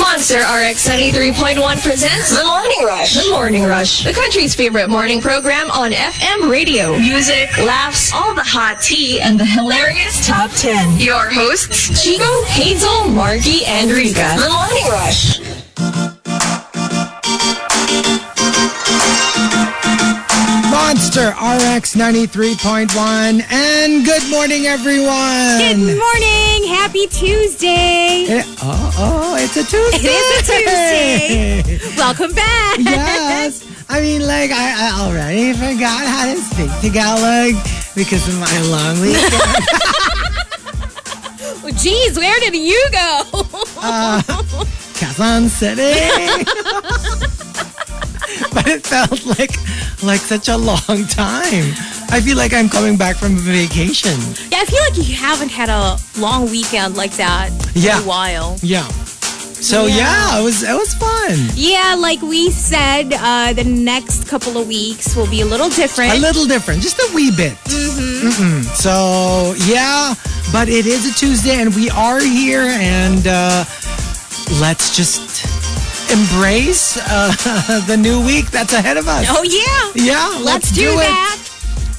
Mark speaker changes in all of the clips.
Speaker 1: Monster RX 73.1 presents The Morning Rush. The Morning Rush. The country's favorite morning program on FM radio. Music, laughs, all the hot tea, and the hilarious top 10. Your hosts, Chico, Hazel, Margie, and Rika. The Morning Rush.
Speaker 2: Monster RX 93.1 and good morning everyone.
Speaker 3: Good morning! Happy Tuesday!
Speaker 2: Eh, oh, oh, it's a Tuesday.
Speaker 3: It is a Tuesday! Welcome back!
Speaker 2: yes. I mean like I, I already forgot how to speak Tagalog because of my long weekend.
Speaker 3: Well, Geez, where did you go?
Speaker 2: Quezon City. but it felt like like such a long time. I feel like I'm coming back from vacation.
Speaker 3: yeah, I feel like you haven't had a long weekend like that
Speaker 2: Yeah.
Speaker 3: in a while.
Speaker 2: Yeah. So
Speaker 3: Yeah.
Speaker 2: yeah, it was it was fun.
Speaker 3: Yeah, like we said, uh, the next couple of weeks will be a little different.
Speaker 2: A little different, just a wee bit.
Speaker 3: Mm-hmm.
Speaker 2: Mm-mm. So, yeah, but it is a Tuesday and we are here and uh, let's just embrace uh, the new week that's ahead of us.
Speaker 3: oh, yeah!
Speaker 2: Yeah,
Speaker 3: Let's, do,
Speaker 2: it.
Speaker 3: that!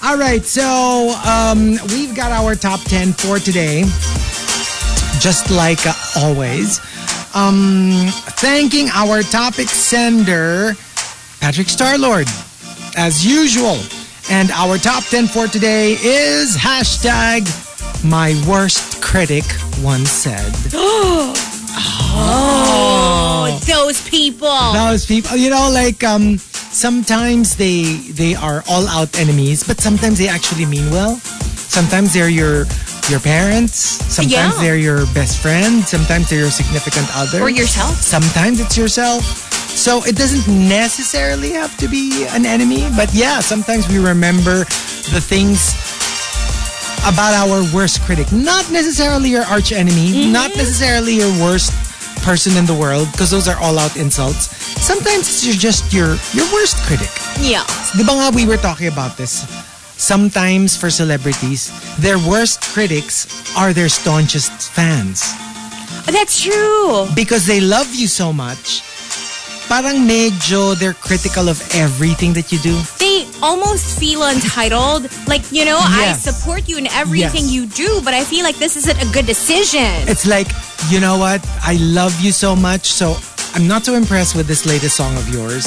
Speaker 2: All right, so um, we've got our top 10 for today, just like uh, always. Um, thanking our topic sender, Patrick Starlord, as usual. And our top 10 for today is hashtag my worst critic once said.
Speaker 3: Oh, those people!
Speaker 2: Those people, you know, like um, sometimes they they are all out enemies, but sometimes they actually mean well. Sometimes they're your your parents. Sometimes
Speaker 3: Yeah.
Speaker 2: they're your best friend. Sometimes they're your significant other.
Speaker 3: Or yourself.
Speaker 2: Sometimes it's yourself. So it doesn't necessarily have to be an enemy, but yeah, sometimes we remember the things about our worst critic. Not necessarily your arch enemy, not necessarily your worst person in the world, because those are all out insults. Sometimes it's your- just your your worst critic.
Speaker 3: yeah.
Speaker 2: Di ba nga we were talking about this? Sometimes for celebrities, their worst critics are their staunchest fans.
Speaker 3: That's true.
Speaker 2: Because they love you so much, parang medyo they're critical of everything that you do.
Speaker 3: They almost feel entitled. Like, you know,
Speaker 2: Yes.
Speaker 3: I support you in everything
Speaker 2: Yes.
Speaker 3: you do, but I feel like this isn't a good decision.
Speaker 2: It's like, you know what? I love you so much, so I'm not so impressed with this latest song of yours.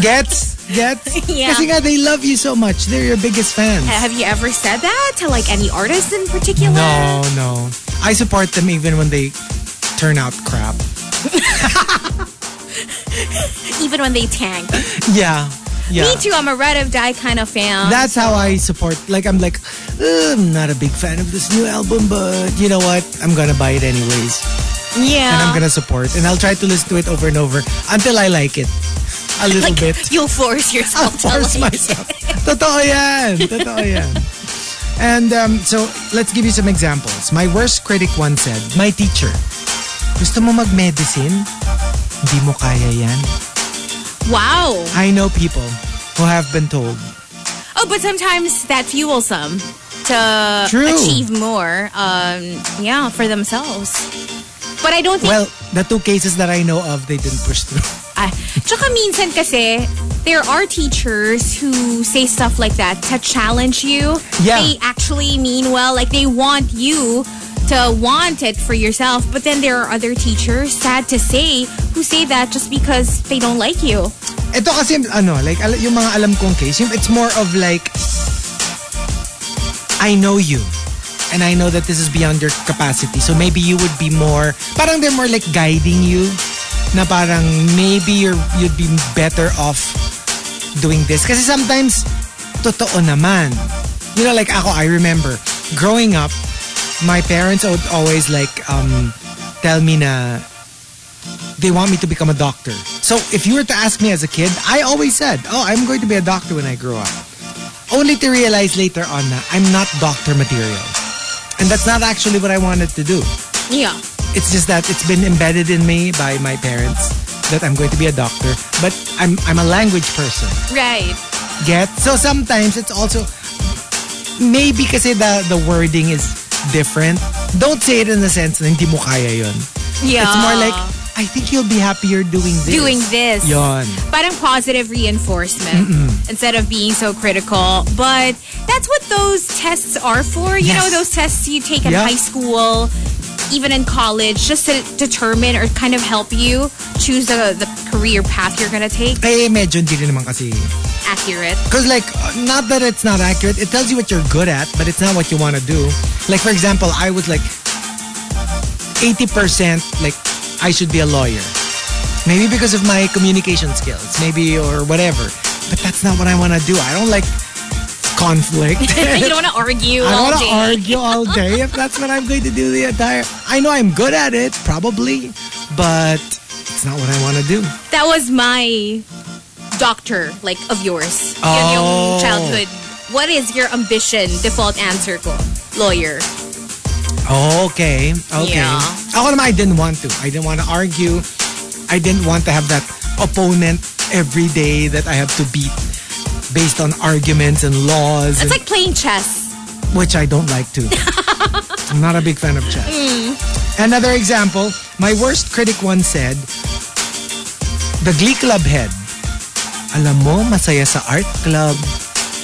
Speaker 2: Gets? Gets?
Speaker 3: Yeah.
Speaker 2: Kasi nga, they love you so much. They're your biggest fans.
Speaker 3: Have you ever said that to like any artist in particular?
Speaker 2: No, no. I support them even when they turn out crap.
Speaker 3: Even when they tank.
Speaker 2: Yeah. Yeah.
Speaker 3: Me too. I'm a red of die kind of fan.
Speaker 2: That's how I support. Like, I'm like, "Ugh, I'm not a big fan of this new album, but you know what? I'm gonna buy it anyways.
Speaker 3: yeah.
Speaker 2: And I'm gonna support. And I'll try to listen to it over and over until I like it. A little
Speaker 3: like
Speaker 2: bit.
Speaker 3: you'll force yourself.
Speaker 2: I'll force
Speaker 3: to like,
Speaker 2: myself. Totoo yan. Totoo yan. And um, so, let's give you some examples. My worst critic once said, my teacher, gusto mo mag-medicine? Hindi mo kaya yan.
Speaker 3: Wow.
Speaker 2: I know people who have been told,
Speaker 3: Oh, but sometimes that fuels them to
Speaker 2: True.
Speaker 3: achieve more. Um, yeah, for themselves. But I don't think.
Speaker 2: well, the two cases that I know of, they didn't push through.
Speaker 3: Ah, tsaka minsan kasi, there are teachers who say stuff like that to challenge you.
Speaker 2: Yeah.
Speaker 3: They actually mean well. Like, they want you to want it for yourself. But then there are other teachers, sad to say, who say that just because they don't like you.
Speaker 2: Ito kasi, ano, like, al- yung mga alam kong case, yung, it's more of like, I know you. And I know that this is beyond your capacity. So maybe you would be more, parang they're more like guiding you. Na parang maybe you're, you'd be better off doing this. Kasi sometimes, totoo naman. You know, like ako, I remember, growing up, my parents would always like, um, tell me na, they want me to become a doctor. So if you were to ask me as a kid, I always said, "Oh, I'm going to be a doctor when I grow up." Only to realize later on that I'm not doctor material. And that's not actually what I wanted to do.
Speaker 3: Yeah.
Speaker 2: It's just that it's been embedded in me by my parents that I'm going to be a doctor, but I'm I'm a language person.
Speaker 3: Right.
Speaker 2: Get? So sometimes it's also maybe kasi the the wording is different. Don't say it in the sense na hindi mo kaya 'yon.
Speaker 3: Yeah.
Speaker 2: It's more like I think you'll be happier doing this.
Speaker 3: Ah. doing this.
Speaker 2: Yon.
Speaker 3: Parang positive reinforcement instead of being so critical. But that's what those tests are for. You
Speaker 2: Yes.
Speaker 3: know, those tests you take in
Speaker 2: Yeah.
Speaker 3: high school, even in college, just to determine or kind of help you choose the, the career path you're going to take.
Speaker 2: Eh, medyo hindi rin naman kasi.
Speaker 3: Accurate.
Speaker 2: Because like, uh, not that it's not accurate. It tells you what you're good at, but it's not what you want to do. Like, for example, I was like 80% like, I should be a lawyer. Maybe because of my communication skills. Maybe or whatever. But that's not what I want to do. I don't like conflict.
Speaker 3: you don't want to argue
Speaker 2: I don't
Speaker 3: all
Speaker 2: want
Speaker 3: day.
Speaker 2: to argue all day if that's what I'm going to do the entire. I know I'm good at it, probably, but it's not what I want to do.
Speaker 3: That was my doctor, like, of yours. Yun yung
Speaker 2: Oh.
Speaker 3: childhood. What is your ambition? Default answer ko. Lawyer.
Speaker 2: Okay, okay.
Speaker 3: Yeah.
Speaker 2: Ako naman, I didn't want to. I didn't want to argue. I didn't want to have that opponent every day that I have to beat based on arguments and laws,
Speaker 3: It's
Speaker 2: and-
Speaker 3: like playing chess.
Speaker 2: which I don't like too. I'm not a big fan of chess.
Speaker 3: Hmm.
Speaker 2: Another example, my worst critic once said, the Glee Club head, alam mo, masaya sa art club.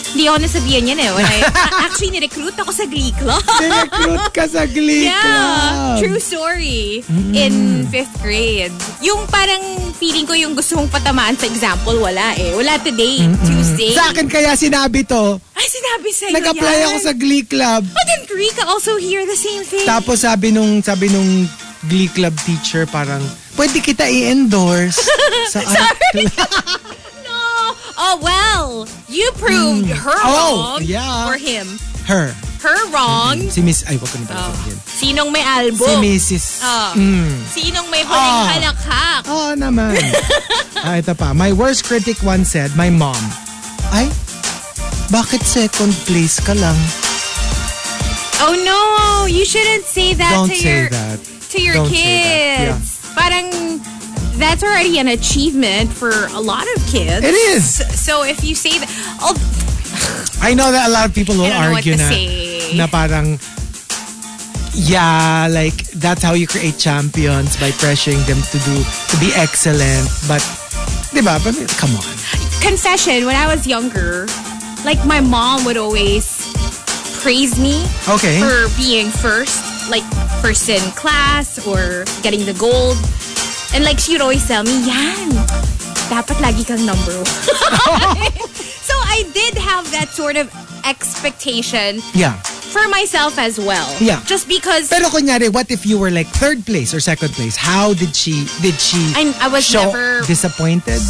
Speaker 3: Hindi ako nasabihan yan eh. When I, actually, nirecruit ako sa Glee Club.
Speaker 2: Nirecruit ka sa Glee
Speaker 3: Yeah, true story. In
Speaker 2: Mm.
Speaker 3: fifth grade. Yung parang feeling ko yung gusto mong patamaan sa example, wala eh. Wala today, Tuesday.
Speaker 2: Sa akin kaya sinabi to,
Speaker 3: Ay, sinabi sa'yo
Speaker 2: nag-apply
Speaker 3: yan.
Speaker 2: ako sa Glee Club.
Speaker 3: But didn't Rika also hear the same thing?
Speaker 2: Tapos sabi nung, sabi nung Glee Club teacher, parang, pwede kita i-endorse sa art club.
Speaker 3: no. Oh, well. You proved her
Speaker 2: Oh,
Speaker 3: wrong.
Speaker 2: yeah.
Speaker 3: Or him.
Speaker 2: Her.
Speaker 3: Her wrong.
Speaker 2: Si Miss, ay, wag ko na pala
Speaker 3: Oh.
Speaker 2: sabihin.
Speaker 3: Sinong may
Speaker 2: Si
Speaker 3: album?
Speaker 2: Mrs.
Speaker 3: Oh. Sinong may huling
Speaker 2: Ah.
Speaker 3: halakhak?
Speaker 2: Oo naman. ah, ito pa. My worst critic once said, my mom, ay, bakit second place ka lang?
Speaker 3: Oh no, you shouldn't say that
Speaker 2: Don't
Speaker 3: to
Speaker 2: say
Speaker 3: your
Speaker 2: that.
Speaker 3: to your
Speaker 2: Don't
Speaker 3: kids.
Speaker 2: say that.
Speaker 3: Parang that's already an achievement for a lot of kids.
Speaker 2: It is.
Speaker 3: So if you say that, oh,
Speaker 2: I know that a lot of people will
Speaker 3: I don't know what
Speaker 2: argue
Speaker 3: to
Speaker 2: na,
Speaker 3: say.
Speaker 2: na parang, yeah, like, that's how you create champions by pressuring them to do, to be excellent. But, di ba? But, come on.
Speaker 3: confession, when I was younger, like my mom would always praise me
Speaker 2: Okay.
Speaker 3: for being first, like first in class or getting the gold. And like she would always tell me, yan, dapat lagi kang number one. so I did have that sort of expectation
Speaker 2: Yeah.
Speaker 3: for myself as well.
Speaker 2: Yeah.
Speaker 3: Just because
Speaker 2: Pero kunyari, what if you were like third place or second place? How did she, did she
Speaker 3: I'm- I was
Speaker 2: show
Speaker 3: never-
Speaker 2: disappointed?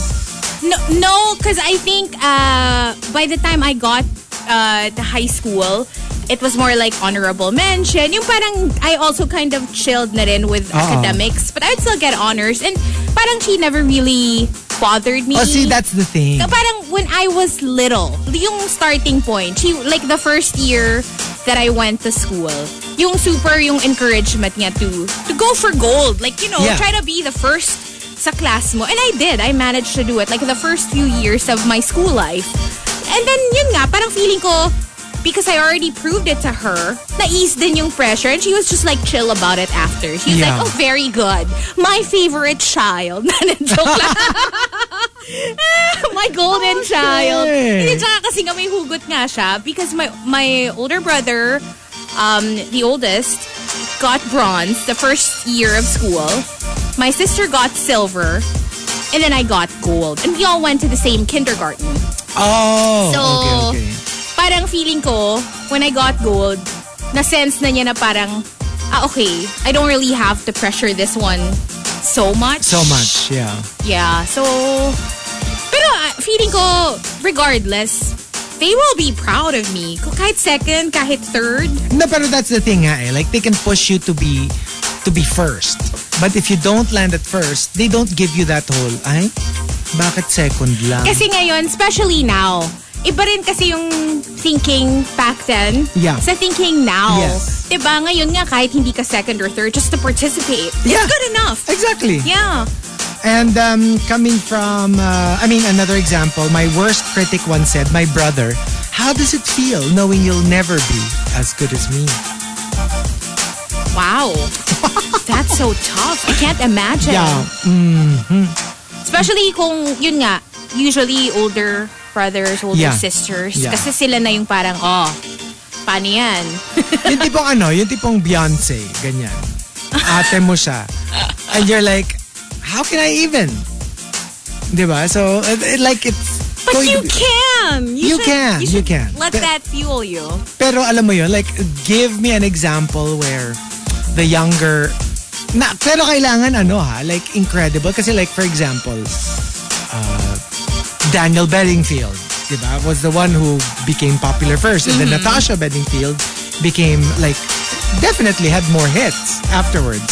Speaker 3: No, no, because I think uh, by the time I got uh, to high school, it was more like honorable mention. Yung parang I also kind of chilled na rin with
Speaker 2: Oo.
Speaker 3: academics, but I would still get honors. And parang she never really bothered me.
Speaker 2: Oh, see, that's the thing.
Speaker 3: Parang when I was little, yung starting point, she, like the first year that I went to school, yung super yung encouragement niya to, to go for gold. Like, you know,
Speaker 2: Yeah.
Speaker 3: try to be the first sa class mo. And I did. I managed to do it. Like, the first few years of my school life. And then, yun nga, parang feeling ko, because I already proved it to her, na-ease din yung pressure. And she was just like chill about it after. She was
Speaker 2: Yeah.
Speaker 3: like, oh, very good. My favorite child. Joke lang. my golden child.
Speaker 2: shit.
Speaker 3: Hindi, tsaka kasi nga may hugot nga siya because my my older brother, um, the oldest, got bronze the first year of school. My sister got silver. And then I got gold. And we all went to the same kindergarten.
Speaker 2: Oh,
Speaker 3: So,
Speaker 2: okay, okay.
Speaker 3: parang feeling ko, when I got gold, na-sense na niya na parang, ah, okay, I don't really have to pressure this one so much.
Speaker 2: So much, yeah.
Speaker 3: Yeah, so... Pero ah, feeling ko, regardless, they will be proud of me. Kung Kahit second, kahit third.
Speaker 2: No, pero that's the thing, nga eh. Like they can push you to be to be first. But if you don't land at first, they don't give you that whole, ay, bakit second lang?
Speaker 3: Kasi ngayon, especially now, iba rin kasi yung thinking back then
Speaker 2: Yeah.
Speaker 3: sa thinking now.
Speaker 2: Yes.
Speaker 3: Diba? Ngayon nga, kahit hindi ka second or third, just to participate.
Speaker 2: Yeah.
Speaker 3: It's good enough.
Speaker 2: Exactly.
Speaker 3: Yeah.
Speaker 2: And um, coming from, uh, I mean, another example, my worst critic once said, my brother, how does it feel knowing you'll never be as good as me?
Speaker 3: Wow. That's so tough. I can't imagine.
Speaker 2: Yeah.
Speaker 3: Especially kung, yun nga, usually older brothers, older
Speaker 2: Yeah.
Speaker 3: sisters.
Speaker 2: Yeah.
Speaker 3: Kasi sila na yung parang, oh, paano yan?
Speaker 2: yung tipong ano, yung tipong Beyonce, ganyan. Ate mo siya. And you're like, how can I even? Di ba? So, it, it- like it's... so,
Speaker 3: But you can!
Speaker 2: You
Speaker 3: should-
Speaker 2: can, you
Speaker 3: should
Speaker 2: can.
Speaker 3: Let
Speaker 2: Pe-
Speaker 3: that fuel you.
Speaker 2: Pero alam mo yun, like, give me an example where the younger... Na, pero kailangan ano ha, like incredible. Kasi like, for example, uh, Daniel Bedingfield, di ba? Was the one who became popular first. And then
Speaker 3: Mm-hmm.
Speaker 2: Natasha Bedingfield became like, definitely had more hits afterwards.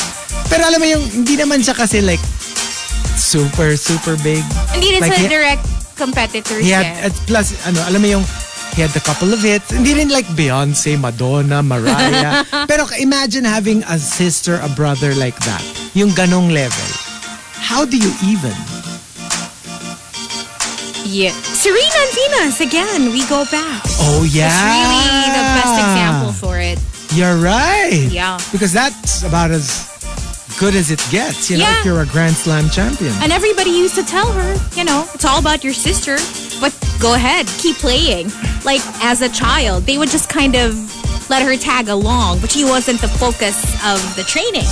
Speaker 2: Pero alam mo yung, hindi naman siya kasi like, super, super big.
Speaker 3: Hindi rin
Speaker 2: Like
Speaker 3: sila
Speaker 2: he-
Speaker 3: direct competitors
Speaker 2: He had,
Speaker 3: eh.
Speaker 2: at plus, ano, alam mo yung, he had a couple of hits. Hindi rin like Beyonce, Madonna, Mariah. Pero ka- imagine having a sister, a brother like that. Yung ganong level. How do you even?
Speaker 3: Yeah. Serena and Venus, again, we go back.
Speaker 2: Oh, yeah.
Speaker 3: It's really the best example for it.
Speaker 2: You're right.
Speaker 3: Yeah.
Speaker 2: Because that's about as good as it gets, you know,
Speaker 3: Yeah.
Speaker 2: if you're a Grand Slam champion.
Speaker 3: And everybody used to tell her, you know, it's all about your sister. But go ahead, keep playing. Like as a child, they would just kind of let her tag along, but she wasn't the focus of the training.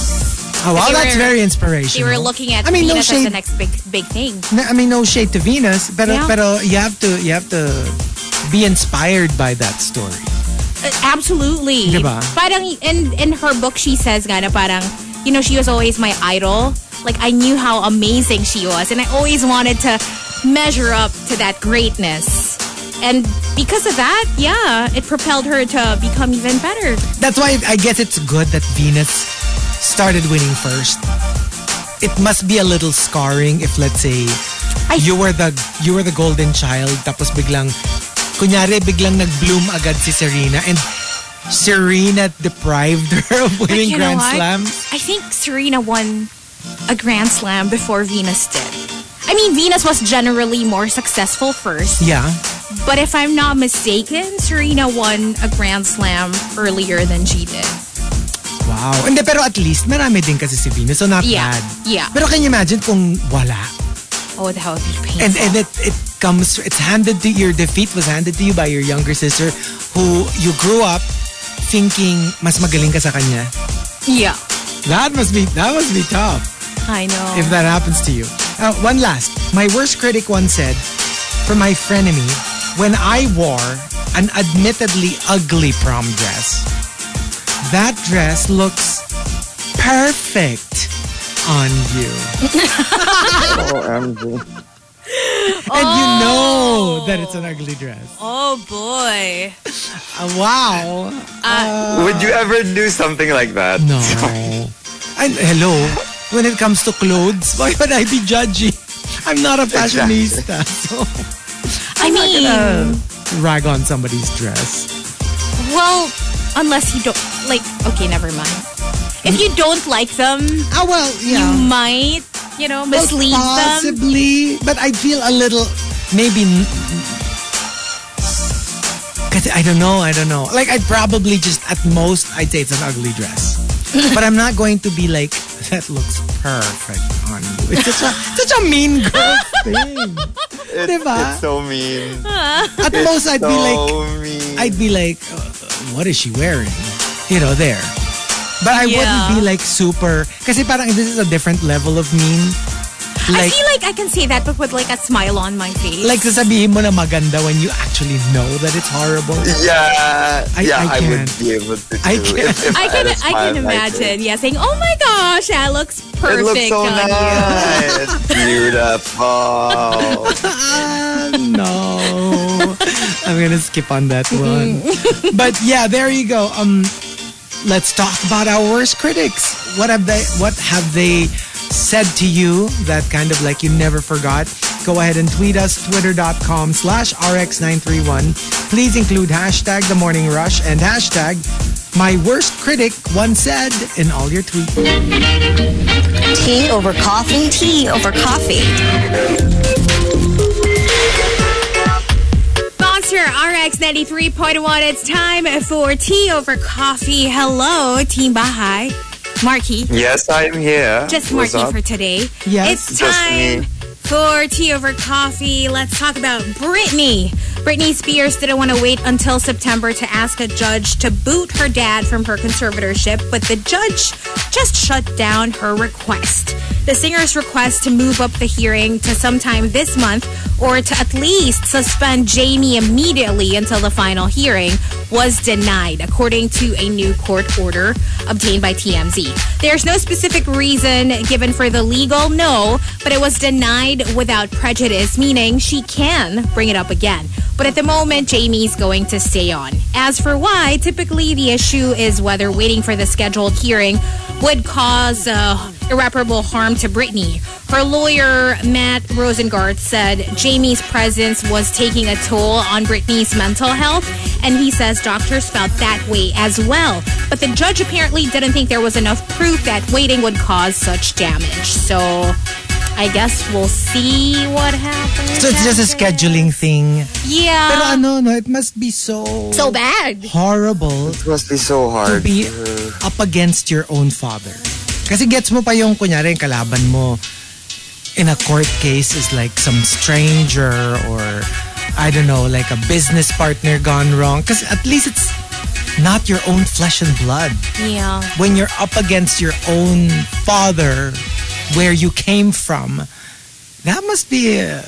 Speaker 2: oh, wow,
Speaker 3: they
Speaker 2: that's
Speaker 3: were-
Speaker 2: very
Speaker 3: They
Speaker 2: inspirational.
Speaker 3: were looking at
Speaker 2: I mean,
Speaker 3: Venus
Speaker 2: no
Speaker 3: as
Speaker 2: shade,
Speaker 3: the next big big thing.
Speaker 2: No, I mean, no shade to Venus, pero,
Speaker 3: Yeah.
Speaker 2: pero you have to, you have to be inspired by that story.
Speaker 3: Uh, absolutely.
Speaker 2: Diba?
Speaker 3: Parang in in her book she says nga na parang you know she was always my idol. Like I knew how amazing she was and I always wanted to measure up to that greatness. And because of that, yeah, it propelled her to become even better.
Speaker 2: That's why I guess it's good that Venus started winning first. It must be a little scarring if let's say
Speaker 3: I-
Speaker 2: you were the you were the golden child tapos biglang kunyari biglang nag-bloom agad si Serena and Serena deprived her of
Speaker 3: But
Speaker 2: winning
Speaker 3: you know
Speaker 2: Grand
Speaker 3: what?
Speaker 2: Slam.
Speaker 3: I think Serena won a Grand Slam before Venus did. I mean, Venus was generally more successful first.
Speaker 2: Yeah.
Speaker 3: But if I'm not mistaken, Serena won a Grand Slam earlier than she did.
Speaker 2: Wow. Hindi, pero at least marami din kasi si Venus. So not
Speaker 3: Yeah.
Speaker 2: bad.
Speaker 3: Yeah.
Speaker 2: Pero can you imagine kung wala?
Speaker 3: Oh, that would be painful.
Speaker 2: And and it it comes it's handed to your defeat was handed to you by your younger sister who you grew up thinking mas magaling ka sa kanya.
Speaker 3: yeah,
Speaker 2: That must be that must be tough
Speaker 3: I know.
Speaker 2: if that happens to you. Uh, one last. My worst critic once said, for my frenemy, when I wore an admittedly ugly prom dress, that dress looks perfect on you.
Speaker 4: OMG.
Speaker 2: And you know that it's an ugly dress.
Speaker 3: oh boy. Uh,
Speaker 2: Uh, wow. Uh,
Speaker 4: Would you ever do something like that?
Speaker 2: No. And hello, when it comes to clothes, why would I be judgy? I'm not a fashionista. So oh
Speaker 3: I mean,
Speaker 2: rag on somebody's dress.
Speaker 3: well, unless you don't like. Okay, never mind. If you don't like them,
Speaker 2: Ah, well,
Speaker 3: you
Speaker 2: yeah.
Speaker 3: might, you know, mislead them.
Speaker 2: Possibly. But I feel a little, maybe. n- Kasi I don't know, I don't know. Like, I'd probably just, at most, I'd say it's an ugly dress. but I'm not going to be like, that looks perfect on you. It's such a, such a mean girl thing.
Speaker 4: It-
Speaker 2: Diba?
Speaker 4: It's so mean.
Speaker 2: At most, I'd
Speaker 4: so
Speaker 2: be like,
Speaker 4: mean.
Speaker 2: I'd be like, uh, what is she wearing? You know, there. But I wouldn't
Speaker 3: Yeah.
Speaker 2: be like super. Kasi parang this is a different level of mean.
Speaker 3: I
Speaker 2: Like,
Speaker 3: feel like I can say that, but with like a smile on my face.
Speaker 2: like sasabihin mo na maganda when you actually know that it's horrible.
Speaker 4: yeah,
Speaker 2: I-
Speaker 4: yeah,
Speaker 2: I
Speaker 4: I, would
Speaker 2: can't.
Speaker 4: be able to.
Speaker 2: I
Speaker 4: do
Speaker 2: can't.
Speaker 4: If, if
Speaker 3: I can,
Speaker 4: had a
Speaker 3: I
Speaker 4: smile
Speaker 3: can
Speaker 4: like
Speaker 3: imagine.
Speaker 4: this.
Speaker 3: yeah, saying, "Oh my gosh, that looks perfect
Speaker 4: It looks so
Speaker 3: on you."
Speaker 4: nice. Beautiful.
Speaker 2: Ah, no. I'm gonna skip on that one. but yeah, there you go. Um, let's talk about our worst critics. What have they? What have they said to you that kind of like you never forgot? Go ahead and tweet us twitter.com slash rx931. Please include hashtag the morning rush and hashtag my worst critic once said in all your tweets.
Speaker 5: Tea over coffee? Tea over coffee.
Speaker 3: Monster RX 93.1, it's time for tea over coffee. Hello, Team Bahay. Marky.
Speaker 4: Yes, I'm here.
Speaker 3: Just
Speaker 4: What's
Speaker 3: Marky
Speaker 4: up?
Speaker 3: for today.
Speaker 2: Yes.
Speaker 3: It's
Speaker 4: Just
Speaker 3: time
Speaker 4: me.
Speaker 3: for tea over coffee. Let's talk about Britney. Britney Spears didn't want to wait until September to ask a judge to boot her dad from her conservatorship, but the judge just shut down her request. The singer's request to move up the hearing to sometime this month or to at least suspend Jamie immediately until the final hearing was denied, according to a new court order obtained by TMZ. There's no specific reason given for the legal no, but it was denied without prejudice, meaning she can bring it up again. But at the moment, Jamie's going to stay on. As for why, typically the issue is whether waiting for the scheduled hearing would cause uh, irreparable harm to Brittany. Her lawyer, Matt Rosengart, said Jamie's presence was taking a toll on Brittany's mental health, and he says doctors felt that way as well. But the judge apparently didn't think there was enough proof that waiting would cause such damage. So I guess we'll see what happens.
Speaker 2: So it's just a
Speaker 3: after this.
Speaker 2: scheduling thing.
Speaker 3: Yeah.
Speaker 2: Pero ano, no, it must be so,
Speaker 3: so bad.
Speaker 2: horrible
Speaker 4: It must be so
Speaker 2: to
Speaker 4: hard.
Speaker 2: be up against your own father. Kasi gets mo pa yung kunyari yung kalaban mo in a court case is like some stranger or I don't know, like a business partner gone wrong. Kasi at least it's not your own flesh and blood.
Speaker 3: Yeah.
Speaker 2: When you're up against your own father, where you came from, that must be uh,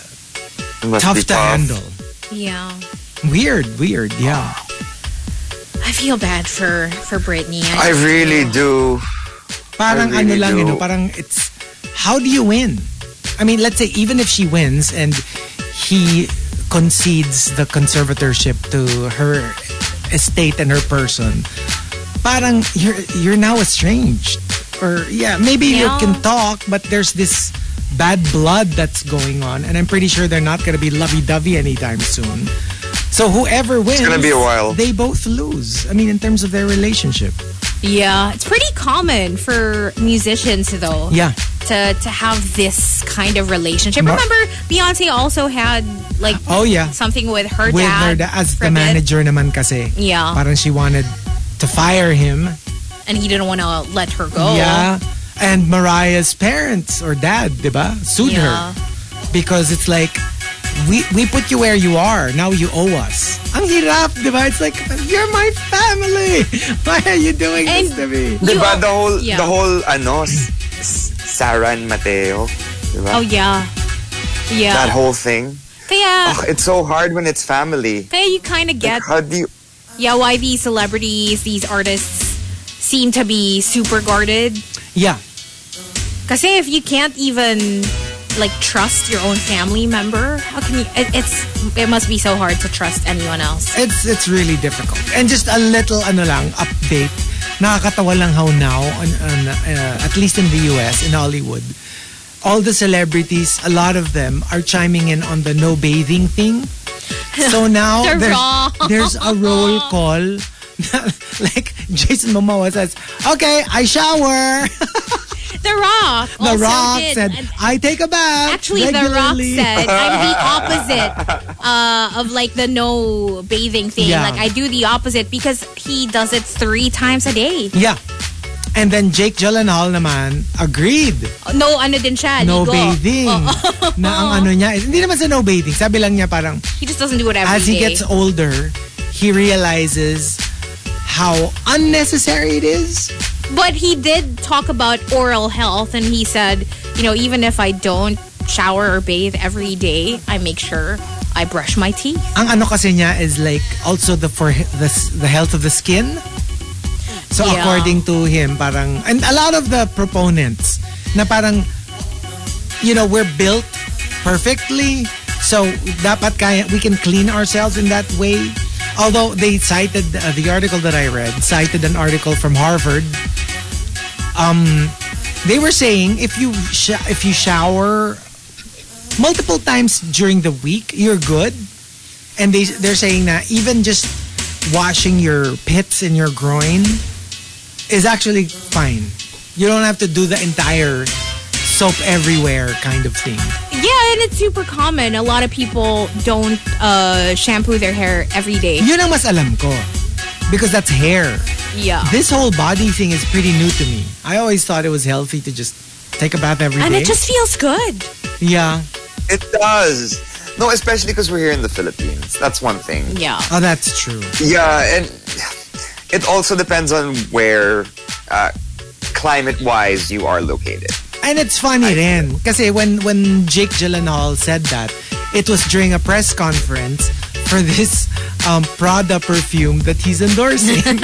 Speaker 4: It must
Speaker 2: tough
Speaker 4: be
Speaker 2: to handle.
Speaker 3: Yeah.
Speaker 2: Weird, weird, yeah.
Speaker 3: I feel bad for for Brittany.
Speaker 4: I really do.
Speaker 2: Parang
Speaker 4: I really
Speaker 2: ano lang, you
Speaker 4: do.
Speaker 2: know, parang it's, how do you win? I mean, let's say even if she wins and he concedes the conservatorship to her estate and her person, parang you're, you're now estranged. Or yeah, maybe you
Speaker 3: Yeah.
Speaker 2: can talk, but there's this bad blood that's going on and I'm pretty sure they're not going to be lovey-dovey anytime soon. So whoever wins,
Speaker 4: gonna be a while.
Speaker 2: they both lose. I mean, in terms of their relationship.
Speaker 3: yeah, it's pretty common for musicians though.
Speaker 2: Yeah.
Speaker 3: To to have this kind of relationship.
Speaker 2: Ma-
Speaker 3: Remember, Beyonce also had like
Speaker 2: Oh yeah.
Speaker 3: something with her
Speaker 2: with
Speaker 3: dad
Speaker 2: her da- as the
Speaker 3: for a bit,
Speaker 2: manager naman kasi.
Speaker 3: Yeah.
Speaker 2: Parang she wanted to fire him.
Speaker 3: and he didn't want to let her go.
Speaker 2: Yeah. And Mariah's parents or dad, di ba? Sued
Speaker 3: Yeah.
Speaker 2: her. Because it's like, we, we put you where you are. Now you owe us. Ang hirap, di ba? It's like, you're my family. Why are you doing
Speaker 3: And-
Speaker 2: this to me?
Speaker 3: You
Speaker 4: Diba,
Speaker 3: al-
Speaker 4: the whole,
Speaker 3: yeah.
Speaker 4: the whole, ano, s- s- Sarah and Mateo. Diba?
Speaker 3: Oh yeah.
Speaker 4: That
Speaker 3: Yeah.
Speaker 4: whole thing.
Speaker 3: Kaya,
Speaker 2: Oh.
Speaker 4: Ugh, it's so hard when it's family.
Speaker 3: kaya you kind of get
Speaker 4: Like, how do you...
Speaker 3: yeah why these celebrities, these artists seem to be super guarded
Speaker 2: Yeah.
Speaker 3: Kasi if you can't even like trust your own family member, how can you? It, it's it must be so hard to trust anyone else.
Speaker 2: It's it's really difficult. And just a little ano lang update. Nakakatawa lang how now on, on, uh, at least in the US in Hollywood all the celebrities, a lot of them are chiming in on the no bathing thing. So now
Speaker 3: They're
Speaker 2: there's,
Speaker 3: wrong.
Speaker 2: there's a roll call. like Jason Momoa says, "Okay, I shower."
Speaker 3: The Rock.
Speaker 2: The
Speaker 3: also
Speaker 2: Rock
Speaker 3: did-
Speaker 2: said, "I take a bath."
Speaker 3: Actually,
Speaker 2: regularly."
Speaker 3: The Rock said, "I'm the opposite uh, of like the no bathing thing.
Speaker 2: Yeah.
Speaker 3: Like I do the opposite because he does it three times a day.
Speaker 2: Yeah. And then Jake Gyllenhaal naman agreed.
Speaker 3: No, ano din siya.
Speaker 2: no
Speaker 3: ligo.
Speaker 2: bathing. na ang ano niya, is- hindi naman sa no bathing. Sabi lang niya parang,
Speaker 3: He just doesn't do it every day.
Speaker 2: as he gets older, he realizes how unnecessary it is.
Speaker 3: But he did talk about oral health, and he said, you know, even if I don't shower or bathe every day, I make sure I brush my teeth.
Speaker 2: Ang ano kasi niya is like, also the for the, s- the health of the skin. So
Speaker 3: Yeah.
Speaker 2: according to him, parang, and a lot of the proponents, na parang, you know, we're built perfectly. So dapat kaya, we can clean ourselves in that way. Although they cited, uh, the article that I read, cited an article from Harvard. Um, they were saying if you sh- if you shower multiple times during the week, you're good. And they they're saying that even just washing your pits and your groin is actually fine. You don't have to do the entire soap everywhere kind of thing.
Speaker 3: Yeah, and it's super common. A lot of people don't uh, shampoo their hair every day.
Speaker 2: Yun ang mas alam ko. Because that's hair.
Speaker 3: Yeah.
Speaker 2: This whole body thing is pretty new to me. I always thought it was healthy to just take a bath every day.
Speaker 3: And it just feels good.
Speaker 2: yeah.
Speaker 4: It does. No, especially because we're here in the Philippines. That's one thing.
Speaker 3: Yeah.
Speaker 2: Oh, that's true.
Speaker 4: Yeah, and it also depends on where, uh, climate-wise, you are located.
Speaker 2: And it's funny then, kasi when when Jake Gyllenhaal said that, it was during a press conference for this um, Prada perfume that he's endorsing.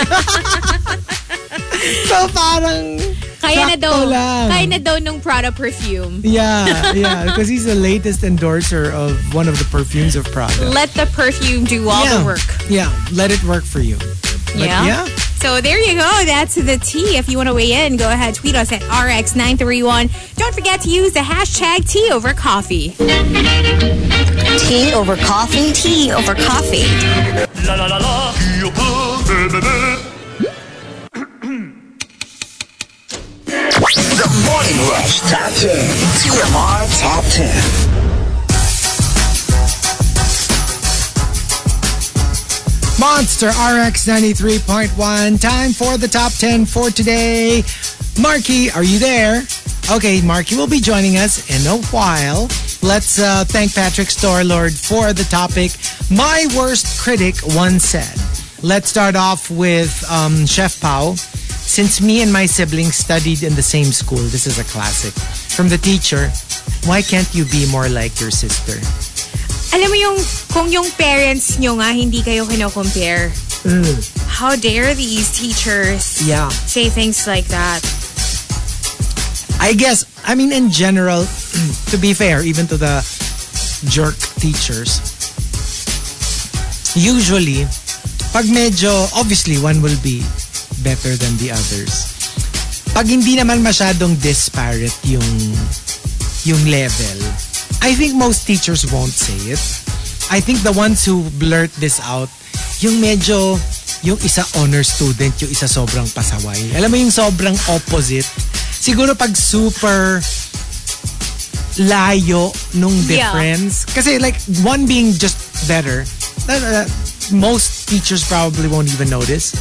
Speaker 2: so parang
Speaker 3: Kaya na
Speaker 2: Sakto
Speaker 3: daw,
Speaker 2: lang.
Speaker 3: kaya na daw nung Prada perfume.
Speaker 2: yeah, yeah, because he's the latest endorser of one of the perfumes of Prada.
Speaker 3: Let the perfume do all
Speaker 2: yeah.
Speaker 3: the work.
Speaker 2: Yeah, let it work for you. But
Speaker 3: Yeah.
Speaker 2: yeah.
Speaker 3: So there you go. That's the tea. If you want to weigh in, go ahead. Tweet us at RX931. Don't forget to use the hashtag tea over coffee.
Speaker 5: Tea over coffee. Tea over coffee.
Speaker 6: La la la la, qui au pot, bleu, bleu, bleu.
Speaker 7: The Morning Rush Top 10. TMR Top 10.
Speaker 2: Monster RX 93.1. Time for the top 10 for today. Marky, are you there? Okay, Marky will be joining us in a while. Let's uh, thank Patrick Storlord for the topic. My worst critic once said. Let's start off with um, Chef Pau. Since me and my siblings studied in the same school, this is a classic. From the teacher, why can't you be more like your sister?
Speaker 3: Alam mo yung, kung yung parents nyo nga hindi kayo kino-compare. How dare these teachers
Speaker 2: Yeah.
Speaker 3: say things like that?
Speaker 2: I guess, I mean, in general, to be fair, even to the jerk teachers, usually, pag medyo, obviously, one will be better than the others. Pag hindi naman masyadong disparate yung, yung level, I think most teachers won't say it. I think the ones who blurt this out, yung medyo, yung isa honor student, yung isa sobrang pasaway. Alam mo yung sobrang opposite. Siguro pag super layo nung
Speaker 3: Yeah.
Speaker 2: difference. Kasi like, one being just better, that- that- most teachers probably won't even notice.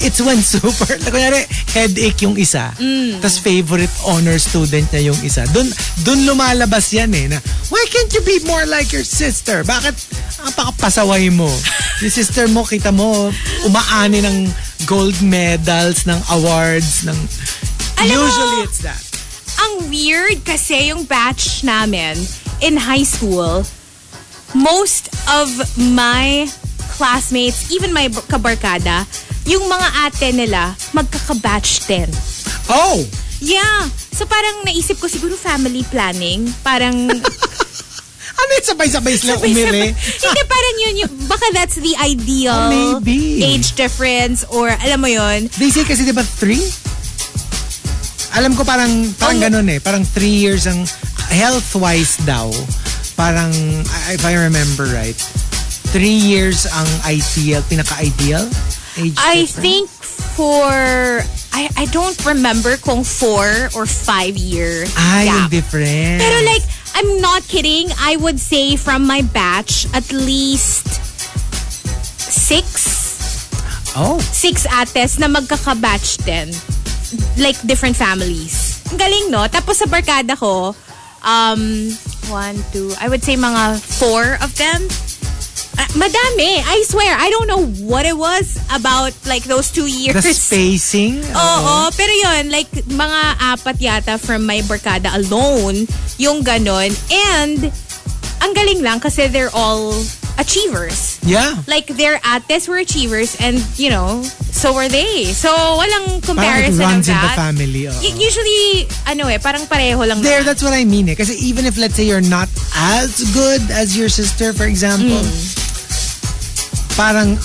Speaker 2: It's when super, like, kunyari, headache yung isa,
Speaker 3: Mm.
Speaker 2: tas favorite honor student niya yung isa. Dun, dun lumalabas yan eh, na, why can't you be more like your sister? Bakit ang pakapasaway mo? Yung sister mo, kita mo, umaani ng gold medals, ng awards, ng...
Speaker 3: Alam mo-
Speaker 2: Usually it's that.
Speaker 3: Ang weird kasi yung batch namin in high school, most of my classmates, even my b- kabarkada, yung mga ate nila, magkakabatch din.
Speaker 2: Oh!
Speaker 3: Yeah. So parang naisip ko siguro family planning. Parang
Speaker 2: Ano yun, sabay-sabay sila umili?
Speaker 3: Hindi, parang yun, yun. Baka that's the
Speaker 2: Oh,
Speaker 3: ideal
Speaker 2: maybe.
Speaker 3: age difference or alam mo yun.
Speaker 2: They say kasi diba three? Alam ko parang, parang
Speaker 3: Ang-
Speaker 2: ganun eh. Parang three years ang health-wise daw. Parang, I- if I remember right, three years ang ideal, pinaka-ideal age
Speaker 3: I
Speaker 2: difference.
Speaker 3: think for I I don't remember kung four or five year
Speaker 2: Ay, Ah, yung
Speaker 3: gap.
Speaker 2: difference.
Speaker 3: Pero like I'm not kidding. I would say from my batch at least six
Speaker 2: oh,
Speaker 3: six ates na magkakabatch din. Like different families. Ang galing no? Tapos sa barkada ko um one, two, I would say mga four of them Ah, madami. I swear, I don't know what it was about like those two years.
Speaker 2: the spacing.
Speaker 3: Oo, pero yun, like, mga apat yata from my barkada alone, yung ganon. And, ang galing lang kasi they're all achievers.
Speaker 2: Yeah.
Speaker 3: Like, their ates were achievers and, you know, so were they. So,
Speaker 2: Parang
Speaker 3: walang
Speaker 2: it
Speaker 3: comparison
Speaker 2: runs in
Speaker 3: of
Speaker 2: the
Speaker 3: that.
Speaker 2: family. oo.
Speaker 3: Y- usually, ano eh, parang pareho lang.
Speaker 2: There,
Speaker 3: naman.
Speaker 2: that's what I mean. Eh. Kasi even if, let's say, you're not as good as your sister, for example, parang,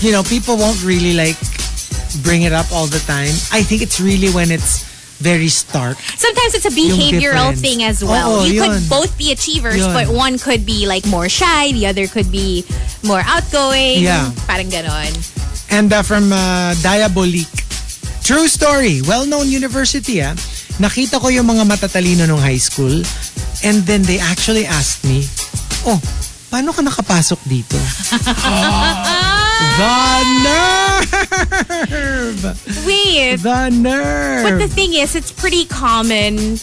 Speaker 2: you know, people won't really, like, bring it up all the time. I think it's really when it's very stark.
Speaker 3: Sometimes it's a behavioral
Speaker 2: difference.
Speaker 3: thing as well.
Speaker 2: Oo,
Speaker 3: you
Speaker 2: yun.
Speaker 3: could both be achievers,
Speaker 2: Yun.
Speaker 3: but one could be like more shy, the other could be more outgoing.
Speaker 2: Yeah.
Speaker 3: Parang ganon.
Speaker 2: And uh, from uh, Diabolique. True story. Well-known university, ah. Nakita ko yung mga matatalino nung high school. And then they actually asked me, Oh, paano ka nakapasok dito?
Speaker 3: Ah!
Speaker 2: The nerve!
Speaker 3: Wait.
Speaker 2: The nerve!
Speaker 3: But the thing is, it's pretty common.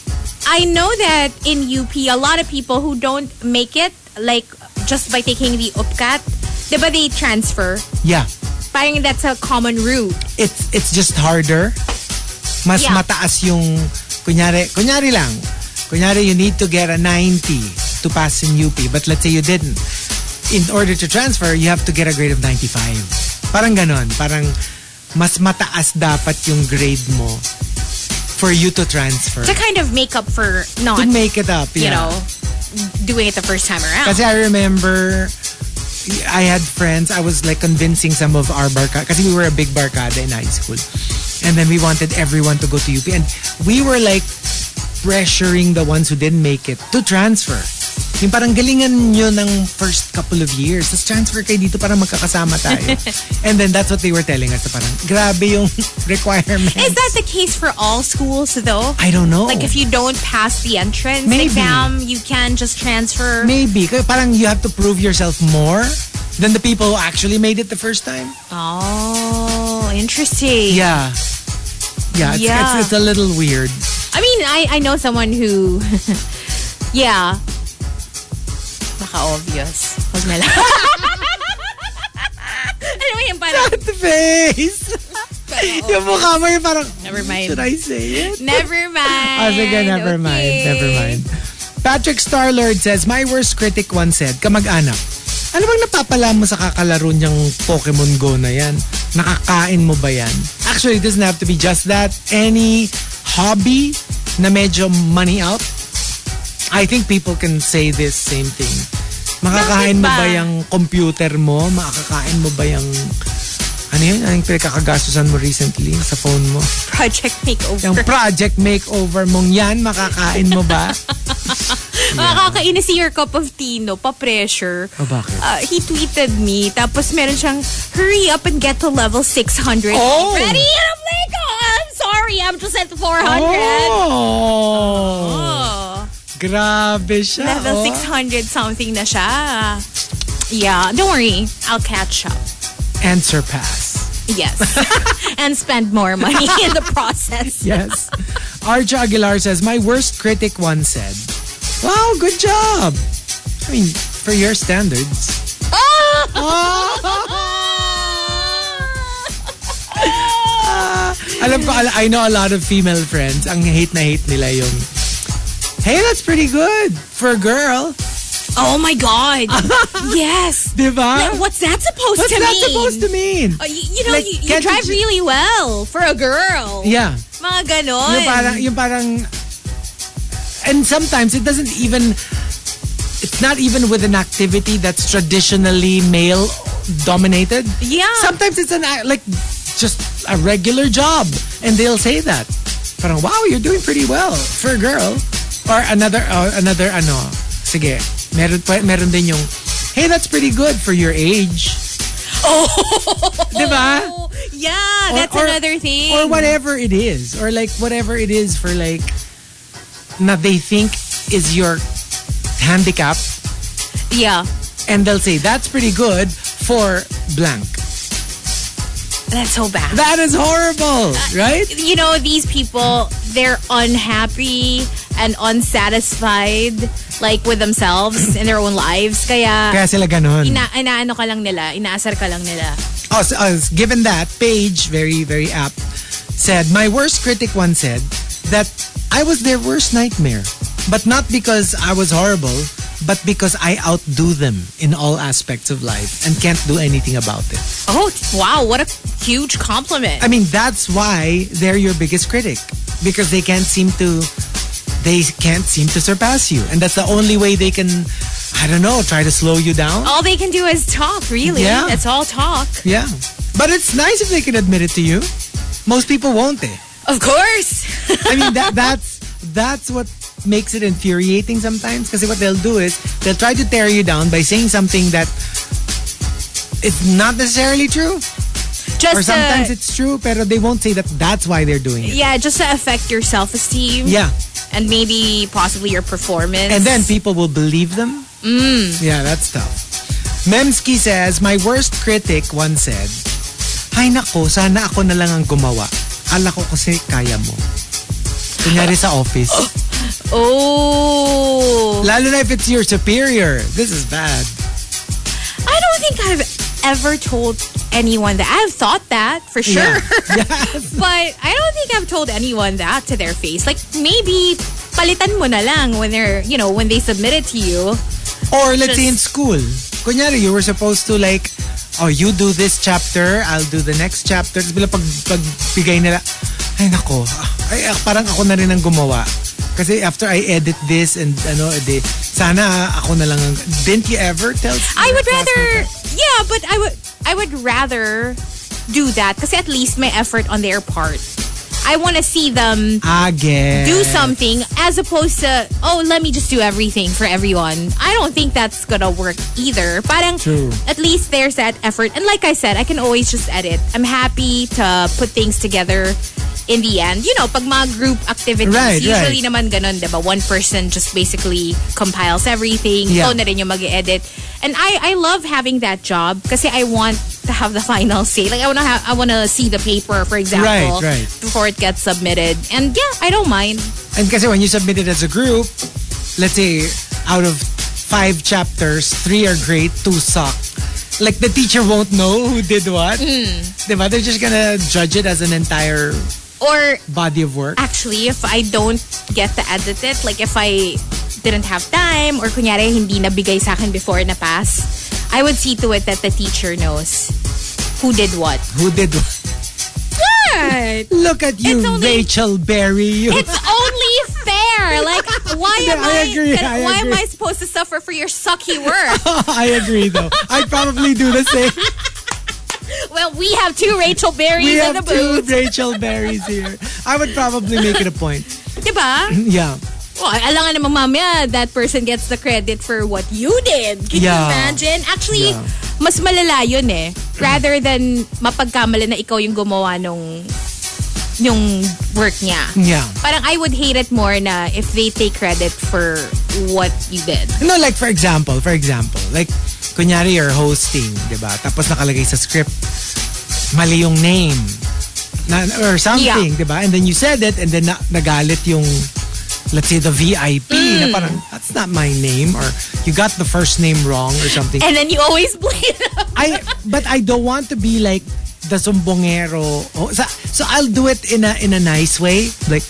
Speaker 3: I know that in UP, a lot of people who don't make it, like just by taking the UPCAT, diba they transfer?
Speaker 2: yeah,
Speaker 3: Parang that's a common route.
Speaker 2: it's it's just harder. Mas
Speaker 3: Yeah.
Speaker 2: mataas yung kunyari, kunyari lang. Kunyari you need to get a 90 to pass in UP, but let's say you didn't. In order to transfer, you have to get a grade of 95. Parang ganon, parang mas mataas dapat yung grade mo for you to transfer.
Speaker 3: To kind of make up for not,
Speaker 2: to make it up,
Speaker 3: you
Speaker 2: yeah.
Speaker 3: know, doing it the first time around.
Speaker 2: Kasi I remember I had friends, I was like convincing some of our barkada, kasi we were a big barkada in high school. And then we wanted everyone to go to UP. And we were like pressuring the ones who didn't make it to transfer. Yung parang galingan nyo ng first couple of years. Tapos transfer kayo dito para magkakasama tayo. And then that's what they were telling us. na Parang grabe yung requirements.
Speaker 3: Is that the case for all schools, though?
Speaker 2: I don't know.
Speaker 3: Like, if you don't pass the entrance
Speaker 2: Maybe.
Speaker 3: exam, you can just transfer.
Speaker 2: Maybe. Kaya Parang you have to prove yourself more than the people who actually made it the first time.
Speaker 3: Oh, interesting.
Speaker 2: Yeah. Yeah, it's,
Speaker 3: Yeah.
Speaker 2: It's, it's a little weird.
Speaker 3: I mean, I, I know someone who, yeah, naka-obvious. Huwag na lang. Alam mo yun, parang,
Speaker 2: The face! yung mukha mo yung parang,
Speaker 3: never
Speaker 2: should
Speaker 3: mind.
Speaker 2: I say it?
Speaker 3: Never mind.
Speaker 2: Ah, sige, never mind.
Speaker 3: Okay.
Speaker 2: Never mind. Patrick Starlord says, My worst critic once said, Kamag-anak, ano bang napapala mo sa kakalaro niyang Pokemon Go na yan? Nakakain mo ba yan? Actually, it doesn't have to be just that. Any hobby na medyo money out, I think people can say this same thing. Makakain
Speaker 3: Bakit
Speaker 2: mo ba
Speaker 3: ba?
Speaker 2: yung computer mo? Makakain mo ba yung... Ano yun? Anong pinagkakagastusan mo recently sa phone mo?
Speaker 3: Project makeover.
Speaker 2: Yung project makeover mong yan, makakain mo ba?
Speaker 3: Makakainis si your cup of tea, no? Pa-pressure.
Speaker 2: Oh, bakit?
Speaker 3: Uh, he tweeted me. Tapos meron siyang, hurry up and get to level 600.
Speaker 2: Oh!
Speaker 3: Ready? And I'm like, oh, I'm sorry. I'm just at 400.
Speaker 2: Oh!
Speaker 3: Oh.
Speaker 2: Grabe siya. oh.
Speaker 3: Level 600 something na siya. Yeah, don't worry. I'll catch up.
Speaker 2: And surpass.
Speaker 3: Yes. and spend more money in the process.
Speaker 2: Yes. Arja Aguilar says, My worst critic once said, Wow, good job! I mean, for your standards. Ah, Alam ko, al- I know a lot of female friends, ang hate na hate nila yung, Hey, that's pretty good for a girl.
Speaker 3: Oh my god. yes.
Speaker 2: Diba?
Speaker 3: Like, What's that supposed
Speaker 2: What's
Speaker 3: to
Speaker 2: that
Speaker 3: mean?
Speaker 2: supposed to mean?
Speaker 3: Uh, you, you know,
Speaker 2: Like,
Speaker 3: you, you
Speaker 2: can't
Speaker 3: drive
Speaker 2: you-
Speaker 3: really well for a girl.
Speaker 2: Yeah.
Speaker 3: Mga ganon.
Speaker 2: Yung parang, yung parang, and sometimes it doesn't even, it's not even with an activity that's traditionally male dominated.
Speaker 3: Yeah.
Speaker 2: Sometimes it's an, act- like, just a regular job. And they'll say that. Parang, wow, you're doing pretty well for a girl. Or another, uh, another, ano, sige, meron, pa- meron din yung, hey, that's pretty good for your age. Oh! Diba?
Speaker 3: Oh, yeah,
Speaker 2: Or-
Speaker 3: that's
Speaker 2: or-
Speaker 3: another thing.
Speaker 2: or whatever it is or like whatever it is for like na they think is your handicap
Speaker 3: Yeah.
Speaker 2: and they'll say that's pretty good for blank
Speaker 3: That's so bad.
Speaker 2: that is
Speaker 3: Uh,
Speaker 2: horrible right
Speaker 3: you know, these people, they're unhappy and unsatisfied, like with themselves in their own lives. Kaya,
Speaker 2: kaya sila ganun
Speaker 3: ina inaano ka lang nila, inaasar ka lang nila.
Speaker 2: oh, so, oh, given that Paige very very apt said my worst critic once said that I was their worst nightmare but not because I was horrible but because I outdo them in all aspects of life and can't do anything about it
Speaker 3: Oh, wow, what a huge compliment.
Speaker 2: I mean, that's why they're your biggest critic because they can't seem to they can't seem to surpass you, and that's the only way they can. I don't know. Try to slow you down.
Speaker 3: all they can do is talk, really.
Speaker 2: Yeah.
Speaker 3: That's all talk.
Speaker 2: Yeah, but it's nice if they can admit it to you. Most people won't. Eh?
Speaker 3: Of course.
Speaker 2: I mean, that that's that's what makes it infuriating sometimes because what they'll do is they'll try to tear you down by saying something that it's not necessarily true,
Speaker 3: Just uh,
Speaker 2: or sometimes
Speaker 3: to,
Speaker 2: it's true, pero they won't say that that's why they're doing it.
Speaker 3: yeah, just to affect your self esteem.
Speaker 2: Yeah.
Speaker 3: And maybe possibly your performance.
Speaker 2: And then people will believe them. Yeah, that's tough. Memski says, my worst critic once said, Ay nako, sana ako na lang ang gumawa. Ala ko kasi kaya mo. Kunyari sa office.
Speaker 3: Oh.
Speaker 2: Lalo na if it's your superior. This is bad.
Speaker 3: I don't think I've ever told anyone that. I've thought that for sure.
Speaker 2: Yeah. Yes.
Speaker 3: But I don't think I've told anyone that to their face. Like maybe palitan mo na lang when they're, you know, when they submit it to you.
Speaker 2: Or let's say in
Speaker 3: Just-
Speaker 2: school. Kunyari, you were supposed to like, oh, you do this chapter, I'll do the next chapter. Tapos bila pag, pagbigay nila, ay nako, ah, ay, ah, parang ako na rin ang gumawa. Kasi after I edit this and ano, edi, sana ah, ako na lang ang, didn't you ever tell
Speaker 3: I
Speaker 2: your
Speaker 3: would rather
Speaker 2: classmate
Speaker 3: Yeah, but I would I would rather do that kasi at least may effort on their part. I want to see them
Speaker 2: that? Again.
Speaker 3: do something as opposed to oh let me just do everything for everyone i don't think that's gonna work either parang
Speaker 2: True.
Speaker 3: at least there's that effort and like i said i can always just edit i'm happy to put things together in the end you know pag mga group activities
Speaker 2: Right,
Speaker 3: usually
Speaker 2: right.
Speaker 3: naman ganun diba one person just basically compiles everything
Speaker 2: Yeah.
Speaker 3: ikaw na rin yung mag-edit and i i love having that job kasi i want to have the final say like i want to have i want to see the paper for example
Speaker 2: Right, right.
Speaker 3: before it gets submitted and yeah i don't mind
Speaker 2: And kasi when you submit it as a group, let's say out of five chapters, three are great, two suck. Like the teacher won't know who did what. Diba? They're just gonna judge it as an entire
Speaker 3: Or
Speaker 2: body of work.
Speaker 3: actually, if I don't get to edit it, like if I didn't have time or kunyari hindi nabigay sa akin before na pass, I would see to it that the teacher knows who did what.
Speaker 2: Who did what?
Speaker 3: Right.
Speaker 2: Look at you,
Speaker 3: It's only-
Speaker 2: Rachel Berry. You.
Speaker 3: It's only fair. Like, why
Speaker 2: Yeah,
Speaker 3: am
Speaker 2: I
Speaker 3: I,
Speaker 2: agree, I
Speaker 3: why am
Speaker 2: agree.
Speaker 3: I supposed to suffer for your sucky work?
Speaker 2: I agree though. I'd probably do the same.
Speaker 3: well, we have two Rachel Berries
Speaker 2: We
Speaker 3: in
Speaker 2: have
Speaker 3: the
Speaker 2: two
Speaker 3: booth.
Speaker 2: Rachel Berries here. I would probably make it a point.
Speaker 3: Diba?
Speaker 2: Yeah.
Speaker 3: Well, alam nga naman mamaya, that person gets the credit for what you did. Can you
Speaker 2: Yeah.
Speaker 3: imagine? Actually,
Speaker 2: Yeah.
Speaker 3: mas malala yun eh. Rather than mapagkamali na ikaw yung gumawa nung yung work niya.
Speaker 2: Yeah.
Speaker 3: Parang I would hate it more na if they take credit for what you did.
Speaker 2: No, like for example, for example, like kunyari you're hosting, 'di ba? Tapos nakalagay sa script mali yung name na, or something, 'di ba? And then you said it and then na, nagalit yung let's say the VIP na parang that's not my name or you got the first name wrong or something.
Speaker 3: And then you always blame them.
Speaker 2: I but I don't want to be like the sumbongero. Oh, sa, so I'll do it in a in a nice way. Like,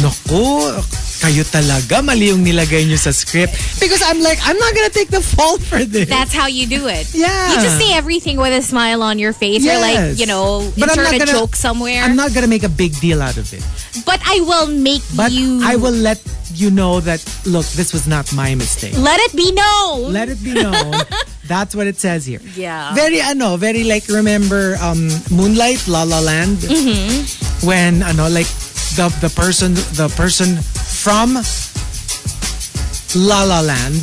Speaker 2: nako, kayo talaga mali yung nilagay nyo sa script. Because I'm like, I'm not gonna take the fall for this.
Speaker 3: That's how you do it.
Speaker 2: Yeah.
Speaker 3: You just say everything with a smile on your face or like,
Speaker 2: Yes.
Speaker 3: you know,
Speaker 2: But I'm
Speaker 3: insert a
Speaker 2: not gonna-
Speaker 3: joke somewhere.
Speaker 2: I'm not gonna make a big deal out of it.
Speaker 3: but I will make
Speaker 2: But
Speaker 3: you...
Speaker 2: I will let you know that look, this was not my mistake.
Speaker 3: Let it be known.
Speaker 2: Let it be known. That's what it says here.
Speaker 3: Yeah.
Speaker 2: Very ano, very like remember um Moonlight La La Land
Speaker 3: Mm-hmm.
Speaker 2: when ano like the the person the person from La La Land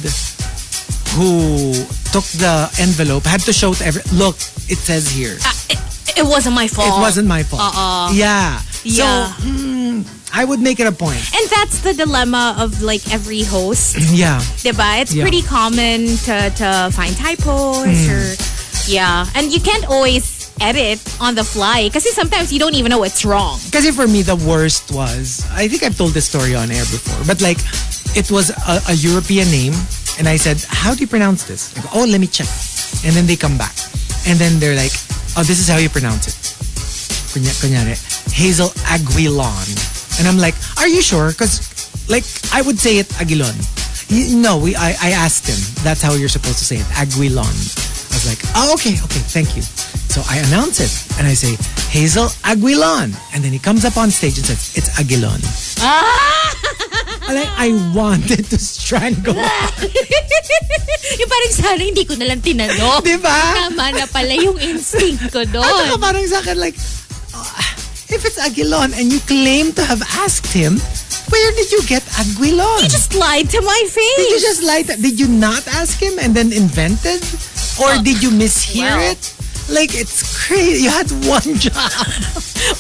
Speaker 2: who took the envelope had to show to every look it says here
Speaker 3: Ah, it, it wasn't my fault.
Speaker 2: it wasn't my fault uh yeah
Speaker 3: uh-uh. Yeah.
Speaker 2: so mm, I would make it a point
Speaker 3: And that's the dilemma of like every host,
Speaker 2: yeah
Speaker 3: diba? It's
Speaker 2: Yeah. Hmm.
Speaker 3: pretty common to, to find typos or yeah, and you can't always edit on the fly because sometimes you don't even know what's wrong.
Speaker 2: Kasi for me, the worst was, I think I've told this story on air before, but like, it was a, a European name, and I said, how do you pronounce this? They go, oh, let me check. And then they come back. And then they're like, oh, this is how you pronounce it. Kunya- Kunyari, Hazel Aguilon. And I'm like, are you sure? Because, like, I would say it Aguilon. Y- No, we, I, I asked him. That's how you're supposed to say it, Aguilon. I was like, oh, okay, okay, thank you. So I announce it and I say, Hazel Aguilon. And then he comes up on stage and says, it's Aguilon. And I, I wanted to strangle.
Speaker 3: yung parang sana hindi ko nalang tinanong.
Speaker 2: diba?
Speaker 3: Tama na pala yung instinct ko
Speaker 2: At saka
Speaker 3: doon.
Speaker 2: parang sa akin, like, ah, if it's Aguilon and you claim to have asked him, where did you get Aguilon?
Speaker 3: You just lied to my face.
Speaker 2: Did you just lie? To, did you not ask him and then invented, or did you mishear
Speaker 3: Oh, well.
Speaker 2: it? Like it's crazy. You had one job.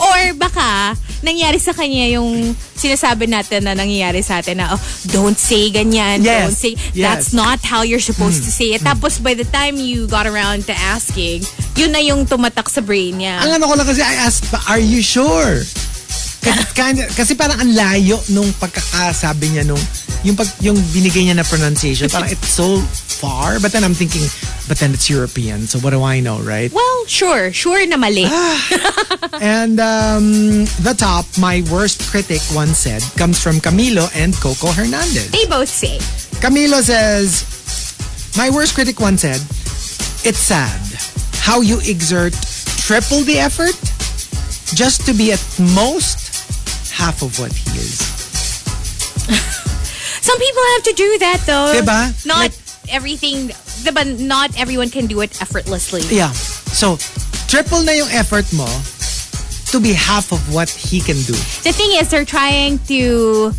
Speaker 3: Or baka nangyari sa kanya yung sinasabi natin na nangyayari sa atin na, oh, don't say ganyan,
Speaker 2: Yes.
Speaker 3: don't say,
Speaker 2: Yes. Hmm.
Speaker 3: that's not how you're supposed to say it. Tapos by the time you got around to asking, yun na yung tumatak sa brain niya.
Speaker 2: Ang ano ko lang kasi, I asked pa, are you sure? Kasi, kanya- kasi parang ang layo nung pagkakasabi niya nung, yung, pag, yung binigay niya na pronunciation, parang it's so far. But then I'm thinking, but then it's European, so what do I know, right?
Speaker 3: Well, sure. Sure na mali.
Speaker 2: Ah. And um, the top, my worst critic once said, comes from Camilo and Coco Hernandez.
Speaker 3: They both say.
Speaker 2: Camilo says, My worst critic once said, It's sad how you exert triple the effort just to be at most half of what he is.
Speaker 3: Some people have to do that though.
Speaker 2: Diba?
Speaker 3: Not
Speaker 2: Like-
Speaker 3: everything, diba, not everyone can do it effortlessly.
Speaker 2: Yeah. So, triple na yung effort mo to be half of what he can do.
Speaker 3: The thing is, they're trying to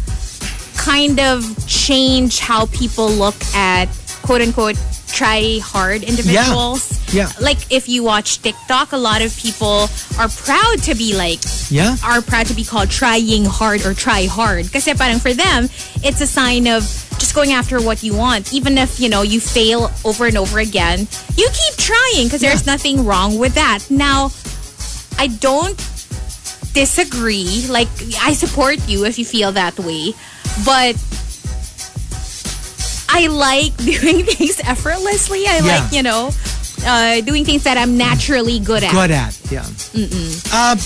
Speaker 3: kind of change how people look at quote unquote try hard individuals.
Speaker 2: Yeah.
Speaker 3: Like if you watch TikTok, a lot of people are proud to be like,
Speaker 2: Yeah?
Speaker 3: are proud to be called trying hard or try hard. Kasi parang for them, it's a sign of just going after what you want. Even if, you know, you fail over and over again, you keep trying because there's nothing wrong with that. Now, I don't disagree. Like, I support you if you feel that way. But I like doing things effortlessly. I
Speaker 2: Yeah.
Speaker 3: like, you know, uh, doing things that I'm naturally good at.
Speaker 2: Good at. Yeah. Uh,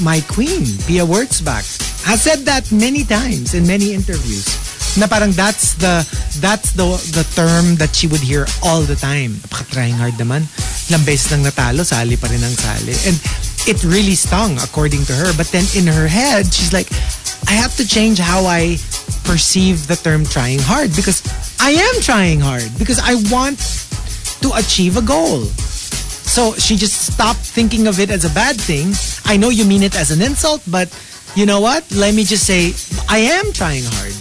Speaker 2: my queen, Pia Wurtzbach, has said that many times in many interviews. Na parang that's the that's the the term that she would hear all the time. Napaka trying hard naman. Ilang beses nang natalo, sali pa rin ang sali. And it really stung according to her. But then in her head, she's like, I have to change how I perceive the term trying hard because I am trying hard because I want to achieve a goal. So she just stopped thinking of it as a bad thing. I know you mean it as an insult, but you know what? Let me just say, I am trying hard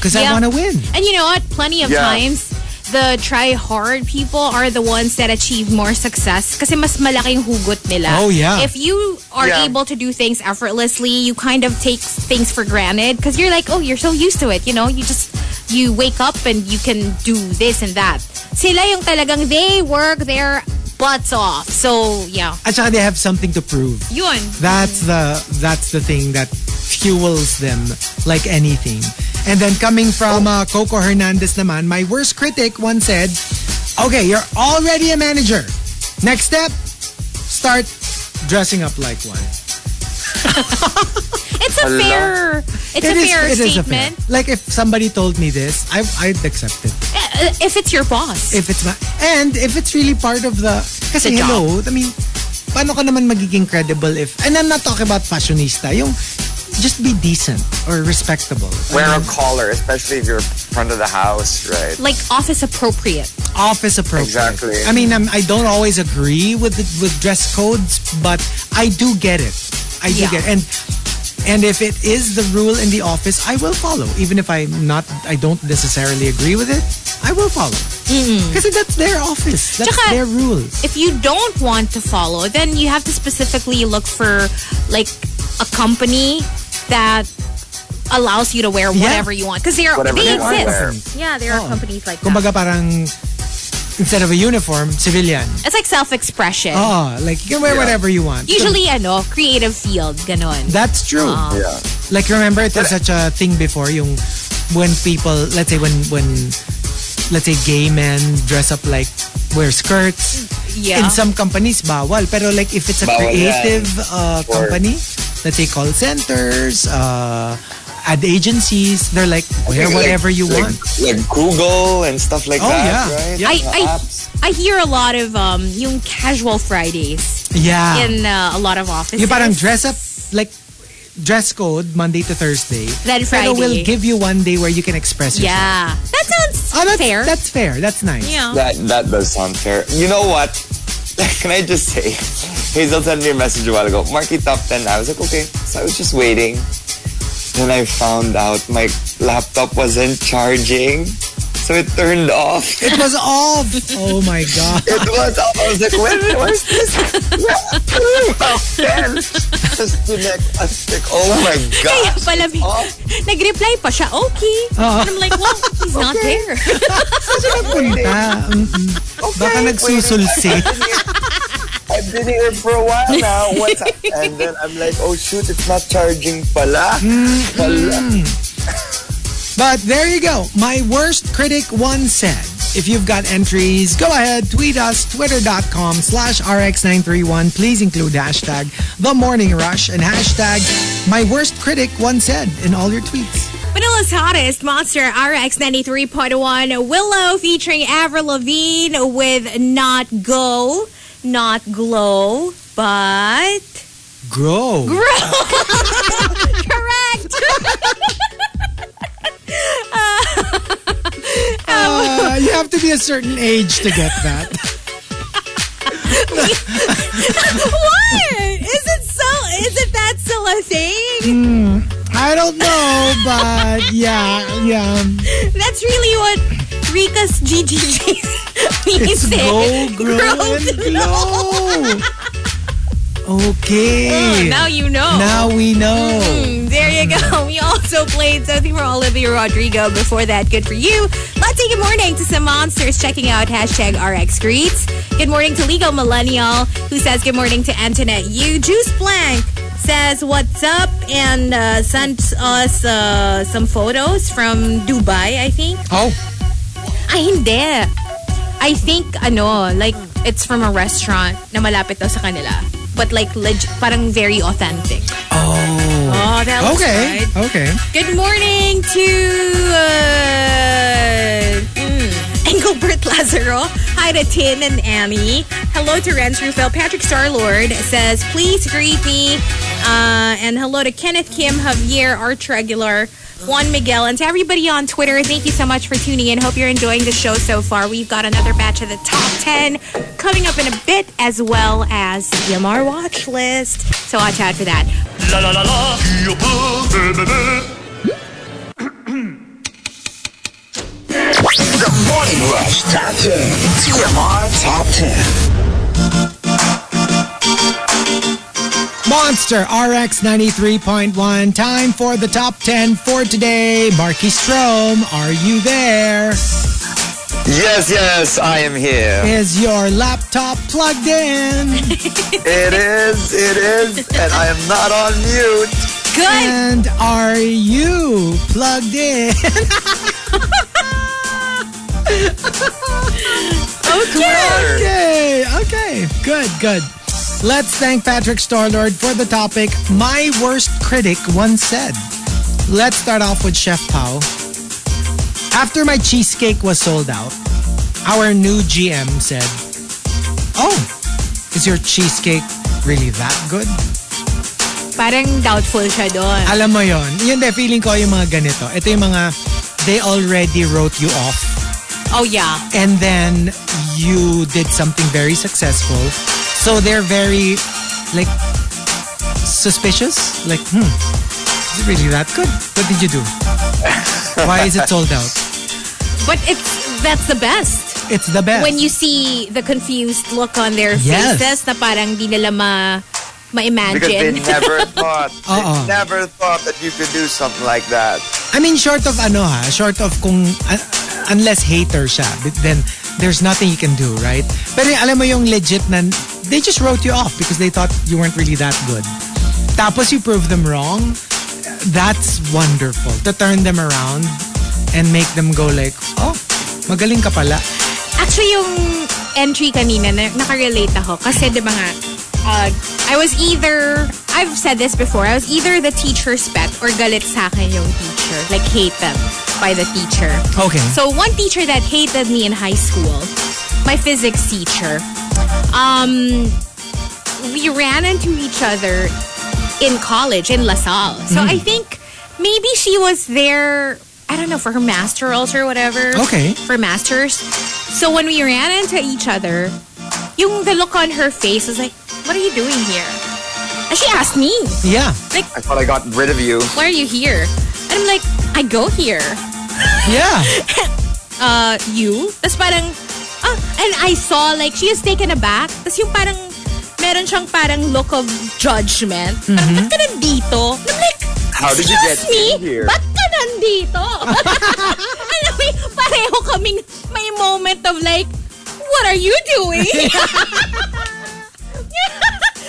Speaker 2: because
Speaker 3: Yeah.
Speaker 2: I want to win.
Speaker 3: And you know what? Plenty of
Speaker 4: Yeah.
Speaker 3: times, the try hard people are the ones that achieve more success kasi mas malaking hugot nila.
Speaker 2: Oh, yeah.
Speaker 3: If you are
Speaker 4: Yeah.
Speaker 3: able to do things effortlessly, you kind of take things for granted because you're like, oh, you're so used to it. You know, you just, you wake up and you can do this and that. Sila yung talagang they work their butts off. So, yeah.
Speaker 2: At saka they have something to prove.
Speaker 3: Yun.
Speaker 2: That's the that's the thing that fuels them like anything. And then coming from uh, Coco Hernandez naman, my worst critic once said, "Okay, you're already a manager. Next step, start dressing up like one."
Speaker 3: It's a
Speaker 4: Hala.
Speaker 3: fair, it's a fair
Speaker 2: it is a fair-
Speaker 3: statement.
Speaker 2: Like if somebody told me this, I I'd accept it.
Speaker 3: Uh, If it's your boss.
Speaker 2: if it's ma- and if it's really part of the kasi
Speaker 3: The job.
Speaker 2: hello, I mean, paano ka naman magiging credible if and I'm not talking about fashionista, yung just be decent or respectable.
Speaker 4: Wear a
Speaker 2: Ano,
Speaker 4: collar, especially if you're front of the house, right?
Speaker 3: like office appropriate.
Speaker 2: office appropriate.
Speaker 4: Exactly.
Speaker 2: I mean, I'm, I don't always agree with the, with dress codes, but I do get it. I do
Speaker 3: Yeah.
Speaker 2: get and and if it is the rule in the office, I will follow. Even if I'm not, I don't necessarily agree with it. I will follow. Kasi that's their office. That's
Speaker 3: Mm-hmm. Tsaka-
Speaker 2: their rules.
Speaker 3: if you don't want to follow, then you have to specifically look for like a company that allows you to wear
Speaker 2: Yeah. Oh.
Speaker 3: whatever you want because they are
Speaker 4: Whatever
Speaker 3: they
Speaker 4: you want to wear.
Speaker 3: exist. Yeah, there are companies like that.
Speaker 2: Kumbaga parang instead of a uniform, civilian.
Speaker 3: It's like self-expression.
Speaker 2: Oh, like you can wear
Speaker 4: Yeah.
Speaker 2: whatever you want.
Speaker 3: Usually, Ah. ano, creative field, ganon.
Speaker 2: That's true.
Speaker 4: Yeah.
Speaker 2: Like remember it was such a thing before yung when people let's say when when let's say gay men dress up like wear skirts.
Speaker 3: Yeah.
Speaker 2: In some companies bawal, pero like if it's a
Speaker 4: Bawal yan.
Speaker 2: creative uh,
Speaker 4: Or-
Speaker 2: company, let's say call centers, uh ad agencies, they're like wear
Speaker 4: Like-
Speaker 2: whatever you
Speaker 4: like-
Speaker 2: want.
Speaker 4: Like Google and stuff like
Speaker 2: Oh,
Speaker 4: that,
Speaker 2: yeah.
Speaker 4: right?
Speaker 2: Yeah.
Speaker 3: I,
Speaker 4: The
Speaker 3: I,
Speaker 4: apps.
Speaker 3: I hear a lot of um yung casual Fridays
Speaker 2: Yeah.
Speaker 3: in uh, a lot of offices.
Speaker 2: Ah. Yung parang dress up, like, dress code Monday to Thursday.
Speaker 3: Then
Speaker 2: Pero
Speaker 3: Friday.
Speaker 2: we'll give you one day where you can express yourself.
Speaker 3: yeah, that sounds
Speaker 2: Oh, that's
Speaker 3: fair.
Speaker 2: That's fair. That's nice.
Speaker 3: yeah.
Speaker 4: That that does sound fair. You know what? Can I just say, Hazel sent me a message a while ago. Marky top ten. I was like, okay. So I was just waiting. Then I found out my laptop wasn't charging. so it turned off.
Speaker 2: It was off. Oh my God.
Speaker 4: It was off. I was like, when was this? About 10. Just connect a stick. Oh my
Speaker 3: Kaya
Speaker 4: gosh.
Speaker 3: pala, bi-
Speaker 4: Off.
Speaker 3: nag-reply pa siya, okay.
Speaker 2: Ah.
Speaker 3: And I'm like, well, he's not there.
Speaker 2: Punta. Mm-mm. Baka nagsusulsi.
Speaker 4: I've been here for a while now. What's up? And then I'm like, oh shoot, it's not charging pala.
Speaker 2: Mm-hmm.
Speaker 4: Pala.
Speaker 2: But there you go. My worst critic once said, if you've got entries, go ahead, tweet us, twitter.com slash rx931. Please include hashtag the morning rush and hashtag my worst critic once said in all your tweets.
Speaker 3: Manila's hottest monster RX 93.1 Willow featuring Avril Lavigne with Not Go, Not Glow, but.
Speaker 2: Grow.
Speaker 3: Correct!
Speaker 2: Uh, you have to be a certain age to get that.
Speaker 3: what? Is it so? Is it that still a thing?
Speaker 2: I don't know, but yeah, yeah.
Speaker 3: That's really what Rika's GGG means.
Speaker 2: It's go, grow, and glow. Okay.
Speaker 3: Now you know.
Speaker 2: Now we know.
Speaker 3: Mm, There you go. We also played something from Olivia Rodrigo before that. Good for you. Let's say good morning to some monsters checking out hashtag RX Greets. Good morning to Legal Millennial, who says good morning to Antoinette You Juice Blank says what's up and uh, sent us uh, some photos from Dubai, I think.
Speaker 2: Oh,
Speaker 3: Ay, hindi. I think, ano, like, it's from a restaurant na malapit daw sa kanila. But like, legit, parang very authentic.
Speaker 2: oh.
Speaker 3: Oh, that looks
Speaker 2: Okay,
Speaker 3: good.
Speaker 2: okay.
Speaker 3: Good morning to uh, mm, Engelbert Lazaro. Hi to Tin and Annie. Hello to Renz Rufel. Patrick Starlord says, please greet me. Uh, and hello to Kenneth Kim, Javier, Arch Regular, Juan Miguel, and to everybody on Twitter. Thank you so much for tuning in. Hope you're enjoying the show so far. We've got another batch of the top 10 coming up in a bit, as well as DMR watch list. So watch out for that.
Speaker 6: La la la la, qui peut aimer?
Speaker 7: The Morning Rush Top 10. TMR Top 10.
Speaker 2: Monster RX 93.1. Time for the top 10 for today. Marky Strom, are you there?
Speaker 4: Yes, yes, I am here.
Speaker 2: Is your laptop plugged in?
Speaker 4: It is, it is, and I am not on mute.
Speaker 3: Good
Speaker 2: And are you plugged in?
Speaker 4: Sure.
Speaker 2: Okay, okay. Good, good. Let's thank Patrick Starlord for the topic My Worst Critic Once Said. Let's start off with Chef Pao. After my cheesecake was sold out, our new GM said, Oh, is your cheesecake really that good?
Speaker 3: Parang doubtful siya doon.
Speaker 2: Alam mo yon. Yun de, feeling ko yung mga ganito. Ito yung mga, they already wrote you off
Speaker 3: Oh, yeah.
Speaker 2: and then you did something very successful. So they're very like suspicious. Like, hmm, is it really that good? What did you do? Why is it sold out?
Speaker 3: But it's, that's the best.
Speaker 2: It's the best.
Speaker 3: When you see the confused look on their
Speaker 2: Yes.
Speaker 3: faces na parang di nila ma,
Speaker 4: Because they
Speaker 3: ma-imagine.
Speaker 4: never thought,
Speaker 2: Uh-uh.
Speaker 4: they never thought that you could do something like that.
Speaker 2: I mean, short of ano ha, short of kung uh, unless hater siya, but then there's nothing you can do, right? Pero yung- alam mo yung legit na they just wrote you off because they thought you weren't really that good. Tapos you prove them wrong. That's wonderful to turn them around and make them go like, oh, magaling ka pala.
Speaker 3: Actually, yung entry kanina, na, nakarelate ako. Kasi di ba nga, uh, I was either, I've said this before, I was either the teacher's pet or galit sa akin yung teacher. Like, hate them by the teacher.
Speaker 2: Okay.
Speaker 3: So one teacher that hated me in high school, my physics teacher, um, we ran into each other in college in LaSalle. So I think maybe she was there, I don't know, for her masterals or whatever.
Speaker 2: Okay.
Speaker 3: For masters. So when we ran into each other, yung the look on her face was like, what are you doing here? And she asked me,
Speaker 2: Yeah.
Speaker 3: like,
Speaker 4: I thought I got rid of you.
Speaker 3: why are you here? And I'm like, I go here.
Speaker 2: Yeah.
Speaker 3: uh, you. Tapos parang, ah, and I saw, like, she is taken aback. Tapos yung parang, meron siyang parang look of judgment. Parang, ba't ka nandito? And I'm like,
Speaker 4: How did you get
Speaker 3: excuse me?
Speaker 4: in here?
Speaker 3: Ba't ka nandito? Alam mo, yung pareho kaming may moment of like, what are you doing?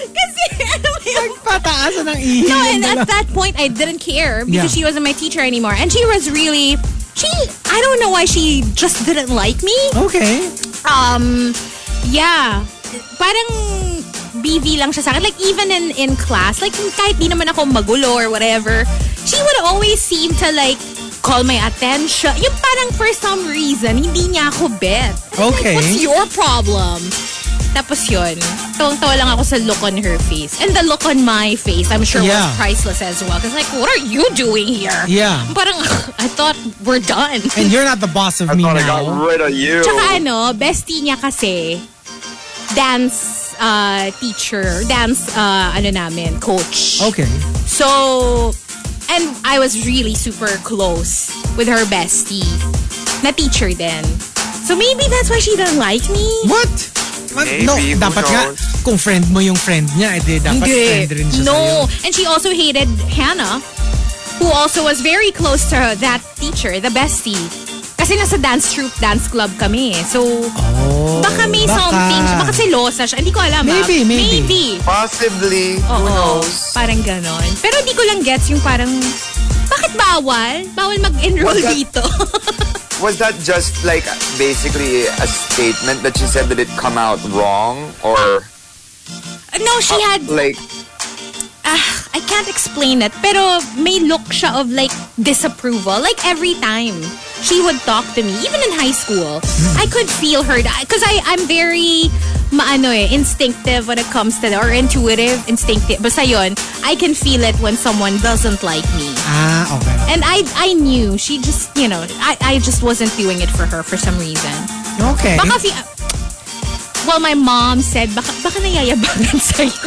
Speaker 3: Kasi, alam mo yun,
Speaker 2: Pataasan ang ihi.
Speaker 3: no,
Speaker 2: yung
Speaker 3: and at
Speaker 2: dalawa.
Speaker 3: that point, I didn't care because
Speaker 2: Yeah.
Speaker 3: she wasn't my teacher anymore. And she was really, she, I don't know why she just didn't like me.
Speaker 2: Okay.
Speaker 3: Um, yeah. Parang BV lang siya sa akin. Like, even in, in class, like, kahit di naman ako magulo or whatever, she would always seem to, like, call my attention. Yung parang for some reason, hindi niya ako bet. I'm like,
Speaker 2: Okay.
Speaker 3: What's your problem? Tapos yun, tawang-tawa lang ako sa look on her face. And the look on my face, I'm sure
Speaker 2: Yeah.
Speaker 3: was priceless as well. Because like, what are you doing here?
Speaker 2: Yeah.
Speaker 3: Parang, I thought we're done.
Speaker 2: And you're not the boss of me
Speaker 4: thought I
Speaker 2: now.
Speaker 4: got rid of you.
Speaker 3: Tsaka ano, bestie niya kasi, dance uh, teacher, dance, uh, ano namin, coach.
Speaker 2: Okay.
Speaker 3: So, and I was really super close with her bestie, na teacher then. So maybe that's why she doesn't like me.
Speaker 2: What? Ma- no,
Speaker 4: Maybe, who
Speaker 2: dapat nga,
Speaker 4: knows?
Speaker 2: kung friend mo yung friend niya, eh, di dapat friend rin siya sa'yo.
Speaker 3: No. And she also hated Hannah, who also was very close to her- that teacher, the bestie. Kasi nasa dance troupe, dance club kami. eh. So, baka
Speaker 2: Oh,
Speaker 3: may
Speaker 2: baka.
Speaker 3: something. Baka selosa siya. Hindi ko alam. ah.
Speaker 2: Maybe, maybe.
Speaker 3: Maybe.
Speaker 4: Possibly.
Speaker 3: Oo.
Speaker 2: Uh-uh.
Speaker 4: Who knows?
Speaker 3: Parang ganon. Pero hindi ko lang gets yung parang, bakit bawal? Bawal mag-enroll
Speaker 4: Wag ka-
Speaker 3: dito.
Speaker 4: Was that just like basically a statement that she said that it come out wrong or
Speaker 3: no, she had,
Speaker 4: like
Speaker 3: ah, I can't explain it. Pero may look siya of like disapproval. Like every time she would talk to me, even in high school, I could feel her. Because I, I'm very, maano eh, instinctive when it comes to that. Or intuitive, instinctive. Basta yun, I can feel it when someone doesn't like me.
Speaker 2: Ah, okay.
Speaker 3: And I, I knew she just, you know, I, I just wasn't doing it for her for some reason.
Speaker 2: Okay.
Speaker 3: Baka fi- Well, my mom said, baka, baka nangyayabangin sa'yo.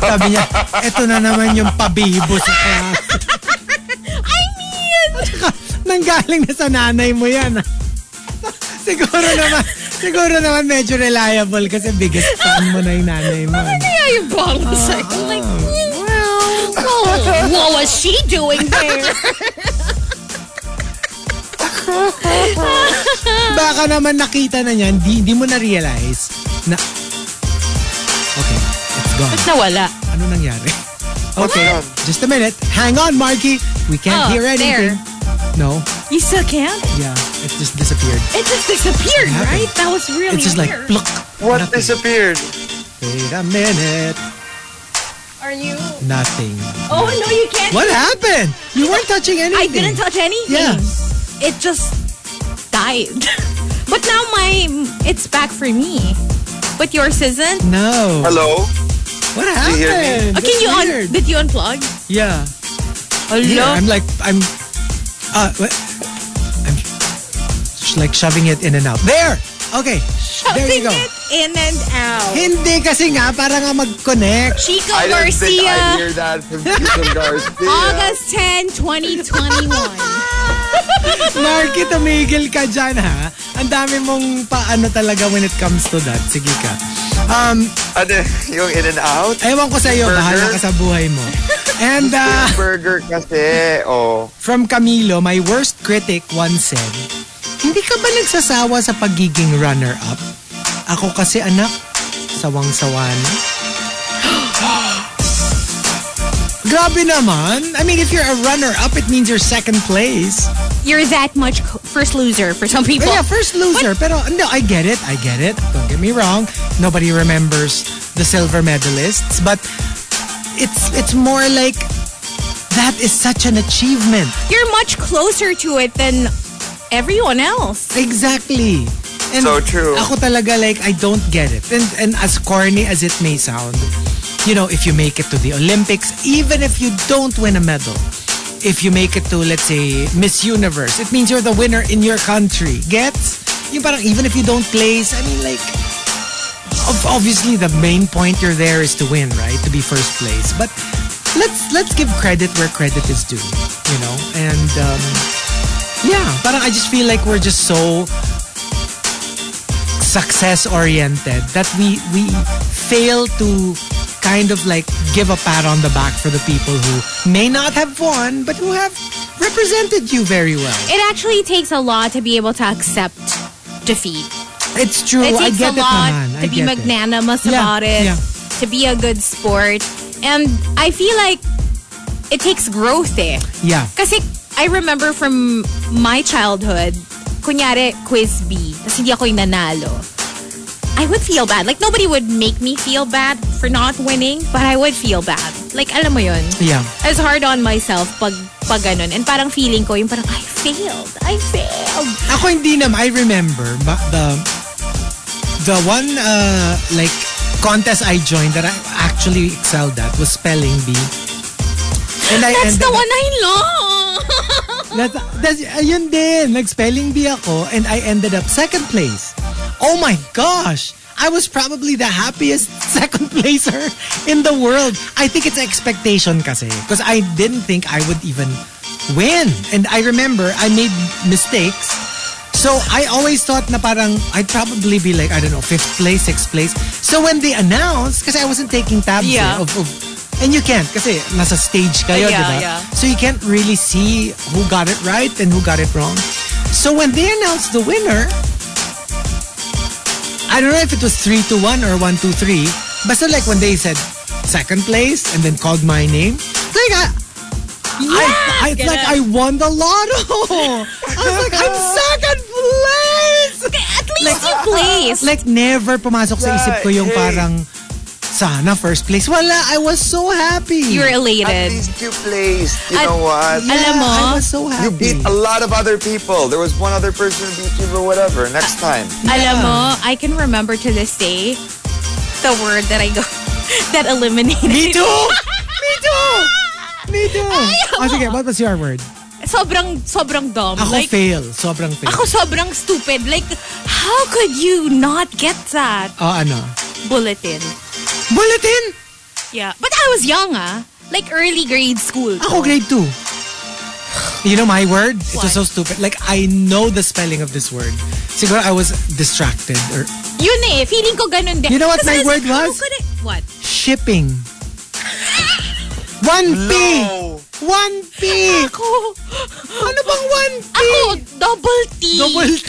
Speaker 2: Sabi niya, eto na naman yung pabibo sa class.
Speaker 3: I mean,
Speaker 2: Nanggaling na sa nanay mo yan. ah. siguro naman, siguro naman medyo reliable kasi biggest fan mo na yung nanay mo.
Speaker 3: nangyayabangin sa'yo. Like, well, what was she doing there?
Speaker 2: Baka naman nakita na niya, hindi, hindi mo na-realize na... Okay, it's gone.
Speaker 3: Nawala.
Speaker 2: Ano nangyari? Okay,
Speaker 4: What?
Speaker 2: just a minute. Hang on, Marky. We can't
Speaker 3: Oh,
Speaker 2: hear anything. No,
Speaker 3: You still can't?
Speaker 2: yeah, it just disappeared.
Speaker 3: It just disappeared,
Speaker 2: What happened?
Speaker 3: right? That was really
Speaker 2: It's just like,
Speaker 3: weird.
Speaker 2: look.
Speaker 4: what
Speaker 2: nothing.
Speaker 4: disappeared?
Speaker 2: Wait a minute.
Speaker 3: Are you?
Speaker 2: Nothing.
Speaker 3: Oh, no, you can't.
Speaker 2: What happened? You weren't touching anything.
Speaker 3: I didn't touch anything.
Speaker 2: Yeah.
Speaker 3: It just died. but now my, it's back for me. But yours isn't?
Speaker 2: No.
Speaker 4: Hello?
Speaker 2: What
Speaker 4: you hear me?
Speaker 2: happened?
Speaker 3: Oh, can
Speaker 2: That's
Speaker 3: you
Speaker 2: weird.
Speaker 3: un- did you unplug?
Speaker 2: yeah.
Speaker 3: Hello?
Speaker 2: Yeah. I'm like I'm. Uh, what? I'm sh- like shoving it in and out. There. Okay. there you go.
Speaker 3: Shoving it in and out.
Speaker 2: Hindi kasi nga para nga mag-connect.
Speaker 3: Chico
Speaker 4: I don't think I
Speaker 3: Garcia,
Speaker 4: hear that from Chico Garcia.
Speaker 3: August 10, 2021.
Speaker 2: Marky, tumigil ka dyan ha. Ang dami mong paano talaga when it comes to that. Sige ka. Um,
Speaker 4: Ano, yung in and out?
Speaker 2: ewan ko sa'yo,
Speaker 4: Burger?
Speaker 2: bahala ka sa buhay mo. And uh,
Speaker 4: Burger kasi. Oh.
Speaker 2: From Camilo, my worst critic once said, Hindi ka ba nagsasawa sa pagiging runner-up? Ako kasi anak, sawang-sawa na. Grabe naman. I mean, if you're a runner-up, it means you're second place.
Speaker 3: You're that much co- first loser for some people.
Speaker 2: Well, yeah, first loser. Pero no, I get it. I get it. Don't get me wrong. Nobody remembers the silver medalists, but it's it's more like that is such an achievement.
Speaker 3: You're much closer to it than everyone else.
Speaker 2: Exactly. And
Speaker 4: So true.
Speaker 2: Ako talaga like I don't get it. And and as corny as it may sound, you know, if you make it to the Olympics, even if you don't win a medal, if you make it to let's say Miss Universe, it means you're the winner in your country. Gets? Yung parang even if you don't place, I mean like ob- obviously the main point you're there is to win, right? To be first place. But let's let's give credit where credit is due, you know? And um yeah, parang I just feel like we're just so success oriented that we we fail to kind of like give a pat on the back for the people who may not have won but who have represented you very well.
Speaker 3: It actually takes a lot to be able to accept defeat.
Speaker 2: It's true.
Speaker 3: It
Speaker 2: Oh, I
Speaker 3: takes
Speaker 2: get
Speaker 3: a
Speaker 2: it
Speaker 3: lot
Speaker 2: naman. I
Speaker 3: to
Speaker 2: get
Speaker 3: be
Speaker 2: it.
Speaker 3: magnanimous
Speaker 2: Yeah,
Speaker 3: about it,
Speaker 2: yeah.
Speaker 3: to be a good sport. And I feel like it takes growth eh.
Speaker 2: Yeah.
Speaker 3: Kasi I remember from my childhood, kunyari quiz B, kasi hindi ako yung nanalo. I would feel bad. Like nobody would make me feel bad for not winning, but I would feel bad. Like alam mo yun.
Speaker 2: Yeah.
Speaker 3: I was hard on myself pag pag ganun. And parang feeling ko yung parang I failed. I failed.
Speaker 2: Ako hindi naman. I remember ba- the the one uh, like contest I joined that I actually excelled at was spelling bee. And I
Speaker 3: That's
Speaker 2: ended
Speaker 3: the
Speaker 2: up-
Speaker 3: one I lost.
Speaker 2: That's, that's, ayun din. Nag-spelling bee ako and I ended up second place. Oh my gosh! I was probably the happiest second placer in the world. I think it's expectation kasi. Because I didn't think I would even win. And I remember I made mistakes. So I always thought na parang I'd probably be like, I don't know, fifth place, sixth place. So when they announced, kasi I wasn't taking tabs eh,
Speaker 3: Yeah.
Speaker 2: of, of And you can't kasi nasa stage kayo, di
Speaker 3: Yeah,
Speaker 2: ba?
Speaker 3: yeah.
Speaker 2: So you can't really see who got it right and who got it wrong. So when they announced the winner, I don't know if it was 3 to 1 or 1 to 3. Basta like when they said second place and then called my name, like I, I, I it's like I won the lotto. I was like, I'm second place.
Speaker 3: At least you placed.
Speaker 2: Like never pumasok sa isip ko yung
Speaker 4: Hey.
Speaker 2: parang sana first place. Wala, I was so happy.
Speaker 3: you were
Speaker 4: At
Speaker 3: elated.
Speaker 4: least you placed. You
Speaker 3: At-
Speaker 4: know what?
Speaker 2: Yeah,
Speaker 3: Alam mo?
Speaker 2: I was so happy.
Speaker 4: You beat a lot of other people. There was one other person who beat you, but whatever. Next time.
Speaker 3: Alam mo, I can remember to this day the word that I go that eliminated.
Speaker 2: Me too! Me too! Me too! Oh, sige, what was your word?
Speaker 3: Sobrang sobrang dumb.
Speaker 2: Ako
Speaker 3: like
Speaker 2: fail. Sobrang fail.
Speaker 3: ako sobrang stupid. Like how could you not get that
Speaker 2: Oh, ano?
Speaker 3: bulletin?
Speaker 2: Bulletin!
Speaker 3: Yeah. But I was young ah. Like early grade school.
Speaker 2: Ako
Speaker 3: ko.
Speaker 2: grade 2. You know my word? It was so
Speaker 3: What?
Speaker 2: stupid. Like, I know the spelling of this word. Siguro I was distracted. Or
Speaker 3: Yun eh, feeling ko ganun din.
Speaker 2: You know what
Speaker 3: Kasi
Speaker 2: my word
Speaker 3: how
Speaker 2: was?
Speaker 3: could I- what?
Speaker 2: shipping. One P! One P!
Speaker 3: Ako.
Speaker 2: Ano bang one P?
Speaker 3: Ako, double T.
Speaker 2: Double T.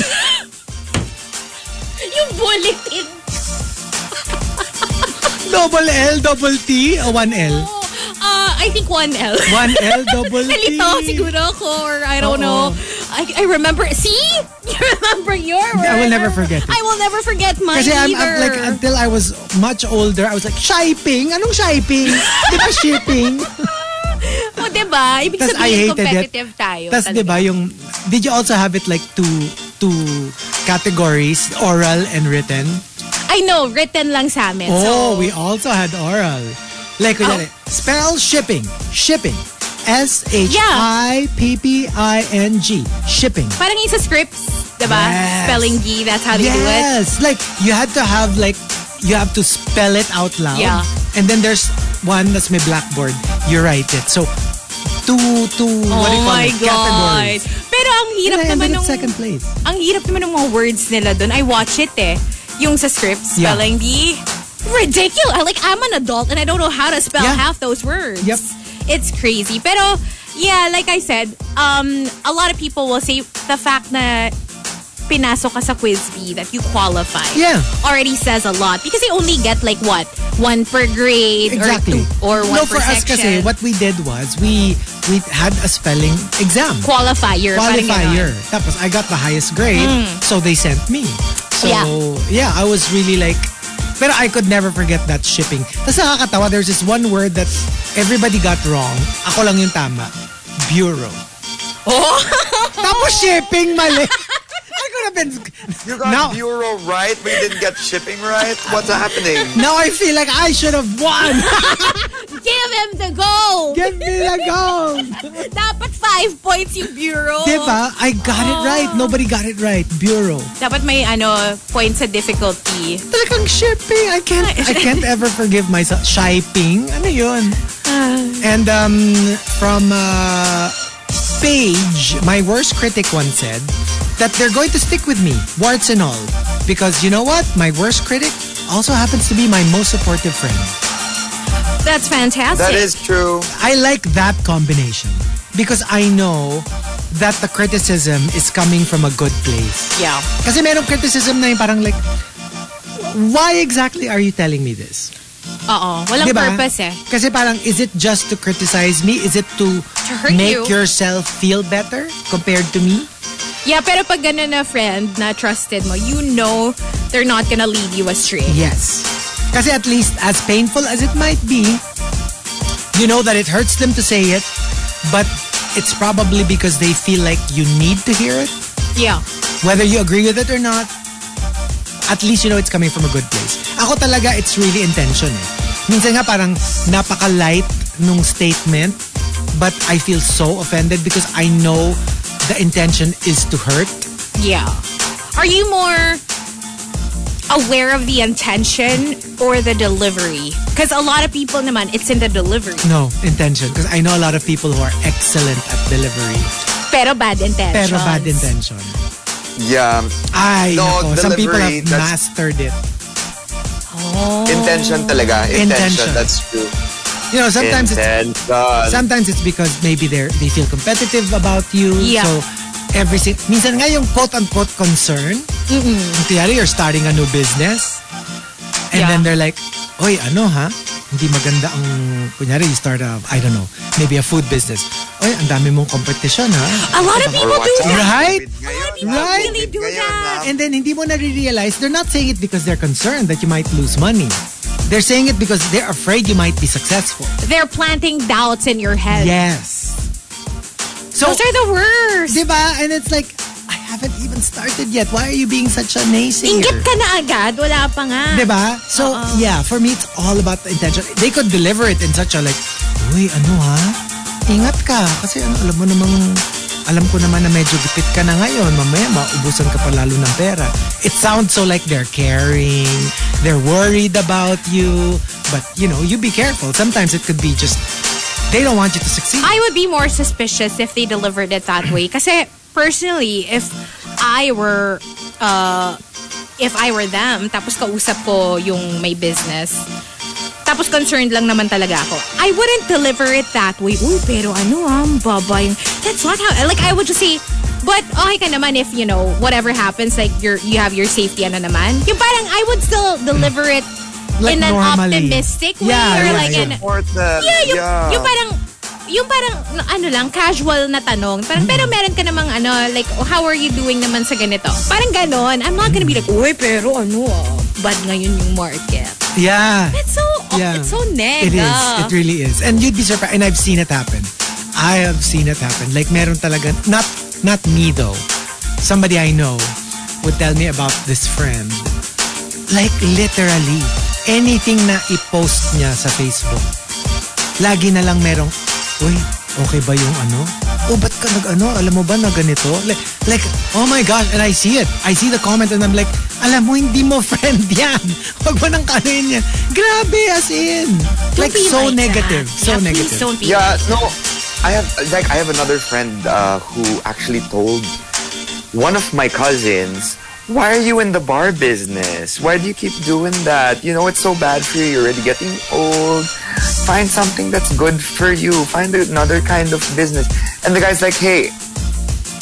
Speaker 3: Yung bulletin.
Speaker 2: Double L, double T, o one L?
Speaker 3: Oh, uh, I think 1L.
Speaker 2: One L, double T.
Speaker 3: Nalito siguro ako or I don't
Speaker 2: Oo.
Speaker 3: know. I, I remember, see? You remember your word.
Speaker 2: I will never forget it.
Speaker 3: I will never forget mine
Speaker 2: Kasi I'm,
Speaker 3: either.
Speaker 2: I'm like, until I was much older, I was like, shipping? Anong shipping? Di ba shipping?
Speaker 3: o, diba? Ibig
Speaker 2: Tas I
Speaker 3: sabihin
Speaker 2: hated it. diba?
Speaker 3: competitive tayo.
Speaker 2: Tapos
Speaker 3: talaga.
Speaker 2: di ba yung, did you also have it like two, two categories, oral and written?
Speaker 3: I know, written lang sa amin.
Speaker 2: Oh,
Speaker 3: so,
Speaker 2: we also had oral. Like, kunyari, spell shipping. Shipping. S-H-I-P-P-I-N-G. Shipping.
Speaker 3: parang yung sa scripts, diba?
Speaker 2: Yes.
Speaker 3: Spelling G, that's how they do it.
Speaker 2: Yes, like you had to have like you have to spell it out loud.
Speaker 3: Yeah.
Speaker 2: And then there's one that's my blackboard. You write it. So two two
Speaker 3: Oh
Speaker 2: what do you call
Speaker 3: my
Speaker 2: it?
Speaker 3: God.
Speaker 2: Categories.
Speaker 3: Pero ang hirap
Speaker 2: And I
Speaker 3: naman
Speaker 2: ended up
Speaker 3: nung...
Speaker 2: second place.
Speaker 3: ang hirap naman ng mga words nila doon. I watch it eh. Yung sa scripts,
Speaker 2: Yeah.
Speaker 3: spelling bee. Ridiculous. Ah, Like, I'm an adult and I don't know how to spell
Speaker 2: Yeah.
Speaker 3: half those words.
Speaker 2: Yep.
Speaker 3: It's crazy. Pero, yeah, like I said, um, a lot of people will say the fact na pinasok ka sa quiz B, that you qualify,
Speaker 2: Yeah.
Speaker 3: already says a lot. Because they only get like what? One per grade
Speaker 2: Exactly.
Speaker 3: or two or one
Speaker 2: no, for
Speaker 3: per
Speaker 2: us kasi
Speaker 3: section.
Speaker 2: what we did was we we had a spelling exam.
Speaker 3: Qualifier. parang
Speaker 2: Qualifier.
Speaker 3: ganon. Hmm.
Speaker 2: Tapos I got the highest grade, so they sent me. So
Speaker 3: Yeah.
Speaker 2: yeah, I was really like pero I could never forget that shipping. Tapos nakakatawa, there's this one word that everybody got wrong. Ako lang yung tama. Bureau.
Speaker 3: Oh.
Speaker 2: Tapos shipping mali. I could have been...
Speaker 4: You got
Speaker 2: Now-
Speaker 4: bureau right, but you didn't get shipping right. What's happening?
Speaker 2: Now I feel like I should have won.
Speaker 3: Give him the goal!
Speaker 2: Give me the gold.
Speaker 3: Oh. Dapat five points yung bureau.
Speaker 2: Diba? I got it
Speaker 3: Oh.
Speaker 2: right. Nobody got it right. Bureau.
Speaker 3: Dapat may ano, points sa difficulty.
Speaker 2: Talagang shipping. I can't, I can't ever forgive myself. Shipping? Ano yun? And um, from uh, Paige, my worst critic once said that they're going to stick with me, warts and all. Because you know what? My worst critic also happens to be my most supportive friend.
Speaker 3: That's fantastic.
Speaker 4: That is true.
Speaker 2: I like that combination because I know that the criticism is coming from a good place.
Speaker 3: Yeah.
Speaker 2: Kasi merong criticism na yung parang like, why exactly are you telling me this?
Speaker 3: Oo. Walang
Speaker 2: Diba?
Speaker 3: purpose eh.
Speaker 2: Kasi parang, is it just to criticize me? Is it to,
Speaker 3: To hurt
Speaker 2: make
Speaker 3: you.
Speaker 2: yourself feel better compared to me?
Speaker 3: Yeah, pero pag ganun na friend na trusted mo, you know they're not gonna lead you astray.
Speaker 2: Yes. Kasi at least, as painful as it might be, you know that it hurts them to say it, but it's probably because they feel like you need to hear it.
Speaker 3: Yeah.
Speaker 2: Whether you agree with it or not, at least you know it's coming from a good place. Ako talaga, it's really intention eh. Minsan nga parang napaka-light nung statement, but I feel so offended because I know the intention is to hurt.
Speaker 3: Yeah. Are you more aware of the intention or the delivery? Because a lot of people naman, it's in the delivery.
Speaker 2: No, intention. Because I know a lot of people who are excellent at delivery,
Speaker 3: Pero bad intention.
Speaker 2: pero bad intention.
Speaker 4: Yeah.
Speaker 2: Ay,
Speaker 4: No,
Speaker 2: nako, some people have
Speaker 4: delivery, that's-
Speaker 2: mastered it.
Speaker 4: Intention talaga.
Speaker 2: Intention.
Speaker 4: Intention. That's true.
Speaker 2: You know, sometimes it's
Speaker 4: Intention.
Speaker 2: Sometimes it's because maybe they they feel competitive about you.
Speaker 3: Yeah.
Speaker 2: So every si- minsan nga yung quote unquote concern. Yung Kunyari, you're starting a new business. And
Speaker 3: Yeah.
Speaker 2: then they're like, "Oy, ano ha? Hindi maganda ang kunyari you start a I don't know, maybe a food business. Oy, ang dami mong competition ha."
Speaker 3: A lot of
Speaker 4: Or
Speaker 3: people do
Speaker 4: WhatsApp.
Speaker 3: that.
Speaker 2: Right?
Speaker 4: Ngayon,
Speaker 2: Right?
Speaker 3: really do
Speaker 4: Ngayon,
Speaker 3: that.
Speaker 4: ah,
Speaker 2: And then hindi mo nare-realize, they're not saying it because they're concerned that you might lose money. They're saying it because they're afraid you might be successful.
Speaker 3: They're planting doubts in your head.
Speaker 2: Yes. So
Speaker 3: Those are the worst.
Speaker 2: Diba? And it's like, I haven't even started yet. Why are you being such a naysayer?
Speaker 3: Inggit ka Uh-uh. na agad, wala pa nga.
Speaker 2: Diba? So, yeah, for me, it's all about the intention. They could deliver it in such a like, Uy, ano ha? Ingat ka. Kasi ano, alam mo namang, alam ko naman na medyo gipit ka na ngayon. Mamaya, maubusan ka pa lalo ng pera. It sounds so like they're caring, they're worried about you. But, you know, you be careful. Sometimes it could be just, they don't want you to succeed.
Speaker 3: I would be more suspicious if they delivered it that way. Kasi personally, if I were uh, if I were them, tapos kausap ko yung may business, tapos concerned lang naman talaga ako. I wouldn't deliver it that way. Uy, pero ano ah, ang baba yung- That's not how, like I would just say, but okay ka naman if, you know, whatever happens, like you're, you have your safety ano naman. Yung parang I would still deliver it
Speaker 2: Like
Speaker 3: in an
Speaker 2: normally.
Speaker 3: optimistic way
Speaker 2: Yeah,
Speaker 3: or
Speaker 2: yeah,
Speaker 3: like
Speaker 2: yeah.
Speaker 3: an,
Speaker 4: support them.
Speaker 3: Yeah, yung, yung parang yung parang na- ano lang casual na tanong. Parang pero
Speaker 2: Mm-hmm.
Speaker 3: meron ka namang ano like oh, how are you doing naman sa ganito? Parang ganon. I'm not gonna be like, "Uy, pero ano, ah, bad ngayon yung market."
Speaker 2: yeah.
Speaker 3: It's so
Speaker 2: Yeah.
Speaker 3: Oh, it's so nega.
Speaker 2: It is. It really is. And you'd be surprised. And I've seen it happen. I have seen it happen. Like meron talaga, not, not me though. Somebody I know would tell me about this friend. Like literally, anything na i-post niya sa Facebook, lagi na lang merong, Uy, okay ba yung ano? O ba't ka nag-ano? Alam mo ba na ganito? Like, like, oh my gosh, and I see it. I see the comment and I'm like, alam mo, hindi mo friend yan. Huwag mo nang kanin yan. Grabe, as in.
Speaker 3: Don't
Speaker 2: like,
Speaker 3: be
Speaker 2: so
Speaker 3: like that.
Speaker 2: negative. So
Speaker 3: Yeah, please
Speaker 2: negative.
Speaker 3: don't be
Speaker 4: Yeah, no. I have like I have another friend uh, who actually told one of my cousins, "Why are you in the bar business? Why do you keep doing that? You know it's so bad for you. You're already getting old. Find something that's good for you. Find another kind of business." And the guy's like, "Hey,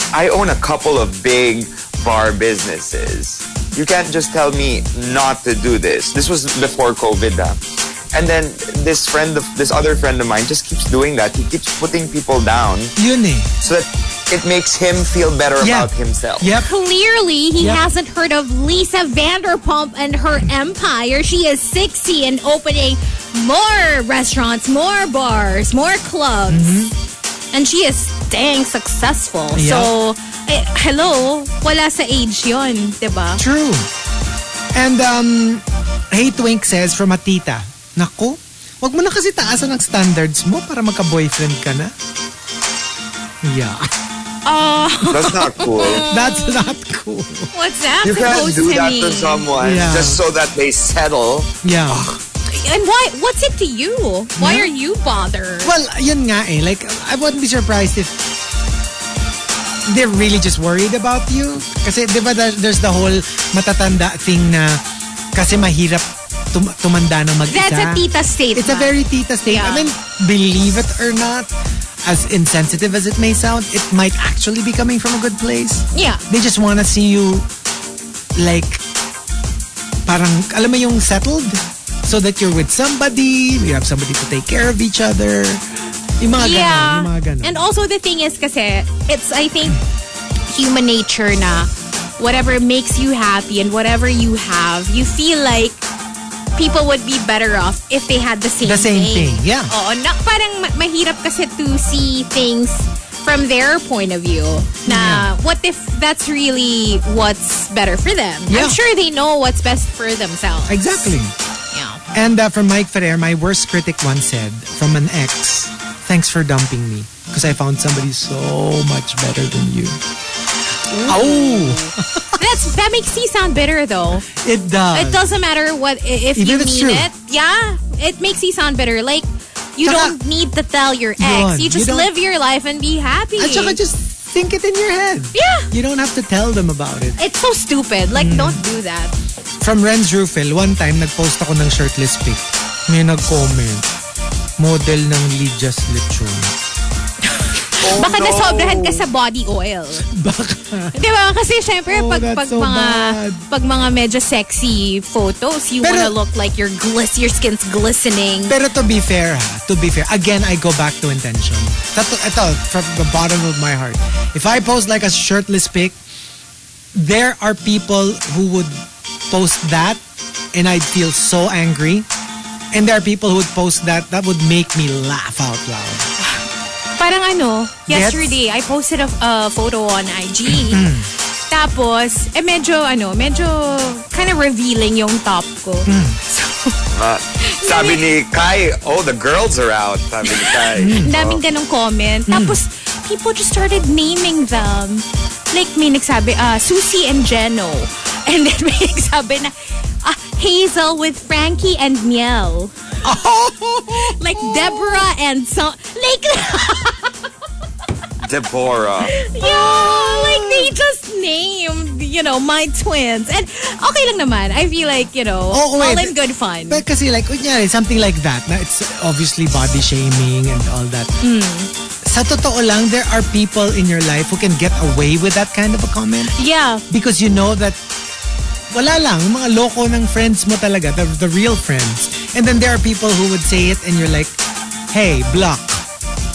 Speaker 4: I own a couple of big bar businesses. You can't just tell me not to do this. This was before COVID. ah. And then this friend of this other friend of mine just keeps doing that. He keeps putting people down
Speaker 2: Yun eh.
Speaker 4: so that it makes him feel better
Speaker 2: Yeah.
Speaker 4: about himself.
Speaker 2: Yep.
Speaker 3: Clearly, he
Speaker 2: Yep.
Speaker 3: hasn't heard of Lisa Vanderpump and her empire. She is 60 and opening more restaurants, more bars, more clubs. And she is dang successful.
Speaker 2: Yep.
Speaker 3: So, eh, hello, wala sa age yon, diba?
Speaker 2: True. And um, Hey Twink says from a tita, Naku, wag mo na kasi taasan ang standards mo para magka-boyfriend ka na. Yeah.
Speaker 3: Oh,
Speaker 4: That's not cool.
Speaker 2: That's not cool.
Speaker 3: what's that
Speaker 4: You can't
Speaker 3: supposed
Speaker 4: do
Speaker 3: to
Speaker 4: that
Speaker 3: mean?
Speaker 4: to someone
Speaker 2: Yeah.
Speaker 4: just so that they settle.
Speaker 2: Yeah.
Speaker 3: And why, what's it to you? Why are you bothered?
Speaker 2: Well, yun nga eh. Like, I wouldn't be surprised if they're really just worried about you. Kasi di ba there- there's the whole matatanda thing na kasi mahirap tum- tumanda ng mag-isa.
Speaker 3: That's a tita statement.
Speaker 2: It's a very tita statement.
Speaker 3: Yeah.
Speaker 2: I mean, believe it or not, as insensitive as it may sound, it might actually be coming from a good place.
Speaker 3: Yeah.
Speaker 2: They just want to see you like parang alam mo yung settled so that you're with somebody, you have somebody to take care of each other. Yung mga ganon, yung mga ganon.
Speaker 3: And also the thing is kasi it's I think human nature na whatever makes you happy and whatever you have, you feel like people would be better off if they had the same
Speaker 2: The same thing, yeah.
Speaker 3: Oo, na, parang ma- mahirap kasi to see things from their point of view na what if that's really what's better for them.
Speaker 2: Yeah.
Speaker 3: I'm sure they know what's best for themselves.
Speaker 2: Exactly.
Speaker 3: Yeah.
Speaker 2: And uh, from Mike Ferrer, my worst critic once said, from an ex, thanks for dumping me because I found somebody so much better than you. Oh,
Speaker 3: That's, that makes me sound bitter though.
Speaker 2: it does.
Speaker 3: It doesn't matter what i- if
Speaker 2: Even
Speaker 3: you
Speaker 2: if it's true.
Speaker 3: mean it. Yeah, it makes you sound better. Like you
Speaker 2: Tsaka-
Speaker 3: don't need to tell your ex.
Speaker 2: Yun,
Speaker 3: you
Speaker 2: you
Speaker 3: just
Speaker 2: don't-
Speaker 3: live your life and be happy.
Speaker 2: At saka just think it in your head.
Speaker 3: Yeah.
Speaker 2: You don't have to tell them about it.
Speaker 3: it's so stupid.
Speaker 2: Mm.
Speaker 3: Like don't do that.
Speaker 2: From Renz Rufel, one time nag-post ako ng shirtless pic. May nag-comment, model ng Lydia's Lechon. Oh,
Speaker 3: Baka nasobrahan ka sa body oil.
Speaker 2: Baka.
Speaker 3: Di ba? Kasi syempre
Speaker 2: Oh,
Speaker 3: pag,
Speaker 2: that's
Speaker 3: pag
Speaker 2: so
Speaker 3: mga
Speaker 2: bad.
Speaker 3: pag mga medyo sexy photos, you
Speaker 2: Pero-
Speaker 3: wanna look like your glist your skin's glistening.
Speaker 2: Pero to be fair ha, to be fair, again, I go back to intention. That, ito, from the bottom of my heart. If I post like a shirtless pic, there are people who would post that and I'd feel so angry. And there are people who would post that that would make me laugh out loud.
Speaker 3: Parang ano,
Speaker 2: Gets?
Speaker 3: yesterday, I posted a a photo on IG. Tapos, eh medyo ano, medyo kind of revealing yung top ko.
Speaker 4: Uh, sabi ni Kai, oh, the girls are out. Sabi ni Kai.
Speaker 3: Ang daming ganong comment. Tapos, people just started naming them. Like, may nagsabi, ah, Susie and Jeno. And then may nagsabi na, ah, Hazel with Frankie and Miel. like, Deborah and so... Like,
Speaker 4: Oh, Deborah.
Speaker 3: Yeah, like
Speaker 2: Oh.
Speaker 3: they just named, you know, my twins. And okay lang naman. I feel like, you know,
Speaker 2: Oh, wait.
Speaker 3: all in good fun.
Speaker 2: But kasi like, kunyari, something like that. Na it's obviously body shaming and all that. Sa totoo lang, there are people in your life who can get away with that kind of a comment
Speaker 3: yeah.
Speaker 2: because you know that wala lang, yung mga loko ng friends mo talaga, the, the real friends. And then there are people who would say it and you're like, hey, block.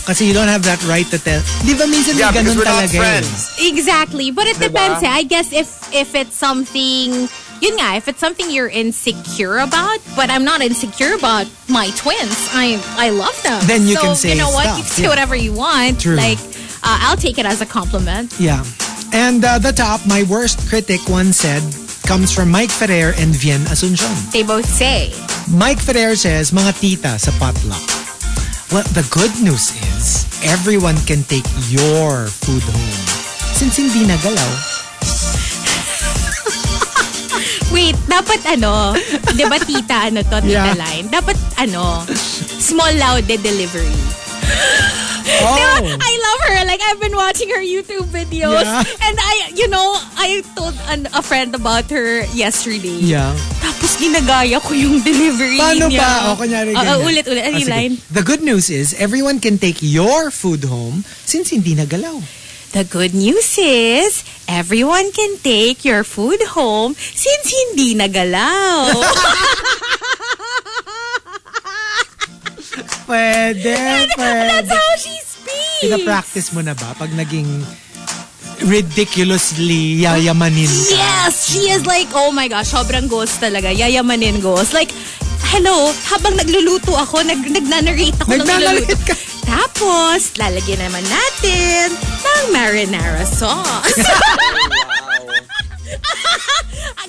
Speaker 2: Kasi you don't have that right to tell. Di ba minsan may
Speaker 4: Yeah,
Speaker 2: ganun
Speaker 4: because we're
Speaker 2: talaga
Speaker 4: not
Speaker 2: eh.
Speaker 4: friends.
Speaker 3: Exactly. But it
Speaker 4: Diba?
Speaker 3: depends. Eh. I guess if if it's something yun nga, if it's something you're insecure about, but I'm not insecure about my twins. I I love them.
Speaker 2: Then you
Speaker 3: so,
Speaker 2: can say
Speaker 3: you know what? You
Speaker 2: stuff,
Speaker 3: can say
Speaker 2: yeah.
Speaker 3: whatever you want.
Speaker 2: True.
Speaker 3: Like uh, I'll take it as a compliment.
Speaker 2: Yeah. And uh, the top, my worst critic once said, comes from Mike Ferrer and Vien Asuncion.
Speaker 3: They both say.
Speaker 2: Mike Ferrer says, mga tita sa potluck. Well, the good news is, everyone can take your food home. Since hindi nagalaw.
Speaker 3: Wait, dapat ano, di ba tita, ano to,
Speaker 2: Yeah.
Speaker 3: tita line? Dapat ano, small loud de delivery. Diba?
Speaker 2: Oh.
Speaker 3: I love her. Like, I've been watching her YouTube videos.
Speaker 2: Yeah.
Speaker 3: And I, you know, I told an, a friend about her yesterday.
Speaker 2: Yeah.
Speaker 3: Tapos ginagaya ko yung delivery
Speaker 2: Paano
Speaker 3: niya.
Speaker 2: ba? O, kunyari
Speaker 3: Ah, ah,
Speaker 2: ganyan.
Speaker 3: ulit, ulit. Ano
Speaker 2: Ah,
Speaker 3: yung
Speaker 2: sige.
Speaker 3: line?
Speaker 2: The good news is, everyone can take your food home since hindi nagalaw.
Speaker 3: The good news is, everyone can take your food home since hindi nagalaw.
Speaker 2: Pwede,
Speaker 3: That's
Speaker 2: pwede.
Speaker 3: how she speaks.
Speaker 2: Pinapractice mo na ba pag naging ridiculously yayamanin ka?
Speaker 3: Yes! She is like, oh my gosh, sobrang ghost talaga. Yayamanin ghost. Like, hello, habang nagluluto ako, nag nagnanarrate ako ng
Speaker 2: Nagnanarrate
Speaker 3: nagluluto.
Speaker 2: ka.
Speaker 3: Tapos, lalagyan naman natin ng marinara sauce.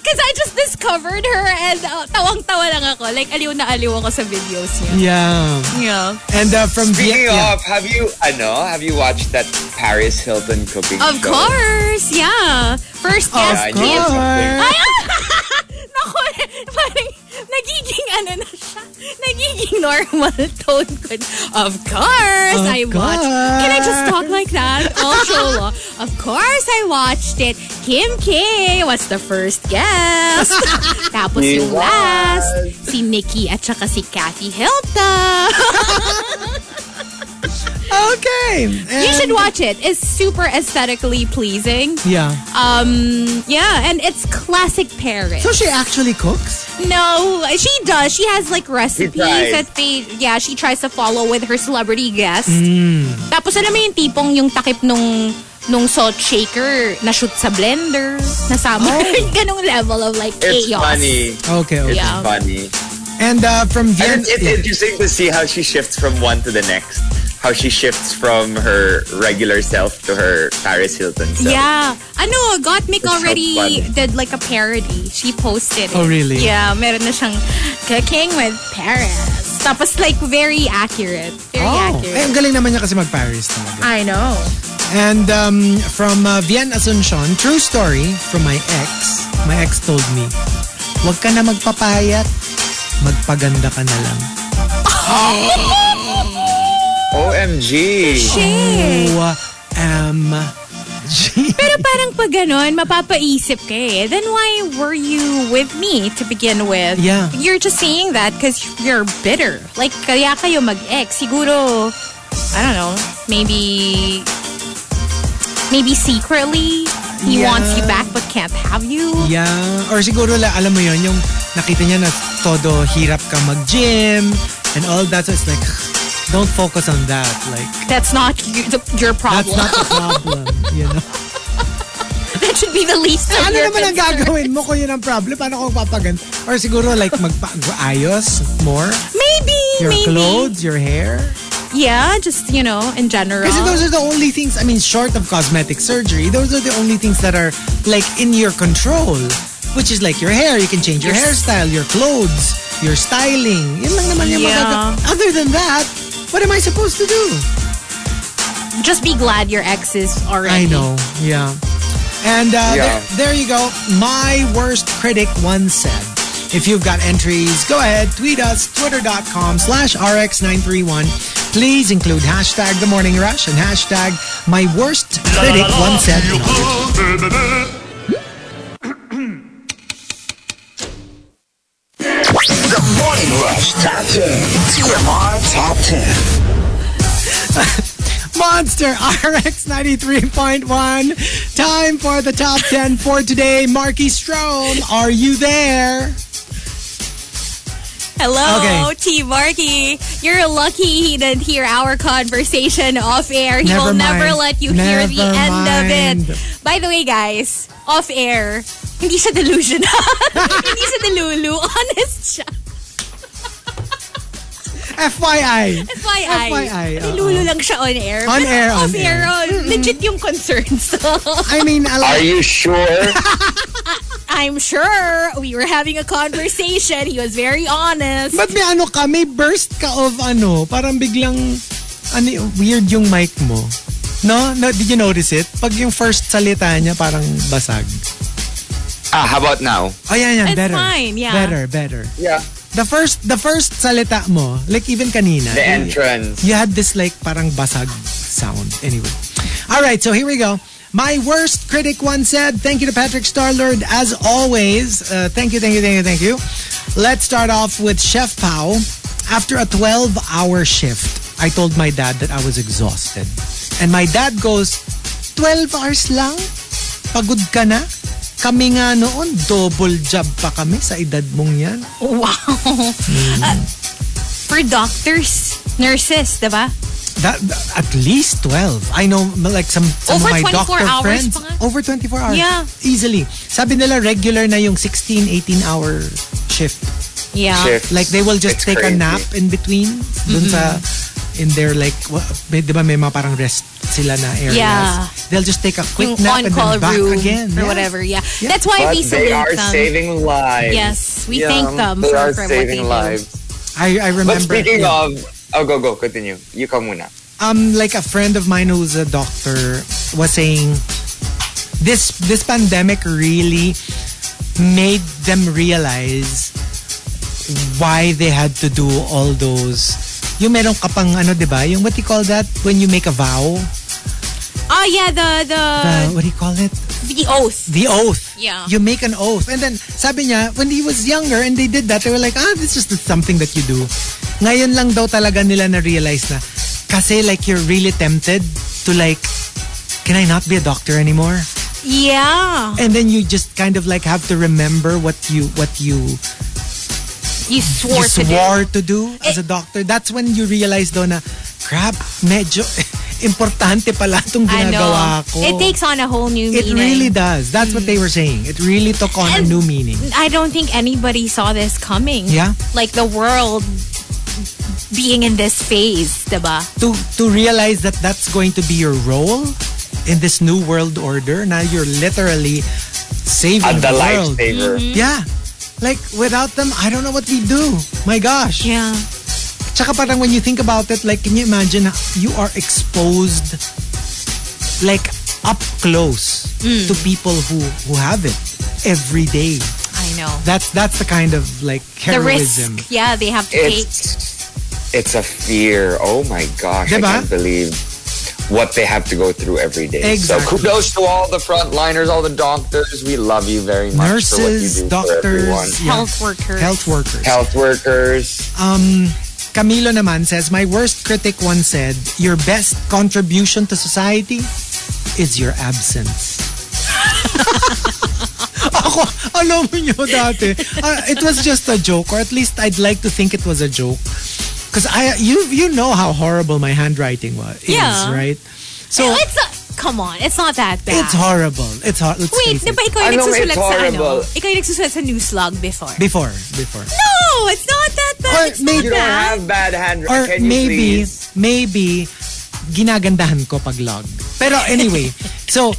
Speaker 3: Because I just discovered her and uh, tawang-tawa lang ako. Like, aliw na aliw ako sa videos niya.
Speaker 2: Yeah.
Speaker 3: Yeah.
Speaker 2: And uh, from
Speaker 4: Speaking
Speaker 2: Viet- yeah.
Speaker 4: of, have you, ano, have you watched that Paris Hilton cooking
Speaker 3: Of
Speaker 4: show?
Speaker 3: course, Oh, yeah. First
Speaker 2: Of
Speaker 3: guest, Kim
Speaker 4: knew something.
Speaker 2: course.
Speaker 3: Naku, parang nagiging ano na siya. Nagiging normal tone could. Of course,
Speaker 2: Of
Speaker 3: I watched. Can I just talk like that? Also, of course, I watched it. Kim K was the first guest. Tapos
Speaker 4: He
Speaker 3: yung
Speaker 4: was.
Speaker 3: last, si Nikki at saka si Kathy Hilta.
Speaker 2: Okay.
Speaker 3: you
Speaker 2: And-
Speaker 3: should watch it. It's super aesthetically pleasing.
Speaker 2: Yeah.
Speaker 3: Um, yeah, and it's classic Paris.
Speaker 2: So she actually cooks?
Speaker 3: No, she does. She has like recipes
Speaker 4: tries.
Speaker 3: that they, yeah, she tries to follow with her celebrity guest.
Speaker 2: Mm.
Speaker 3: Tapos alam mo yung tipong yung takip nung nung salt shaker na shoot sa blender, nasama. Ganong level of like
Speaker 4: It's
Speaker 3: chaos.
Speaker 4: funny.
Speaker 2: Okay, okay.
Speaker 4: It's
Speaker 3: Yeah.
Speaker 4: funny.
Speaker 2: And uh, from
Speaker 4: And
Speaker 2: Vier-
Speaker 4: it's, it's interesting to see how she shifts from one to the next. How she shifts from her regular self to her Paris Hilton self.
Speaker 3: Yeah. Ano, Gottmik
Speaker 4: It's so
Speaker 3: already
Speaker 4: funny.
Speaker 3: did like a parody. She posted it.
Speaker 2: Oh, really?
Speaker 3: Yeah, meron na siyang cooking with Paris. Tapos like very accurate. Very
Speaker 2: Oh, eh,
Speaker 3: accurate.
Speaker 2: ang galing naman niya kasi mag-Paris talaga.
Speaker 3: I know.
Speaker 2: And um, from uh, Vian Asuncion, true story from my ex. My ex told me, huwag ka na magpapayat, magpaganda ka na lang.
Speaker 4: OMG.
Speaker 3: Shit.
Speaker 2: OMG.
Speaker 3: Pero parang pag ganun, mapapaisip ka eh. Then why were you with me to begin with?
Speaker 2: Yeah.
Speaker 3: You're just saying that because you're bitter. Like, kaya kayo mag-ex. Siguro, I don't know, maybe... Maybe secretly, he
Speaker 2: Yeah.
Speaker 3: wants you back but can't have you.
Speaker 2: Yeah. Or siguro, la, alam mo yon yung nakita niya na todo hirap ka mag-gym and all that. So it's like, don't focus on that. Like,
Speaker 3: That's not y- the, your
Speaker 2: that's
Speaker 3: problem.
Speaker 2: not the problem. you know?
Speaker 3: that should be the least of
Speaker 2: Ano
Speaker 3: your
Speaker 2: naman ang
Speaker 3: concern.
Speaker 2: gagawin mo kung yun ang problem? Paano kung papagan? Or siguro like magpaayos more?
Speaker 3: Maybe,
Speaker 2: Your
Speaker 3: maybe.
Speaker 2: clothes, your hair?
Speaker 3: Yeah, just, you know, in general.
Speaker 2: Kasi those are the only things, I mean, short of cosmetic surgery, those are the only things that are like in your control. Which is like your hair, you can change your hairstyle, your clothes, your styling. Yun lang naman yung
Speaker 3: Yeah.
Speaker 2: magagawa. Other than that, what am I supposed to do?
Speaker 3: just be glad your ex is
Speaker 2: I
Speaker 3: already.
Speaker 2: know, yeah. And uh,
Speaker 4: Yeah.
Speaker 2: There, there you go. My worst critic once said. If you've got entries, go ahead, tweet us, twitter.com slash rx931. Please include hashtag the morning rush and hashtag my worst critic once said.
Speaker 7: The Morning Rush Top 10. TMR Top 10.
Speaker 2: Monster RX 93.1. Time for the top 10 for today. Marky Strom, are you there?
Speaker 3: Hello,
Speaker 2: Okay.
Speaker 3: T Marky. You're lucky he didn't hear our conversation off air. He
Speaker 2: Never
Speaker 3: will never
Speaker 2: mind.
Speaker 3: let you hear the
Speaker 2: Never
Speaker 3: end of
Speaker 2: mind.
Speaker 3: it. By the way, guys, off air, hindi siya delusional. hindi siya delulu. Honest siya.
Speaker 2: FYI.
Speaker 3: FYI.
Speaker 2: FYI, oo.
Speaker 3: Delulu lang siya on air.
Speaker 2: On
Speaker 3: Pero
Speaker 2: air, on
Speaker 3: off air.
Speaker 2: air.
Speaker 3: oh, Legit yung concerns.
Speaker 2: I mean, a lot.
Speaker 4: Are you sure?
Speaker 3: I'm sure we were having a conversation. He was very honest.
Speaker 2: Ba't may ano ka, may burst ka of ano, parang biglang, ano, y- weird yung mic mo. No? no? Did you notice it? Pag yung first salita niya, parang basag.
Speaker 4: ah, how about now?
Speaker 2: Oh, yan, yan.
Speaker 3: It's
Speaker 2: better.
Speaker 3: fine, yeah.
Speaker 2: Better, better.
Speaker 4: Yeah.
Speaker 2: The first, the first salita mo, like even kanina,
Speaker 4: The
Speaker 2: you-
Speaker 4: entrance.
Speaker 2: you had this like parang basag sound. Anyway. All right, so here we go. My worst critic once said, thank you to Patrick Starlord as always. Uh, thank you, thank you, thank you, thank you. Let's start off with Chef Pau. After a 12 hour shift, I told my dad that I was exhausted. And my dad goes, 12 hours lang? Pagod ka na? Kami nga noon, double job pa kami sa edad mong yan.
Speaker 3: Wow.
Speaker 2: Mm.
Speaker 3: Uh, for doctors, nurses, di ba?
Speaker 2: That, at least 12. I know like some, some
Speaker 3: Over
Speaker 2: of my
Speaker 3: 24
Speaker 2: doctor
Speaker 3: hours
Speaker 2: friends.
Speaker 3: pa nga.
Speaker 2: Over 24 hours.
Speaker 3: Yeah.
Speaker 2: Easily. Sabi nila regular na yung 16, 18 hour shift.
Speaker 3: Yeah.
Speaker 4: Shifts.
Speaker 2: Like they will just
Speaker 4: It's
Speaker 2: take
Speaker 4: crazy.
Speaker 2: a nap in between. Dun sa,
Speaker 3: Mm-hmm.
Speaker 2: in their like, wa- may, di ba may mga parang rest sila na areas.
Speaker 3: Yeah.
Speaker 2: They'll just take a quick
Speaker 3: Yung
Speaker 2: nap and
Speaker 3: on-call
Speaker 2: then back
Speaker 3: room
Speaker 2: again.
Speaker 3: or
Speaker 2: Yeah.
Speaker 3: whatever. Yeah.
Speaker 2: Yeah.
Speaker 3: That's why
Speaker 4: But
Speaker 3: we
Speaker 4: they
Speaker 3: salute
Speaker 4: are
Speaker 3: them.
Speaker 4: saving lives.
Speaker 3: Yes, we thank them
Speaker 4: They
Speaker 3: for-
Speaker 4: are
Speaker 3: for what
Speaker 4: saving
Speaker 3: they do.
Speaker 4: lives.
Speaker 2: I, I remember.
Speaker 4: But speaking
Speaker 2: yeah.
Speaker 4: of, oh, go, go, continue. You come muna.
Speaker 2: um like a friend of mine who's a doctor was saying this this pandemic really made them realize why they had to do all those. Yung meron ka pang ano, di ba? Yung what do you call that? When you make a vow?
Speaker 3: Oh, yeah, the,
Speaker 2: Uh,
Speaker 3: the,
Speaker 2: what do you call it?
Speaker 3: the oath.
Speaker 2: The oath.
Speaker 3: Yeah.
Speaker 2: You make an oath. And then, sabi niya, when he was younger and they did that, they were like, ah, this is just something that you do. Ngayon lang daw talaga nila na-realize na, kasi like you're really tempted to like, can I not be a doctor anymore?
Speaker 3: Yeah.
Speaker 2: And then you just kind of like have to remember what you, what you,
Speaker 3: You swore
Speaker 2: you
Speaker 3: to do. Eh.
Speaker 2: swore to do, as a doctor. That's when you realize daw na, crap, medyo importante pala itong
Speaker 3: I know.
Speaker 2: ginagawa ko.
Speaker 3: It takes on a whole new
Speaker 2: It
Speaker 3: meaning.
Speaker 2: really does. That's what they were saying. It really took on a
Speaker 3: And-
Speaker 2: new meaning.
Speaker 3: I don't think anybody saw this coming.
Speaker 2: Yeah.
Speaker 3: Like the world being in this phase, diba?
Speaker 2: to to realize that that's going to be your role in this new world order. Now you're literally saving
Speaker 4: And the
Speaker 2: the, world.
Speaker 4: lifesaver.
Speaker 2: Yeah. Like without them, I don't know what we do. My gosh.
Speaker 3: Yeah.
Speaker 2: Tsaka parang when you think about it, like can you imagine you are exposed like up close
Speaker 3: Mm.
Speaker 2: to people who who have it every day.
Speaker 3: I know.
Speaker 2: That's that's the kind of like
Speaker 3: The
Speaker 2: heroism.
Speaker 3: risk. Yeah, they have to take.
Speaker 4: It's it's a fear. Oh my gosh,
Speaker 2: Diba?
Speaker 4: I can't believe what they have to go through every day. So
Speaker 2: Exactly.
Speaker 4: kudos to all the frontliners, all the doctors. We love you very much for what you
Speaker 2: Nurses,
Speaker 4: do for everyone.
Speaker 2: doctors, yeah.
Speaker 3: Health workers.
Speaker 2: health workers.
Speaker 4: Health workers.
Speaker 2: Um, Camilo naman says, My worst critic once said, Your best contribution to society is your absence. Ako, alam mo nyo dati. ah, it was just a joke, or at least I'd like to think it was a joke. Because I, you, you know how horrible my handwriting was,
Speaker 3: Yeah.
Speaker 2: is, right? So,
Speaker 3: It's not, come on, it's not that bad.
Speaker 2: it's horrible. It's hor- let's
Speaker 3: Wait,
Speaker 2: face
Speaker 3: di
Speaker 2: it.
Speaker 3: ba ikaw yung
Speaker 4: Ano,
Speaker 3: nagsusulat
Speaker 4: it's
Speaker 3: sa ano?
Speaker 4: horrible.
Speaker 3: Ikaw yung nagsusulat sa newslog before.
Speaker 2: Before, before.
Speaker 3: no, it's not that bad.
Speaker 2: Or
Speaker 3: it's not
Speaker 2: maybe-
Speaker 4: You don't
Speaker 3: bad.
Speaker 4: have bad handwriting.
Speaker 2: Or
Speaker 4: Can you
Speaker 2: maybe,
Speaker 4: please?
Speaker 2: maybe, ginagandahan ko pag log. Pero anyway, so,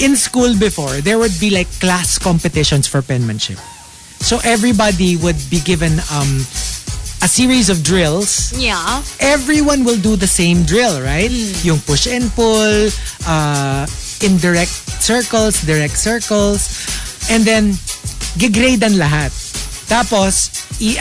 Speaker 2: in school before, there would be like class competitions for penmanship. So everybody would be given um, a series of drills.
Speaker 3: Yeah.
Speaker 2: Everyone will do the same drill, right? Yung push and pull, uh, indirect circles, direct circles. And then, gigradean lahat. Tapos,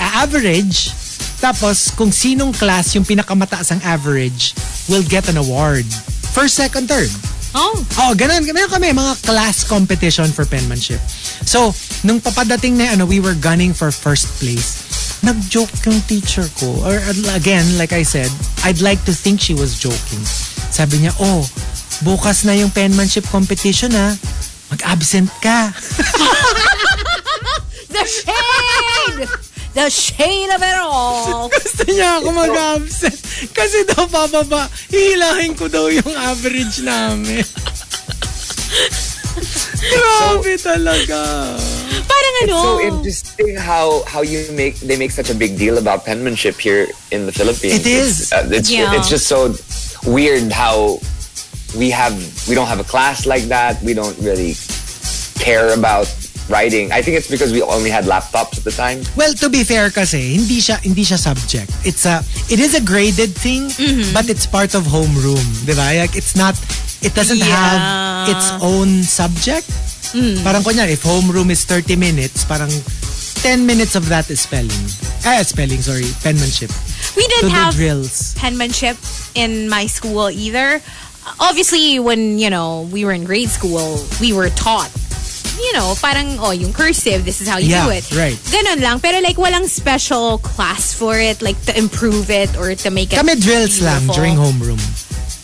Speaker 2: i-average. Tapos, kung sinong class yung pinakamataas ang average, will get an award. First, second, third.
Speaker 3: Oh,
Speaker 2: Oh, ganun. Meron kami, mga class competition for penmanship. So, nung papadating na ano, we were gunning for first place. Nag-joke yung teacher ko. Or again, like I said, I'd like to think she was joking. Sabi niya, oh, bukas na yung penmanship competition ha. Mag-absent ka.
Speaker 3: the shade! the shade of it all.
Speaker 2: Gusto niya ako mag-absent. Kasi daw bababa, hihilahin ko daw yung average namin. Grabe talaga.
Speaker 3: Parang ano?
Speaker 2: Oh.
Speaker 4: so interesting how how you make they make such a big deal about penmanship here in the Philippines.
Speaker 2: It is.
Speaker 4: It's, uh, it's,
Speaker 3: Yeah.
Speaker 4: it's just so weird how we have we don't have a class like that. We don't really care about writing. I think it's because we only had laptops at the time.
Speaker 2: Well, to be fair kasi, hindi siya hindi siya subject. It's a it is a graded thing,
Speaker 3: Mm-hmm.
Speaker 2: but it's part of homeroom, 'di ba? Like it's not it doesn't
Speaker 3: Yeah. Mm.
Speaker 2: have its own subject. Parang kunya if homeroom is 30 minutes, parang 10 minutes of that is spelling. Ah, spelling, sorry, penmanship.
Speaker 3: we
Speaker 2: To
Speaker 3: didn't
Speaker 2: do
Speaker 3: have
Speaker 2: drills.
Speaker 3: penmanship in my school either. Obviously, when, you know, we were in grade school, we were taught, you know, parang, oh, yung cursive, this is how you
Speaker 2: Yeah,
Speaker 3: do it.
Speaker 2: right.
Speaker 3: Ganun lang. Pero like, walang special class for it, like to improve it or to make it
Speaker 2: Kami drills lang
Speaker 3: beautiful.
Speaker 2: during homeroom.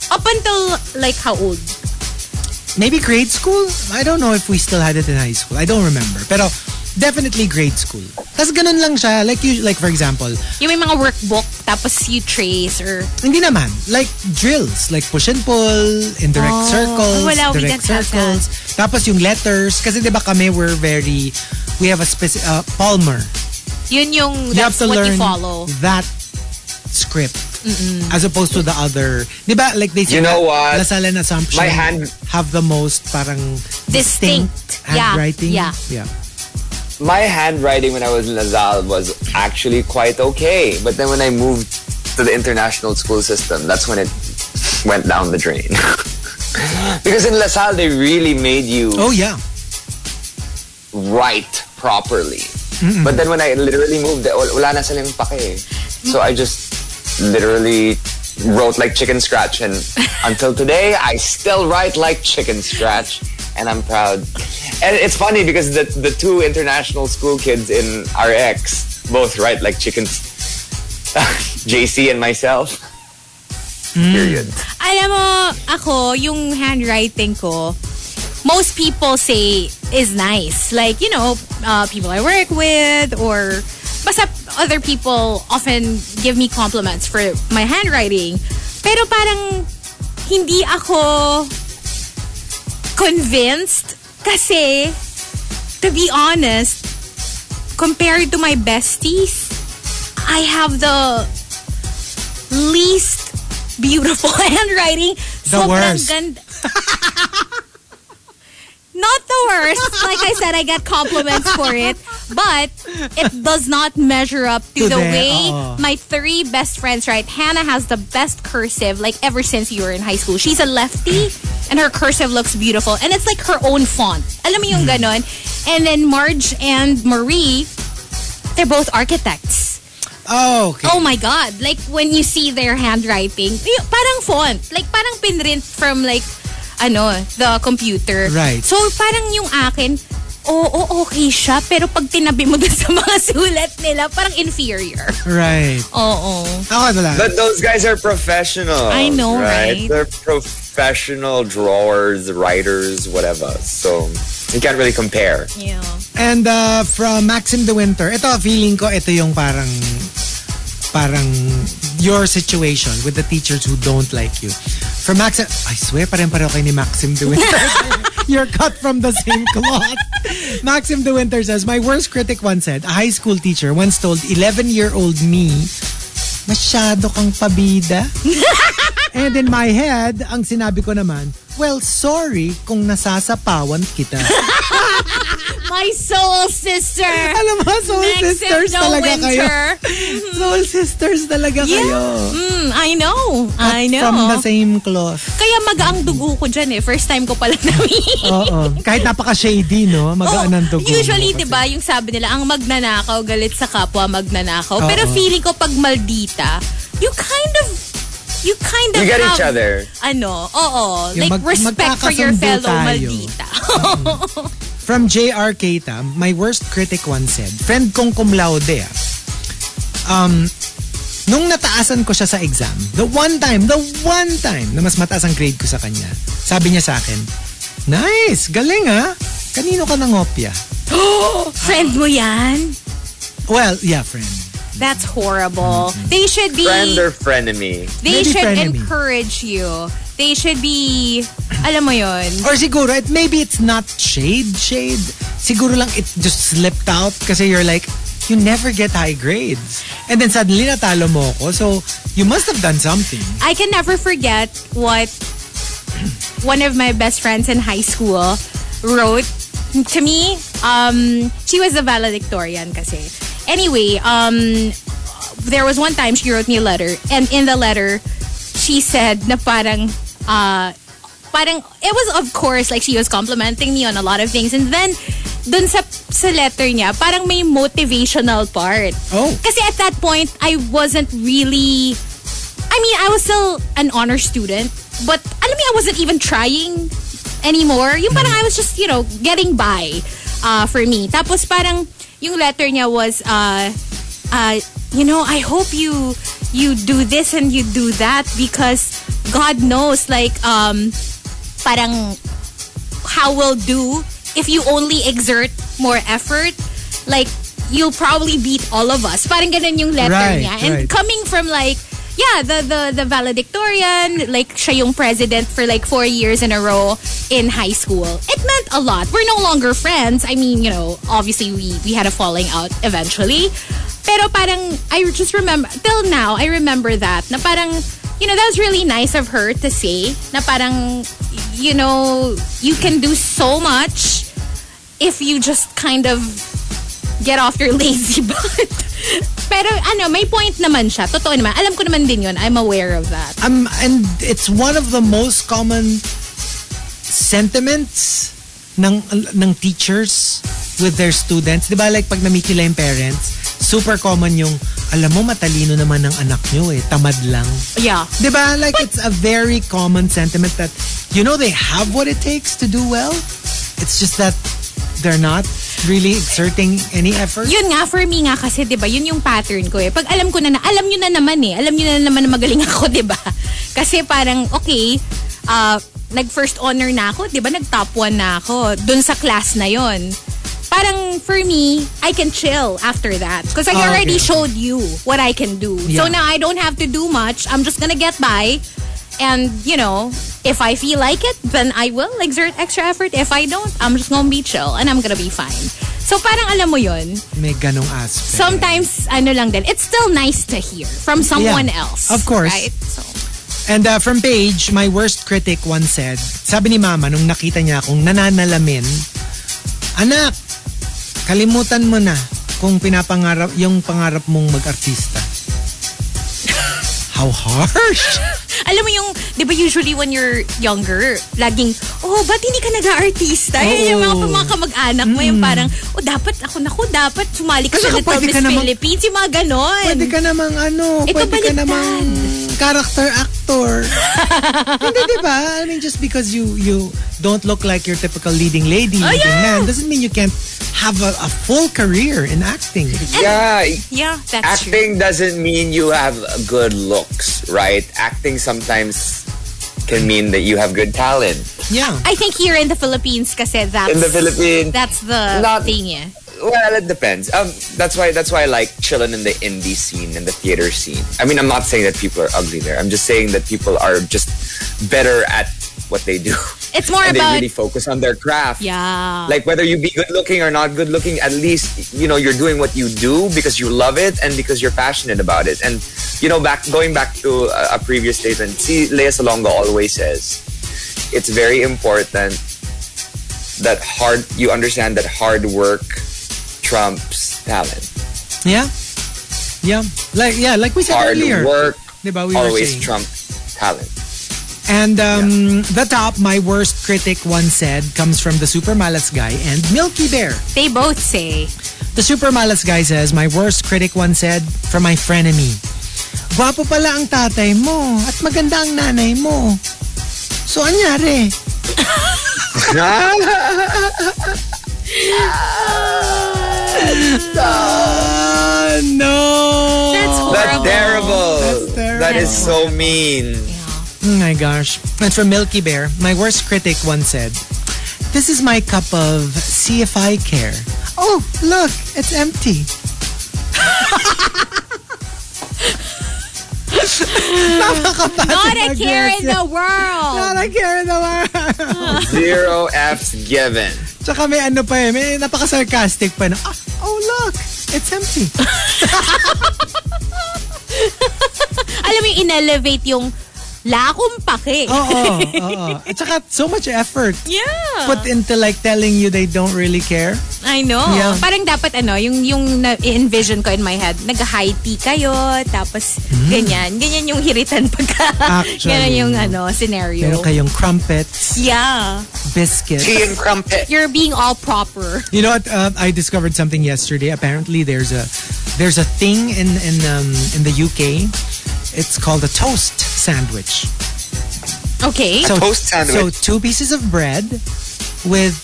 Speaker 3: Up until, like, how old?
Speaker 2: Maybe grade school? I don't know if we still had it in high school. I don't remember. Pero definitely grade school. Tapos ganun lang siya. Like, you, like for example,
Speaker 3: Yung may mga workbook, tapos you trace or...
Speaker 2: Hindi naman. Like drills. Like push and pull, indirect
Speaker 3: Oh,
Speaker 2: circles,
Speaker 3: wala, we
Speaker 2: direct
Speaker 3: didn't have
Speaker 2: circles. Tapos yung letters. Kasi di ba kami, we're very, we have a specific, uh, Palmer.
Speaker 3: Yun yung,
Speaker 2: you
Speaker 3: that's
Speaker 2: have to
Speaker 3: what
Speaker 2: learn
Speaker 3: you follow.
Speaker 2: that script. As opposed to the other, di ba, like they say,
Speaker 4: You know what?
Speaker 2: Lasal and Assumption
Speaker 4: My hand-
Speaker 2: have the most parang distinct,
Speaker 3: Distinct. Yeah,
Speaker 2: handwriting.
Speaker 3: yeah.
Speaker 2: yeah.
Speaker 4: My handwriting when I was in Lazal was actually quite okay, but then when I moved to the international school system, that's when it went down the drain. because in Lazal they really made you
Speaker 2: Oh yeah.
Speaker 4: write properly. But then when I literally moved, wal- wala na silang pake. eh. So I just literally wrote like chicken scratch and until today I still write like chicken scratch and I'm proud. And it's funny because the the two international school kids in RX both write like chicken JC and myself. Period.
Speaker 3: Alam mo, ako, yung handwriting ko, most people say is nice. Like, you know, uh, people I work with or basta other people often give me compliments for my handwriting. Pero parang hindi ako convinced kasi to be honest, compared to my besties, I have the least beautiful handwriting.
Speaker 2: The
Speaker 3: Sobrang
Speaker 2: worst.
Speaker 3: ganda. Not the worst. Like I said, I get compliments for it. But it does not measure up to,
Speaker 2: To
Speaker 3: the oh.
Speaker 2: their-
Speaker 3: way
Speaker 2: oo.
Speaker 3: my three best friends write. Hannah has the best cursive, like ever since you were in high school. She's a lefty, and her cursive looks beautiful. And it's like her own font. Alam mo yung ganon. And then Marge and Marie, they're both architects.
Speaker 2: Oh, okay.
Speaker 3: Oh my God. Like, when you see their handwriting, y- parang font. Like, parang pinrint from, like, ano, the computer.
Speaker 2: Right.
Speaker 3: So, parang yung akin, oo, okay siya. Pero pag tinabi mo dun sa mga sulat nila, parang inferior.
Speaker 2: Right.
Speaker 3: Oo.
Speaker 2: Ako na lang.
Speaker 4: But those guys are professional.
Speaker 3: I know, right?
Speaker 4: They're professional drawers, writers, whatever. So you can't really compare.
Speaker 3: Yeah.
Speaker 2: And uh, from Maxim the Winter, ito feeling ko ito yung parang parang your situation with the teachers who don't like you. From Maxim, I swear pa rin pareho kayo ni Maxim the Winter. You're cut from the same cloth. Maxim the Winter says, My worst critic once said, a high school teacher once told 11-year-old me, masyado kang pabida. And in my head, ang sinabi ko naman, well, sorry kung nasasapawan kita.
Speaker 3: My soul sister.
Speaker 2: Alam mo, soul
Speaker 3: Next is
Speaker 2: sisters
Speaker 3: no
Speaker 2: talaga kayo. Mm-hmm.
Speaker 3: winter.
Speaker 2: Soul sisters talaga kayo.
Speaker 3: Mm, I know. I know.
Speaker 2: From the same cloth.
Speaker 3: Kaya magaang dugo ko dyan eh. First time ko pala nami.
Speaker 2: Oo. Kahit napaka-shady, no? Magaan
Speaker 3: Oo,
Speaker 2: ang dugo. mo
Speaker 3: Usually, diba?
Speaker 2: kasi.
Speaker 3: di ba, yung sabi nila, ang magnanakaw, galit sa kapwa, magnanakaw.
Speaker 2: Oo.
Speaker 3: Pero feeling ko, pag maldita, you kind of, you kind of
Speaker 4: You get
Speaker 3: have,
Speaker 4: each other.
Speaker 3: Ano, oo.
Speaker 2: Yung
Speaker 3: Like,
Speaker 2: mag-
Speaker 3: respect for your
Speaker 2: magkakasundo
Speaker 3: fellow
Speaker 2: tayo.
Speaker 3: maldita.
Speaker 2: From J.R. Keita, my worst critic once said, friend kong cum laude, ah, um, nung nataasan ko siya sa exam, the one time, the one time na mas mataas ang grade ko sa kanya, sabi niya sa akin, nice, galing ah. Kanino ka nangopya?
Speaker 3: Friend mo yan?
Speaker 2: Well, yeah, friend.
Speaker 3: That's horrible. They should be,
Speaker 4: Friend or frenemy.
Speaker 2: Mm-hmm.
Speaker 3: they
Speaker 2: Maybe
Speaker 3: should
Speaker 2: frenemy.
Speaker 3: encourage you. They should be, alam mo yun,
Speaker 2: Or siguro, it, maybe it's not shade, shade. Siguro lang it just slipped out kasi you're like, you never get high grades. And then suddenly natalo mo ako. So, you must have done something.
Speaker 3: I can never forget what one of my best friends in high school wrote to me. Um, she was a valedictorian kasi. Anyway, um, there was one time she wrote me a letter and in the letter she said na parang uh, parang it was of course like she was complimenting me on a lot of things and then dun sa, sa letter niya parang may motivational part.
Speaker 2: Oh.
Speaker 3: Kasi at that point I wasn't really I mean, I was still an honor student, but alam niyo, I wasn't even trying anymore. Yung parang I was just, you know, getting by uh, for me. Tapos parang yung letter niya was, uh, uh, you know, I hope you you do this and you do that because God knows, like, um, parang how we'll do if you only exert more effort. Like, you'll probably beat all of us. Parang ganun yung letter
Speaker 2: Right,
Speaker 3: niya. And
Speaker 2: right.
Speaker 3: coming from like, yeah, the, the, the valedictorian, like, siya yung president for like four years in a row in high school. It meant a lot. We're no longer friends. I mean, you know, obviously we, we had a falling out eventually. Pero parang, I just remember, till now, I remember that. Na parang, you know, that was really nice of her to say. Na parang, you know, you can do so much if you just kind of get off your lazy butt. Pero ano, may point naman siya. Totoo naman. Alam ko naman din yun. I'm aware of that.
Speaker 2: Um, and it's one of the most common sentiments ng ng teachers with their students. Di ba like pag na-meet nila yung parents, super common yung, alam mo, matalino naman ang anak nyo eh, tamad lang.
Speaker 3: Yeah.
Speaker 2: Di ba? Diba? Like it's a very common sentiment that, you know, they have what it takes to do well. It's just that they're not really exerting any effort.
Speaker 3: Yun nga, for me nga kasi, di ba, yun yung pattern ko eh. Pag alam ko na, na alam nyo na naman eh. Alam nyo na naman na magaling ako, di ba? Kasi parang, okay, ah, nag-first honor na ako, di ba? Nag-top one na ako. Dun sa class na yon Parang, for me, I can chill after that. Because I
Speaker 2: Ah,
Speaker 3: already
Speaker 2: okay, okay.
Speaker 3: showed you what I can do. So
Speaker 2: Yeah.
Speaker 3: now, I don't have to do much. I'm just gonna get by. And, you know, if I feel like it, then I will exert extra effort. If I don't, I'm just gonna be chill and I'm gonna be fine. So parang alam mo yun,
Speaker 2: May ganong aspect.
Speaker 3: sometimes ano lang din, it's still nice to hear from someone
Speaker 2: Yeah,
Speaker 3: else.
Speaker 2: of course.
Speaker 3: Right? So,
Speaker 2: And uh, from Paige, my worst critic once said, sabi ni Mama nung nakita niya akong nananalamin, Anak, kalimutan mo na kung pinapangarap yung pangarap mong mag-artista. How harsh!
Speaker 3: alam mo yung, di ba usually when you're younger, laging, oh, ba't hindi ka nag-artista?
Speaker 2: Oo. Mm.
Speaker 3: Yun yung mga pamakakamag-anak mo, yung parang, oh, dapat ako, naku, dapat sumali ka
Speaker 2: Kasi
Speaker 3: sa
Speaker 2: kung
Speaker 3: Little
Speaker 2: pwede
Speaker 3: Miss
Speaker 2: ka namang-
Speaker 3: Philippines, yung mga ganon.
Speaker 2: Pwede ka namang ano,
Speaker 3: Ito
Speaker 2: pwede ka
Speaker 3: baliktad.
Speaker 2: namang character actor. Hindi, di ba? I mean, just because you you don't look like your typical leading lady,
Speaker 3: Oh,
Speaker 2: leading man,
Speaker 3: yeah.
Speaker 2: doesn't mean you can't have a, a full career in acting.
Speaker 4: Yeah,
Speaker 3: Yeah, that's true.
Speaker 4: acting doesn't mean you have good looks, right? Acting sometimes can mean that you have good talent.
Speaker 2: Yeah.
Speaker 3: I think here in the Philippines kasi that's
Speaker 4: In the Philippines,
Speaker 3: that's the
Speaker 4: Not-
Speaker 3: thing eh.
Speaker 4: well, it depends. Um, that's why that's why I like chilling in the indie scene and the theater scene. I mean, I'm not saying that people are ugly there. I'm just saying that people are just better at what they do,
Speaker 3: It's more
Speaker 4: and they
Speaker 3: about
Speaker 4: really focus on their craft.
Speaker 3: yeah.
Speaker 4: Like whether you be good looking or not good looking, at least you know you're doing what you do because you love it and because you're passionate about it. And you know, back going back to a, a previous statement, see Lea Salonga always says it's very important that hard you understand that hard work trumps talent.
Speaker 2: Yeah. Yeah. Like yeah, like we said
Speaker 4: Hard
Speaker 2: earlier.
Speaker 4: work
Speaker 2: Diba, we were
Speaker 4: always
Speaker 2: saying.
Speaker 4: trumps talent.
Speaker 2: And um, the top, my worst critic once said, comes from the Super Malas guy and Milky Bear.
Speaker 3: they both say
Speaker 2: The Super Malas guy says, my worst critic once said, from my frenemy, Gwapo pala ang tatay mo at maganda ang nanay mo. So, ano anyari? Ah, no!
Speaker 3: Oh, that's
Speaker 4: That's
Speaker 3: horrible.
Speaker 4: terrible.
Speaker 2: That's terrible.
Speaker 4: That is so mean.
Speaker 2: Oh my gosh. And from Milky Bear, my worst critic once said, This is my cup of see if I care. Oh, look, it's empty.
Speaker 3: Not a care in the
Speaker 2: Not
Speaker 3: world.
Speaker 2: a care in the world.
Speaker 4: Zero F's given.
Speaker 2: Tsaka may ano pa eh, may napaka-sarcastic pa na, "Ah, oh look, it's empty.
Speaker 3: Alam mo yung in-elevate yung lakong pake.
Speaker 2: Oo, oo. At saka so much effort
Speaker 3: Yeah.
Speaker 2: put into like telling you they don't really care.
Speaker 3: I know.
Speaker 2: Yeah.
Speaker 3: Parang dapat ano, yung yung na-envision ko in my head, nag-high tea kayo, tapos ganyan. Ganyan yung hiritan pagka
Speaker 2: Actually.
Speaker 3: ganyan yung ano, scenario.
Speaker 2: Meron kayong crumpets,
Speaker 3: Yeah.
Speaker 2: biscuits.
Speaker 4: Tea and crumpet.
Speaker 3: You're being all proper.
Speaker 2: You know what? Uh, I discovered something yesterday. Apparently, there's a there's a thing in in um, in the UK. It's called a toast sandwich.
Speaker 3: Okay.
Speaker 2: So
Speaker 4: toast
Speaker 2: So
Speaker 4: sandwich?
Speaker 2: two pieces of bread with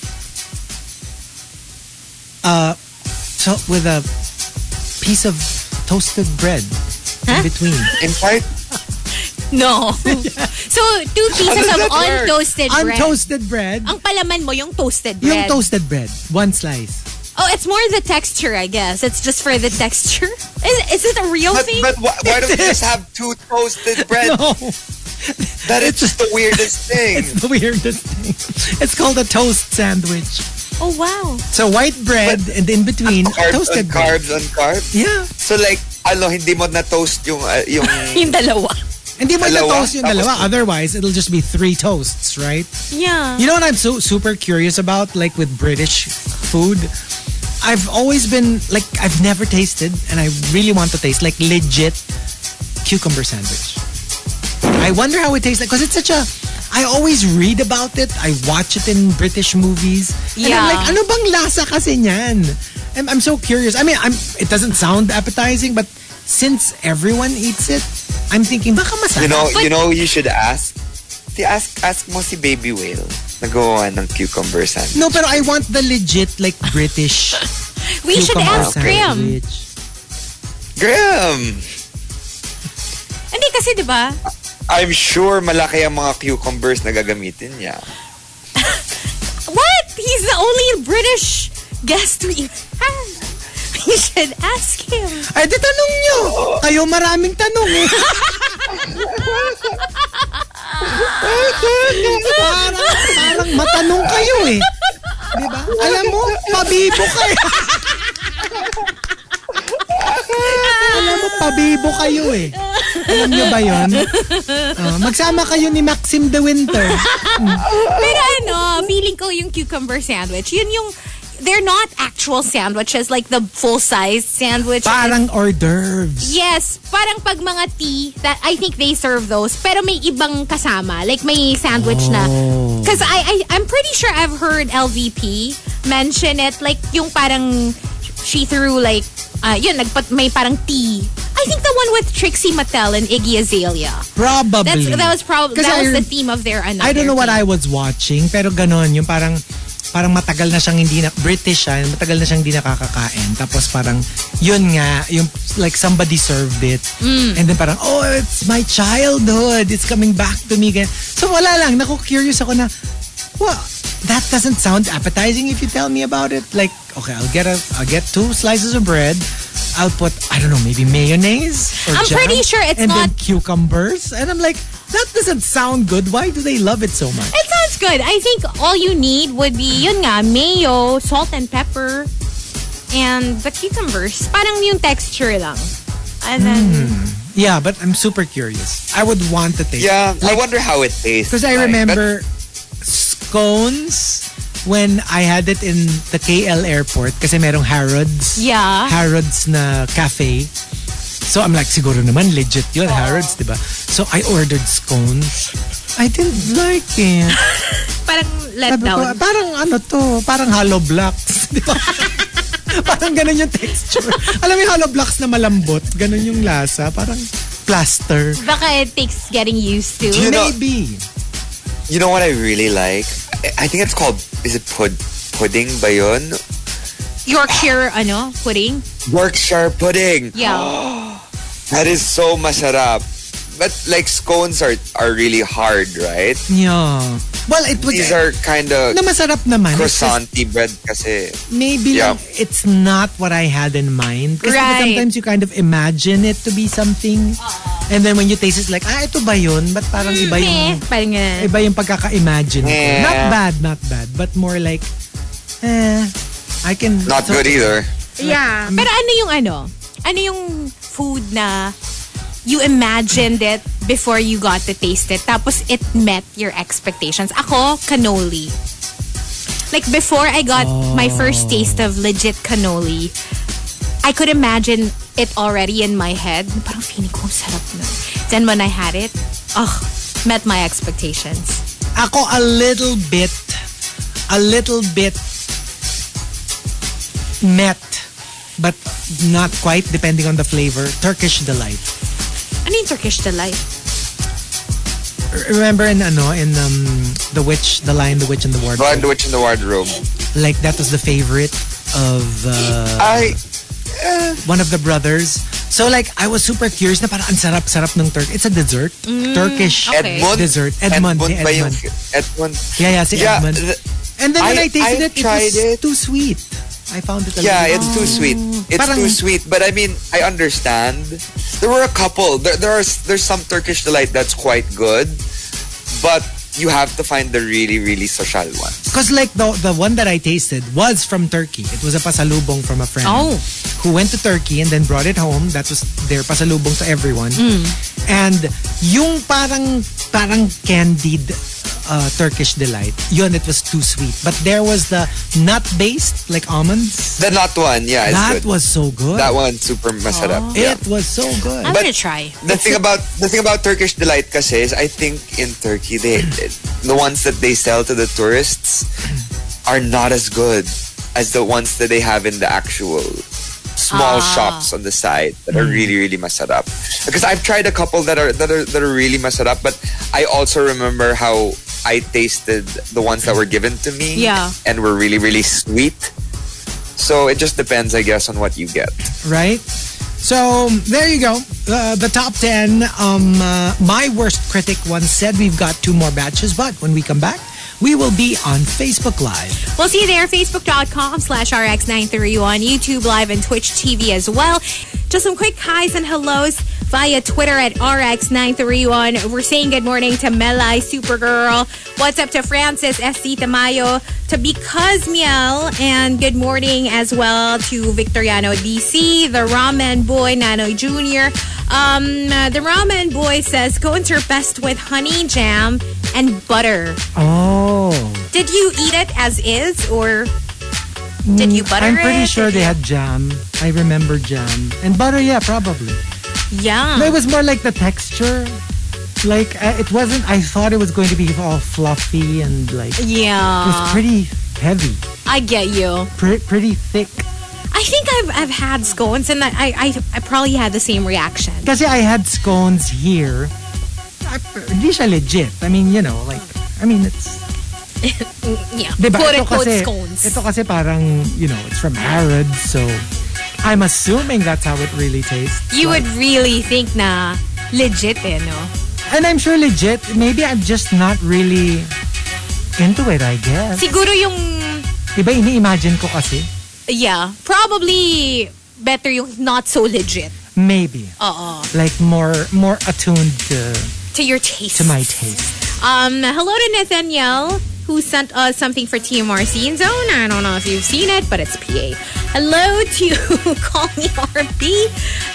Speaker 2: uh to- with a piece of toasted bread in between.
Speaker 4: Invite
Speaker 3: no. So, two pieces
Speaker 4: does
Speaker 3: of
Speaker 4: that work?
Speaker 3: untoasted bread.
Speaker 2: Untoasted bread.
Speaker 3: Ang palaman mo yung toasted
Speaker 2: Yung
Speaker 3: bread.
Speaker 2: toasted bread, one slice.
Speaker 3: oh, it's more the texture, I guess. It's just for the texture. Is, is it a real
Speaker 4: But,
Speaker 3: thing?
Speaker 4: but why, why don't we just have two toasted bread?
Speaker 2: Oh, No,
Speaker 4: That is just the weirdest thing.
Speaker 2: the weirdest thing. It's called a toast sandwich.
Speaker 3: oh, wow.
Speaker 2: So white bread and in between
Speaker 4: Carbs
Speaker 2: toasted
Speaker 4: on
Speaker 2: bread.
Speaker 4: carbs on carbs.
Speaker 2: Yeah.
Speaker 4: So like, ano, hindi mo na-toast yung, uh, yung
Speaker 3: Yung dalawa.
Speaker 2: Hindi mo
Speaker 4: Dalawa,
Speaker 2: na-toast yung
Speaker 4: tapos-
Speaker 2: dalawa. Otherwise, it'll just be three toasts, right?
Speaker 3: Yeah.
Speaker 2: You know what I'm so super curious about, like with British food? I've always been, like, I've never tasted, and I really want to taste, like, legit cucumber sandwich. I wonder how it tastes like, because it's such a, I always read about it. I watch it in British movies. And I'm
Speaker 3: Yeah.
Speaker 2: like, ano bang lasa kasi niyan? I'm, I'm so curious. I mean, I'm, it doesn't sound appetizing, but since everyone eats it, I'm thinking, baka masarap.
Speaker 4: You know,
Speaker 3: But-
Speaker 4: you know, you should ask. Ti ask ask mo si Baby Whale. Nagawa ng cucumber sandwich.
Speaker 2: no, pero I want the legit, like, British
Speaker 3: We should
Speaker 2: cucumber
Speaker 3: ask Graham.
Speaker 2: sandwich.
Speaker 4: Graham,
Speaker 3: Hindi kasi, di ba?
Speaker 4: I'm sure malaki ang mga cucumbers na gagamitin niya.
Speaker 3: What? He's the only British guest we have. We should ask him.
Speaker 2: Ay, di tanong nyo. Kayo maraming tanong eh. parang, parang matanong kayo eh. Di ba? Alam mo, pabibo kayo. Alam mo, pabibo kayo eh. Alam nyo ba yun? Oh, magsama kayo ni Maxim de Winter.
Speaker 3: Pero ano, feeling ko yung cucumber sandwich, yun yung, they're not actual sandwiches, like the full-sized sandwich.
Speaker 2: Parang hors d'oeuvres.
Speaker 3: Yes, parang pag mga tea, that I think they serve those, pero may ibang kasama. Like may sandwich na.
Speaker 2: Oh.
Speaker 3: Cause I, I, I'm pretty sure I've heard LVP mention it. Like yung parang she threw like, uh, yun, nagpat, may parang tea. I think the one with Trixie Mattel and Iggy Azalea. That's,
Speaker 2: Probably.
Speaker 3: that was probably,
Speaker 2: Kasi
Speaker 3: that was
Speaker 2: I-
Speaker 3: the theme of their, ano,
Speaker 2: I don't know
Speaker 3: their
Speaker 2: what
Speaker 3: tea.
Speaker 2: I was watching, pero ganon, yung parang parang matagal na siyang hindi na British siya, matagal na siyang hindi nakakakain. Tapos parang yun nga, yung like somebody served it. And then parang oh, it's my childhood. It's coming back to me again. So wala lang, nako curious ako na well, that doesn't sound appetizing if you tell me about it. Like, okay, I'll get a I'll get two slices of bread. I'll put I don't know, maybe mayonnaise or
Speaker 3: I'm
Speaker 2: jam,
Speaker 3: pretty sure it's
Speaker 2: and then
Speaker 3: not-
Speaker 2: cucumbers. And I'm like, that doesn't sound good. Why do they love it so much?
Speaker 3: It sounds good. I think all you need would be, yun nga, mayo, salt and pepper, and the cucumbers. Parang yung texture lang. And then,
Speaker 2: Mm. Yeah, but I'm super curious. I would want to taste.
Speaker 4: Yeah, I wonder how it tastes.
Speaker 2: Because I
Speaker 4: like.
Speaker 2: remember scones when I had it in the KL airport kasi merong Harrods.
Speaker 3: Yeah.
Speaker 2: Harrods na cafe. So I'm like, siguro naman legit yun, Harrods, di ba? So I ordered scones. I didn't like it.
Speaker 3: parang let
Speaker 2: Sabi ko,
Speaker 3: down.
Speaker 2: parang ano to, parang hollow blocks. Di ba? parang ganun yung texture. Alam mo yung hollow blocks na malambot, ganun yung lasa, parang plaster.
Speaker 3: Baka it takes getting used to.
Speaker 4: Do you know-
Speaker 2: Maybe.
Speaker 4: You know what I really like? I, I think it's called, is it pud, pudding ba yun?
Speaker 3: Yorkshire, ano, pudding?
Speaker 4: Yorkshire pudding.
Speaker 3: Yeah.
Speaker 4: That is so masarap. But like scones are, are really hard, right?
Speaker 2: Yeah. Well, it was...
Speaker 4: These are kind of
Speaker 2: na masarap naman. It's just
Speaker 4: croissanty bread kasi.
Speaker 2: Maybe lang,
Speaker 4: Yeah.
Speaker 2: it's not what I had in mind. Kasi diba
Speaker 3: Right.
Speaker 2: sometimes you kind of imagine it to be something.
Speaker 3: Uh-huh.
Speaker 2: And then when you taste it, like, ah, ito ba yun? But parang iba
Speaker 3: Meh,
Speaker 2: yung,
Speaker 3: parang ganun.
Speaker 2: iba yung pagkaka-imagine ko.
Speaker 4: Yeah.
Speaker 2: Not bad, not bad. But more like, eh, I can...
Speaker 4: Not
Speaker 2: so-
Speaker 4: good either.
Speaker 3: Yeah. Pero ano yung ano? Ano yung food na you imagined it before you got to taste it tapos it met your expectations? Ako, cannoli. Like before I got my first taste of legit cannoli, I could imagine it already in my head. Parang feeling ko, ang sarap na. Then when I had it, oh, met my expectations.
Speaker 2: Ako a little bit, a little bit met, but not quite, depending on the flavor. Turkish Delight.
Speaker 3: Ano yung Turkish delight?
Speaker 2: remember in ano in um the witch the lion the witch and the
Speaker 4: Blood
Speaker 2: wardrobe
Speaker 4: Witch in the Wardrobe.
Speaker 2: like that was the favorite of uh,
Speaker 4: I,
Speaker 2: one of the brothers so like I was super curious na parang ang sarap sarap ng Turk it's a dessert
Speaker 4: Mm,
Speaker 2: Turkish
Speaker 3: Okay.
Speaker 4: Edmond.
Speaker 2: dessert Edmond
Speaker 4: Edmond,
Speaker 2: si
Speaker 4: ba yung,
Speaker 2: Edmond
Speaker 4: Edmond.
Speaker 2: yeah yeah si
Speaker 4: Yeah,
Speaker 2: Edmond
Speaker 4: th-
Speaker 2: and then when I,
Speaker 4: I-
Speaker 2: tasted
Speaker 4: I
Speaker 2: it it
Speaker 4: tried
Speaker 2: was
Speaker 4: it.
Speaker 2: too sweet I found it a
Speaker 4: Yeah,
Speaker 2: little
Speaker 4: it's too sweet. It's
Speaker 2: Parang-
Speaker 4: too sweet. But I mean, I understand. There were a couple. There, there are there's some Turkish delight that's quite good, but you have to find the really really social one.
Speaker 2: Because like the the one that I tasted was from Turkey. It was a pasalubong from a friend
Speaker 3: Oh.
Speaker 2: who went to Turkey and then brought it home. That was their pasalubong to everyone. And yung parang parang candied uh, Turkish delight. Yun, it was too sweet. But there was the nut based, like almonds.
Speaker 4: The not one, yeah, it's
Speaker 2: that
Speaker 4: good.
Speaker 2: was so good.
Speaker 4: that one super masarap. yeah.
Speaker 2: Oh. It was so good.
Speaker 3: I'm
Speaker 4: But-
Speaker 3: gonna try.
Speaker 4: the thing about the thing about Turkish delight kasi is I think in Turkey they the ones that they sell to the tourists are not as good as the ones that they have in the actual small
Speaker 3: Ah. Mm.
Speaker 4: shops on the side that are really really masarap. Because I've tried a couple that are that are that are really masarap, but I also remember how I tasted the ones that were given to me
Speaker 3: Yeah.
Speaker 4: and were really really sweet. So it just depends, I guess, on what you get.
Speaker 2: right? So there you go. Uh, the top 10. Um, uh, my worst critic once said we've got two more batches, but when we come back, we will be on Facebook Live.
Speaker 3: We'll see you there, facebook.com slash rx931, YouTube Live, and Twitch TV as well. Just some quick highs and hellos via Twitter at rx931. We're saying good morning to Melai Supergirl. What's up to Francis SC Tamayo, to Because Miel, and good morning as well to Victoriano DC, the Ramen Boy Nano Jr. Um, uh, the Ramen Boy says, go into your best with honey jam and butter.
Speaker 2: Oh.
Speaker 3: Did you eat it as is, or did you butter
Speaker 2: I'm pretty
Speaker 3: it?
Speaker 2: sure they had jam. I remember jam. And butter, yeah, probably. But it
Speaker 3: Yeah.
Speaker 2: was more like the texture. Like, uh, it wasn't, I thought it was going to be all fluffy and like, it was
Speaker 3: Yeah.
Speaker 2: pretty heavy,
Speaker 3: I get you.
Speaker 2: pre- pretty thick.
Speaker 3: I think I've I've had scones, and I, I I I probably had the same reaction.
Speaker 2: Kasi I had scones here. Ah, Hindi siya legit. I mean, you know, like, I mean, it's,
Speaker 3: Mm, Yeah.
Speaker 2: diba?
Speaker 3: Quote
Speaker 2: ito
Speaker 3: unquote
Speaker 2: kasi,
Speaker 3: scones.
Speaker 2: ito kasi parang, you know, it's from Harrods, so I'm assuming that's how it really tastes.
Speaker 3: you
Speaker 2: Like-
Speaker 3: would really think na legit, eh, no?
Speaker 2: And I'm sure legit, maybe I'm just not really into it, I guess.
Speaker 3: Siguro yung
Speaker 2: Diba, ini-imagine ko kasi.
Speaker 3: yeah, probably better yung not so legit.
Speaker 2: Maybe.
Speaker 3: Oo.
Speaker 2: Like, more more attuned to,
Speaker 3: To your taste.
Speaker 2: to my taste.
Speaker 3: Um, hello to Nathaniel, who sent us something for TMR Scene Zone. I don't know if you've seen it, but it's PA. Hello to Call Me RB.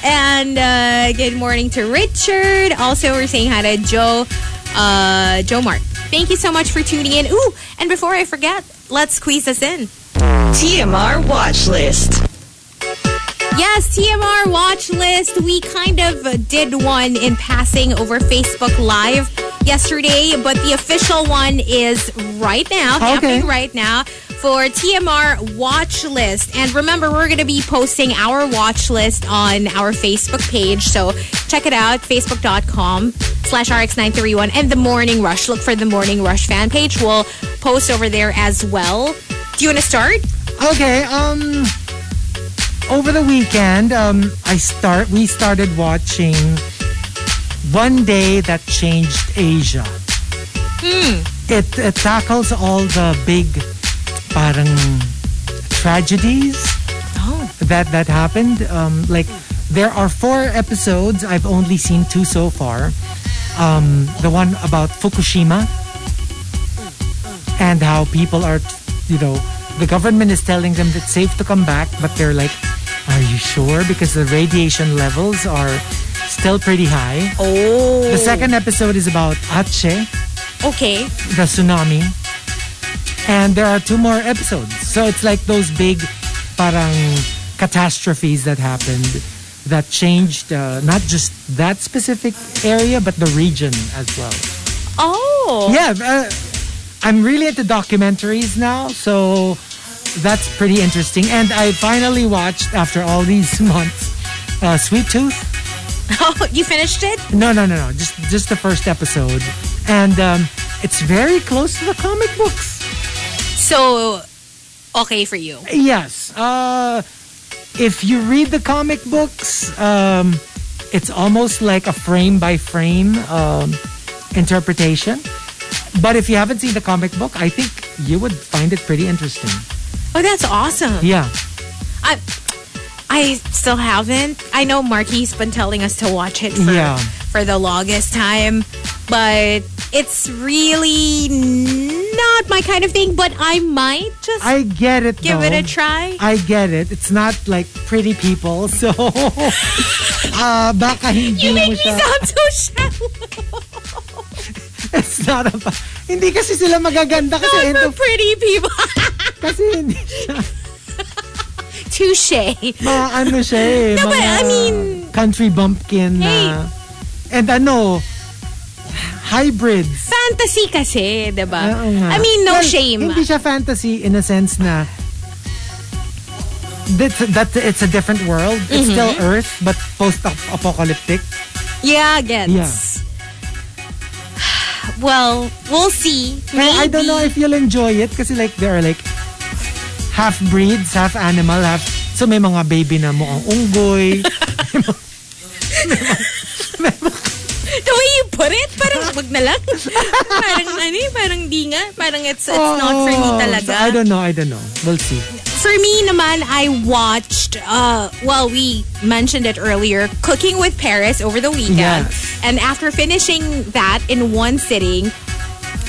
Speaker 3: And uh, good morning to Richard. Also, we're saying hi to Joe, uh, Joe Mark. Thank you so much for tuning in. Ooh, and before I forget, let's squeeze this in.
Speaker 1: TMR watch list.
Speaker 3: Yes, TMR watch list. We kind of did one in passing over Facebook Live yesterday, but the official one is right now, happening right now for TMR watch list. And remember, we're going to be posting our watch list on our Facebook page. So check it out, facebook.com slash rx931 and the Morning Rush. Look for the Morning Rush fan page. We'll post over there as well. Do you want to start?
Speaker 2: Okay, um, over the weekend, um, I start, we started watching One Day That Changed Asia. It, it tackles all the big, parang, tragedies
Speaker 3: Oh.
Speaker 2: that that happened. Um, like there are four episodes. I've only seen two so far. Um, the one about Fukushima and how people are, you know, the government is telling them it's safe to come back, but they're like, "Are you sure?" Because the radiation levels are still pretty high.
Speaker 3: Oh.
Speaker 2: The second episode is about Aceh,
Speaker 3: Okay.
Speaker 2: the tsunami. And there are two more episodes. So it's like those big parang catastrophes that happened that changed uh, not just that specific area but the region as well.
Speaker 3: Oh.
Speaker 2: Yeah, uh, I'm really into documentaries now, so that's pretty interesting. And I finally watched after all these months uh, Sweet Tooth.
Speaker 3: Oh, you finished it?
Speaker 2: No, no, no, no. Just just the first episode. And um, it's very close to the comic books.
Speaker 3: So, okay for you.
Speaker 2: Yes. Uh, if you read the comic books, um, it's almost like a frame by frame um, interpretation. But if you haven't seen the comic book, I think you would find it pretty interesting.
Speaker 3: Oh, that's awesome.
Speaker 2: Yeah.
Speaker 3: I I still haven't. I know Marky's been telling us to watch it for,
Speaker 2: Yeah.
Speaker 3: for the longest time, but it's really not my kind of thing, but I might just
Speaker 2: I get it.
Speaker 3: give it
Speaker 2: though.
Speaker 3: a try.
Speaker 2: I get it. It's not like pretty people, so uh, baka hindi
Speaker 3: you
Speaker 2: mo
Speaker 3: make me
Speaker 2: siya-
Speaker 3: sound so shallow.
Speaker 2: It's not about. Hindi kasi sila magaganda kasi end
Speaker 3: For
Speaker 2: of,
Speaker 3: pretty people.
Speaker 2: kasi hindi siya,
Speaker 3: Touche.
Speaker 2: mga ano siya eh.
Speaker 3: No, but
Speaker 2: mga
Speaker 3: I mean-
Speaker 2: country bumpkin na, and ano, hybrids.
Speaker 3: Fantasy kasi, di ba?
Speaker 2: Oo nga.
Speaker 3: I mean, no
Speaker 2: Well,
Speaker 3: shame.
Speaker 2: Hindi siya fantasy in a sense na that's, that it's a different world. It's
Speaker 3: Mm-hmm.
Speaker 2: still Earth, but post-apocalyptic.
Speaker 3: Yeah, gets. Well, we'll see.
Speaker 2: Kaya I don't
Speaker 3: Maybe.
Speaker 2: know if you'll enjoy it kasi like there are like half breeds, half animal, half so may mga baby na mukhang unggoy.
Speaker 3: The way you put it, parang wag na lang. parang ano eh, parang di nga. Parang it's, it's not for me
Speaker 2: Oo.
Speaker 3: talaga.
Speaker 2: So, Oh, I don't know, I don't know. We'll see.
Speaker 3: For me naman, I watched, uh, well, we mentioned it earlier, Cooking with Paris over the weekend.
Speaker 2: Yeah.
Speaker 3: And after finishing that in one sitting,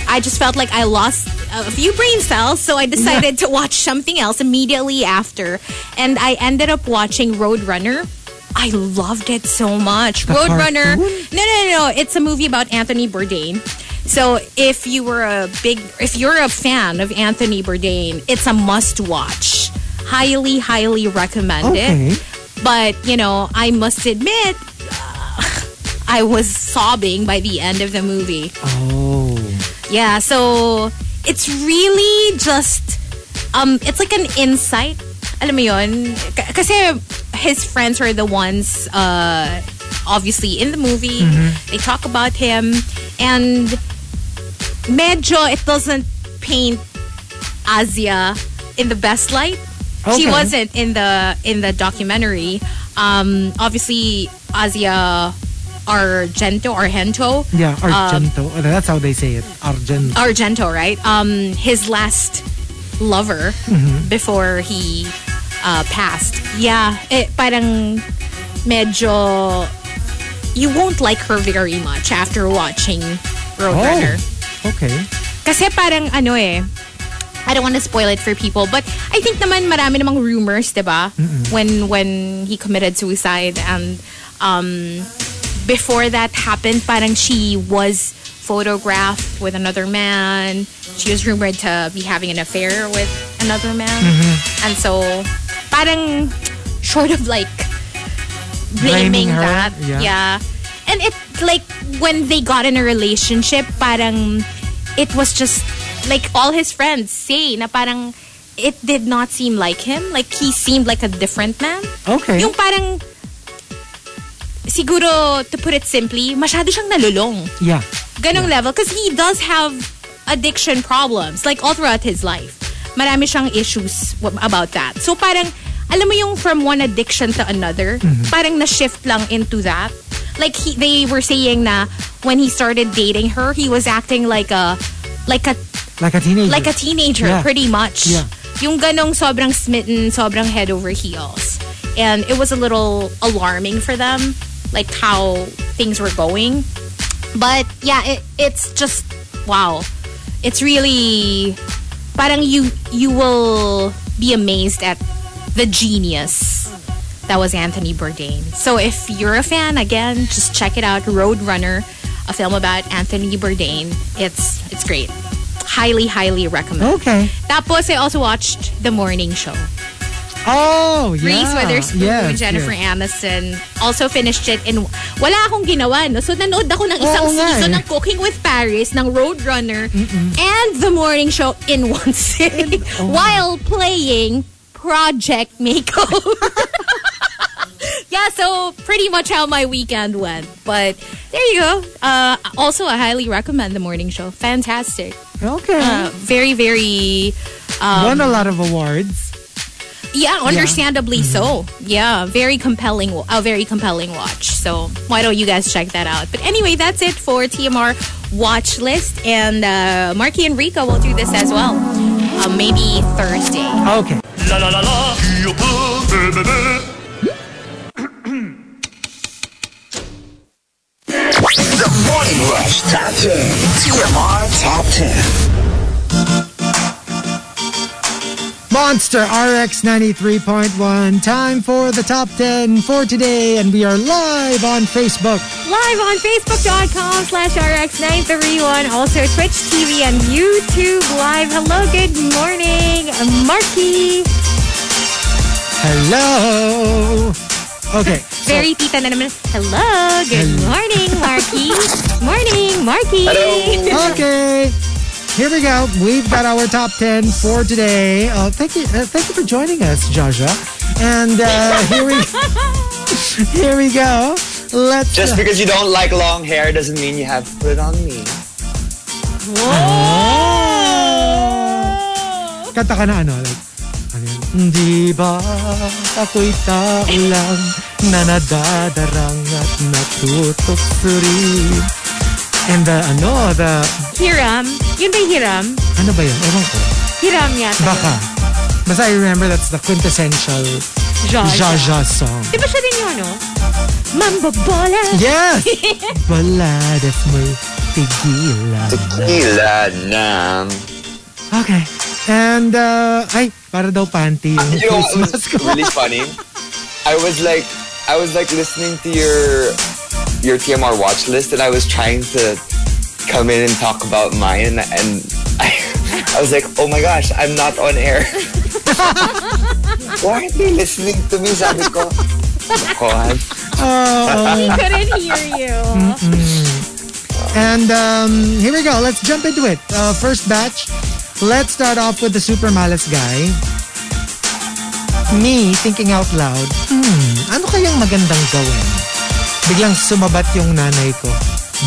Speaker 3: I just felt like I lost a few brain cells, so I decided to watch something else immediately after. And I ended up watching Roadrunner. I loved it so much. Roadrunner. No,
Speaker 2: cartoon?
Speaker 3: no, no, no. It's a movie about Anthony Bourdain. So if you were a big, if you're a fan of Anthony Bourdain, it's a must watch. Highly, highly recommend
Speaker 2: Okay.
Speaker 3: it. But, you know, I must admit, uh, I was sobbing by the end of the movie.
Speaker 2: Oh.
Speaker 3: Yeah, so it's really just um it's like an insight. Alam mo 'yun? K- Kasi his friends were the ones uh obviously in the movie. They talk about him and medyo it doesn't paint Asia in the best light. She
Speaker 2: Okay.
Speaker 3: wasn't in the in the documentary. Um obviously Asia Argento or Hento.
Speaker 2: Yeah, Argento.
Speaker 3: Um,
Speaker 2: Oh, That's how they say it. Argento.
Speaker 3: Argento, right? Um, his last lover before he uh, passed. Yeah, it, parang medyo you won't like her very much after watching Roadrunner.
Speaker 2: oh. Okay.
Speaker 3: Kasi parang ano eh, I don't want to spoil it for people, but I think naman marami namang rumors, 'di ba? When when he committed suicide and um before that happened, parang she was photographed with another man. She was rumored to be having an affair with another man.
Speaker 2: Mm-hmm.
Speaker 3: And so parang short of like
Speaker 2: Blaming
Speaker 3: blaming,
Speaker 2: her,
Speaker 3: that.
Speaker 2: yeah.
Speaker 3: yeah. And it like when they got in a relationship, parang it was just like all his friends say na parang it did not seem like him. Like he seemed like a different man.
Speaker 2: Okay.
Speaker 3: Yung parang siguro to put it simply, masyado siyang nalulong.
Speaker 2: Yeah.
Speaker 3: Ganong level because he does have addiction problems like all throughout his life. Marami siyang issues w- about that. So parang alam mo yung from one addiction to another,
Speaker 2: Mm-hmm.
Speaker 3: parang na-shift lang into that. Like he, they were saying na when he started dating her, he was acting like a like a
Speaker 2: Like a teenager.
Speaker 3: like a teenager,
Speaker 2: Yeah.
Speaker 3: pretty much.
Speaker 2: Yeah.
Speaker 3: Yung ganong sobrang smitten, sobrang head over heels. And it was a little alarming for them, like how things were going. But yeah, it, it's just wow. It's really parang you you will be amazed at the genius that was Anthony Bourdain. So if you're a fan, again, just check it out. Roadrunner, a film about Anthony Bourdain. It's it's great. Highly, highly recommend.
Speaker 2: Okay.
Speaker 3: Tapos I also watched The Morning Show.
Speaker 2: Oh, yeah.
Speaker 3: Reese Witherspoon,
Speaker 2: Yes,
Speaker 3: Jennifer
Speaker 2: yes.
Speaker 3: Aniston. Also finished it in... Wala akong ginawa, no? So nanood ako ng isang
Speaker 2: Oo nga
Speaker 3: season
Speaker 2: eh.
Speaker 3: ng Cooking with Paris, ng Roadrunner, and The Morning Show in one sitting
Speaker 2: oh
Speaker 3: while playing Project Makeover. yeah, so pretty much how my weekend went. But there you go. Uh, also, I highly recommend The Morning Show. Fantastic.
Speaker 2: Okay.
Speaker 3: Uh, very, very... Um,
Speaker 2: Won a lot of awards.
Speaker 3: Yeah, understandably so. Yeah, very compelling. A very compelling watch. So why don't you guys check that out? But anyway, that's it for TMR watch list, and uh, Marky and Rico will do this as well. Uh, maybe Thursday.
Speaker 2: Okay.
Speaker 6: La la la la, qui a peur, bleu, bleu, bleu.
Speaker 7: The Morning Rush Top 10. TMR Top 10.
Speaker 2: Mga Monster RX 93.1. Time for the top 10 for today, and we are live on Facebook.
Speaker 3: Live on Facebook.com slash RX931. Also Twitch TV and YouTube Live. Hello, good morning, Marky.
Speaker 2: Hello. Okay. so-
Speaker 3: Very tita na naman. Hello, good morning, Marky. morning, Marky.
Speaker 2: okay. Here we go. We've got our top 10 for today. Uh, thank you uh, thank you for joining us, Jaja. And uh, here we here we go. Let's
Speaker 4: Just because you don't like long hair doesn't mean you have to put it on me.
Speaker 3: Oh!
Speaker 2: uh, Kanta ka na ano, like, ano yun? Di ba ako'y tao lang na nadadarang at natutuksurin? And the, ano, the,
Speaker 3: Hiram. Yun ba yung Hiram?
Speaker 2: ano ba yun? Ewan ko.
Speaker 3: Hiram yata.
Speaker 2: Baka. Basta I remember that's the quintessential Jaja song.
Speaker 3: Di ba siya din yun, no? Mambo bola.
Speaker 2: Yes! Baladas mo'y tigilan.
Speaker 4: Tequila nam.
Speaker 2: Okay. And, uh, ay, para daw panty yung
Speaker 4: You know, it
Speaker 2: Christmas
Speaker 4: was
Speaker 2: ko.
Speaker 4: really funny. I was like, I was like listening to your your TMR watch list, and I was trying to come in and talk about mine, and I, I was like, oh my gosh, I'm not on air. Why are they listening to me? Sabi ko, "Nako, I'm
Speaker 2: Oh,
Speaker 3: He couldn't hear you.
Speaker 2: and, um, here we go. Let's jump into it. Uh, first batch. Let's start off with the super malas guy. Me, thinking out loud, hmm, ano kayang magandang gawin? Biglang sumabat yung nanay ko.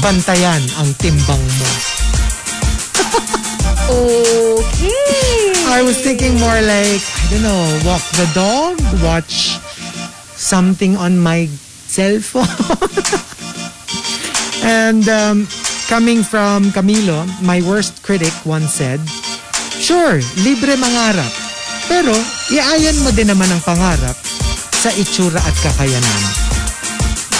Speaker 2: Bantayan ang timbang mo.
Speaker 3: Okay.
Speaker 2: I was thinking more like, I don't know, walk the dog, watch something on my cell phone. and um, coming from Camilo, my worst critic once said, Sure, libre mangarap. Pero, iayan mo din naman ang pangarap sa itsura at kakayanan.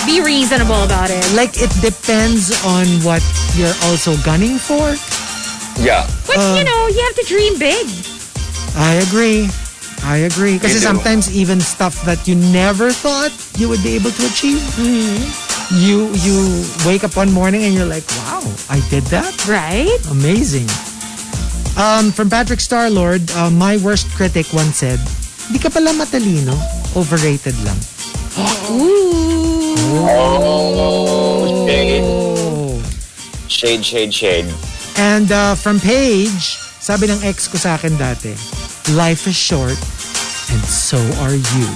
Speaker 3: Be reasonable about it.
Speaker 2: Like, it depends on what you're also gunning for.
Speaker 4: yeah."
Speaker 3: But,
Speaker 2: Uh.
Speaker 3: you know, you have to dream big.
Speaker 2: I agree. I agree. Kasi
Speaker 4: do.
Speaker 2: sometimes even stuff that you never thought you would be able to achieve, you you wake up one morning and you're like, wow, I did that.
Speaker 3: Right?
Speaker 2: Amazing. Um, from Patrick Starlord, uh, my worst critic once said, di ka pala matalino, overrated lang.
Speaker 4: Oh, shade,
Speaker 2: Oh.
Speaker 4: shade, shade, shade.
Speaker 2: And uh, from Paige, sabi ng ex ko sa akin dati, life is short and so are you.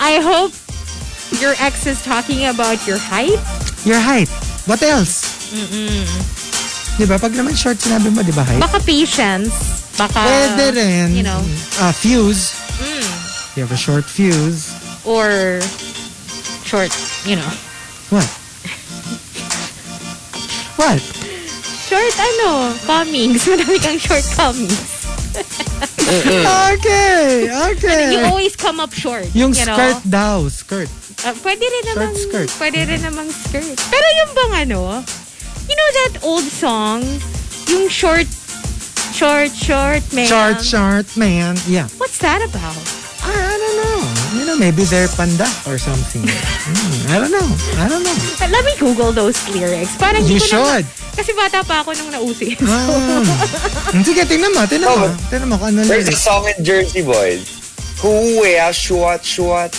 Speaker 3: I hope your ex is talking about your height.
Speaker 2: Your height. What else? Mm-mm. Di ba? Pag naman short, sinabi mo, di ba height?
Speaker 3: Baka patience. Baka,
Speaker 2: Pwede rin.
Speaker 3: you know, Mm.
Speaker 2: Ah, fuse. You have a short fuse.
Speaker 3: or short, you know.
Speaker 2: What? What?
Speaker 3: Short ano, comings. Madami kang short comings. Mm.
Speaker 2: Okay, okay.
Speaker 3: You always come up short.
Speaker 2: Eh. Yung
Speaker 3: you know?
Speaker 2: skirt daw, skirt.
Speaker 3: Uh, pwede rin
Speaker 2: Short
Speaker 3: namang,
Speaker 2: skirt.
Speaker 3: Pwede rin namang skirt. Pero yung bang ano, you know that old song, yung short, short, short, man.
Speaker 2: Short, short, man. Yeah.
Speaker 3: What's that about?
Speaker 2: I, I don't know. You know, maybe they're panda or something. Hmm, I don't know. I don't know.
Speaker 3: Let me Google those lyrics. Parang
Speaker 2: You
Speaker 3: hindi ko na-
Speaker 2: should.
Speaker 3: kasi bata pa ako nung nausi.
Speaker 2: Ah. Sige, tingnan mo. Tingnan mo. Tingnan mo kung ano
Speaker 4: There's a
Speaker 2: lyrics.
Speaker 4: song in Jersey Boys. Who wear short shorts?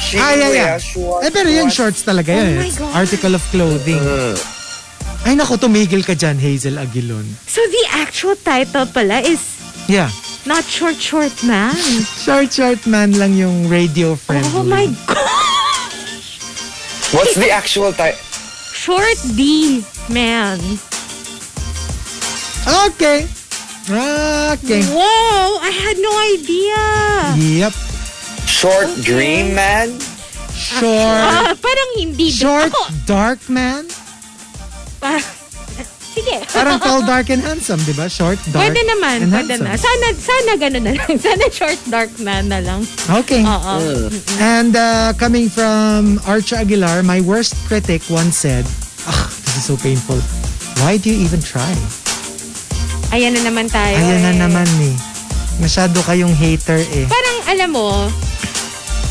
Speaker 4: She
Speaker 2: Ah, yeah, yeah.
Speaker 4: wear short
Speaker 2: Eh, pero yung
Speaker 4: shorts.
Speaker 2: shorts talaga yun.
Speaker 3: Oh my
Speaker 2: It's
Speaker 3: God. Mm.
Speaker 2: article of clothing. Ay, naku, tumigil ka dyan, Hazel Aguilon.
Speaker 3: So the actual title pala is
Speaker 2: Yeah.
Speaker 3: Not Short Short Man.
Speaker 2: Short, short man lang yung radio friendly.
Speaker 3: Oh my God!
Speaker 4: What's the actual title?
Speaker 3: Short D Man.
Speaker 2: Okay. Okay.
Speaker 3: Whoa! I had no idea!
Speaker 2: Yep.
Speaker 4: Short Dream Man?
Speaker 2: Short.
Speaker 3: Ah, parang hindi.
Speaker 2: Short,
Speaker 3: Ako,
Speaker 8: Oh,
Speaker 2: dark man.
Speaker 8: ah.
Speaker 3: parang, sige.
Speaker 2: Parang tall, dark, and handsome, di ba? Short, dark,
Speaker 3: Pwede
Speaker 2: and
Speaker 3: naman, pwede na.
Speaker 2: handsome.
Speaker 3: Sana, sana ganun na lang. Sana short dark man na lang.
Speaker 2: Okay.
Speaker 3: Oo.
Speaker 2: And uh, coming from Archer Aguilar, my worst critic once said, Ugh, this is so painful. Why do you even try?
Speaker 8: Ayan na naman tayo.
Speaker 2: Ayan na
Speaker 8: eh.
Speaker 2: naman eh. Masyado kayong hater eh.
Speaker 8: Parang alam mo,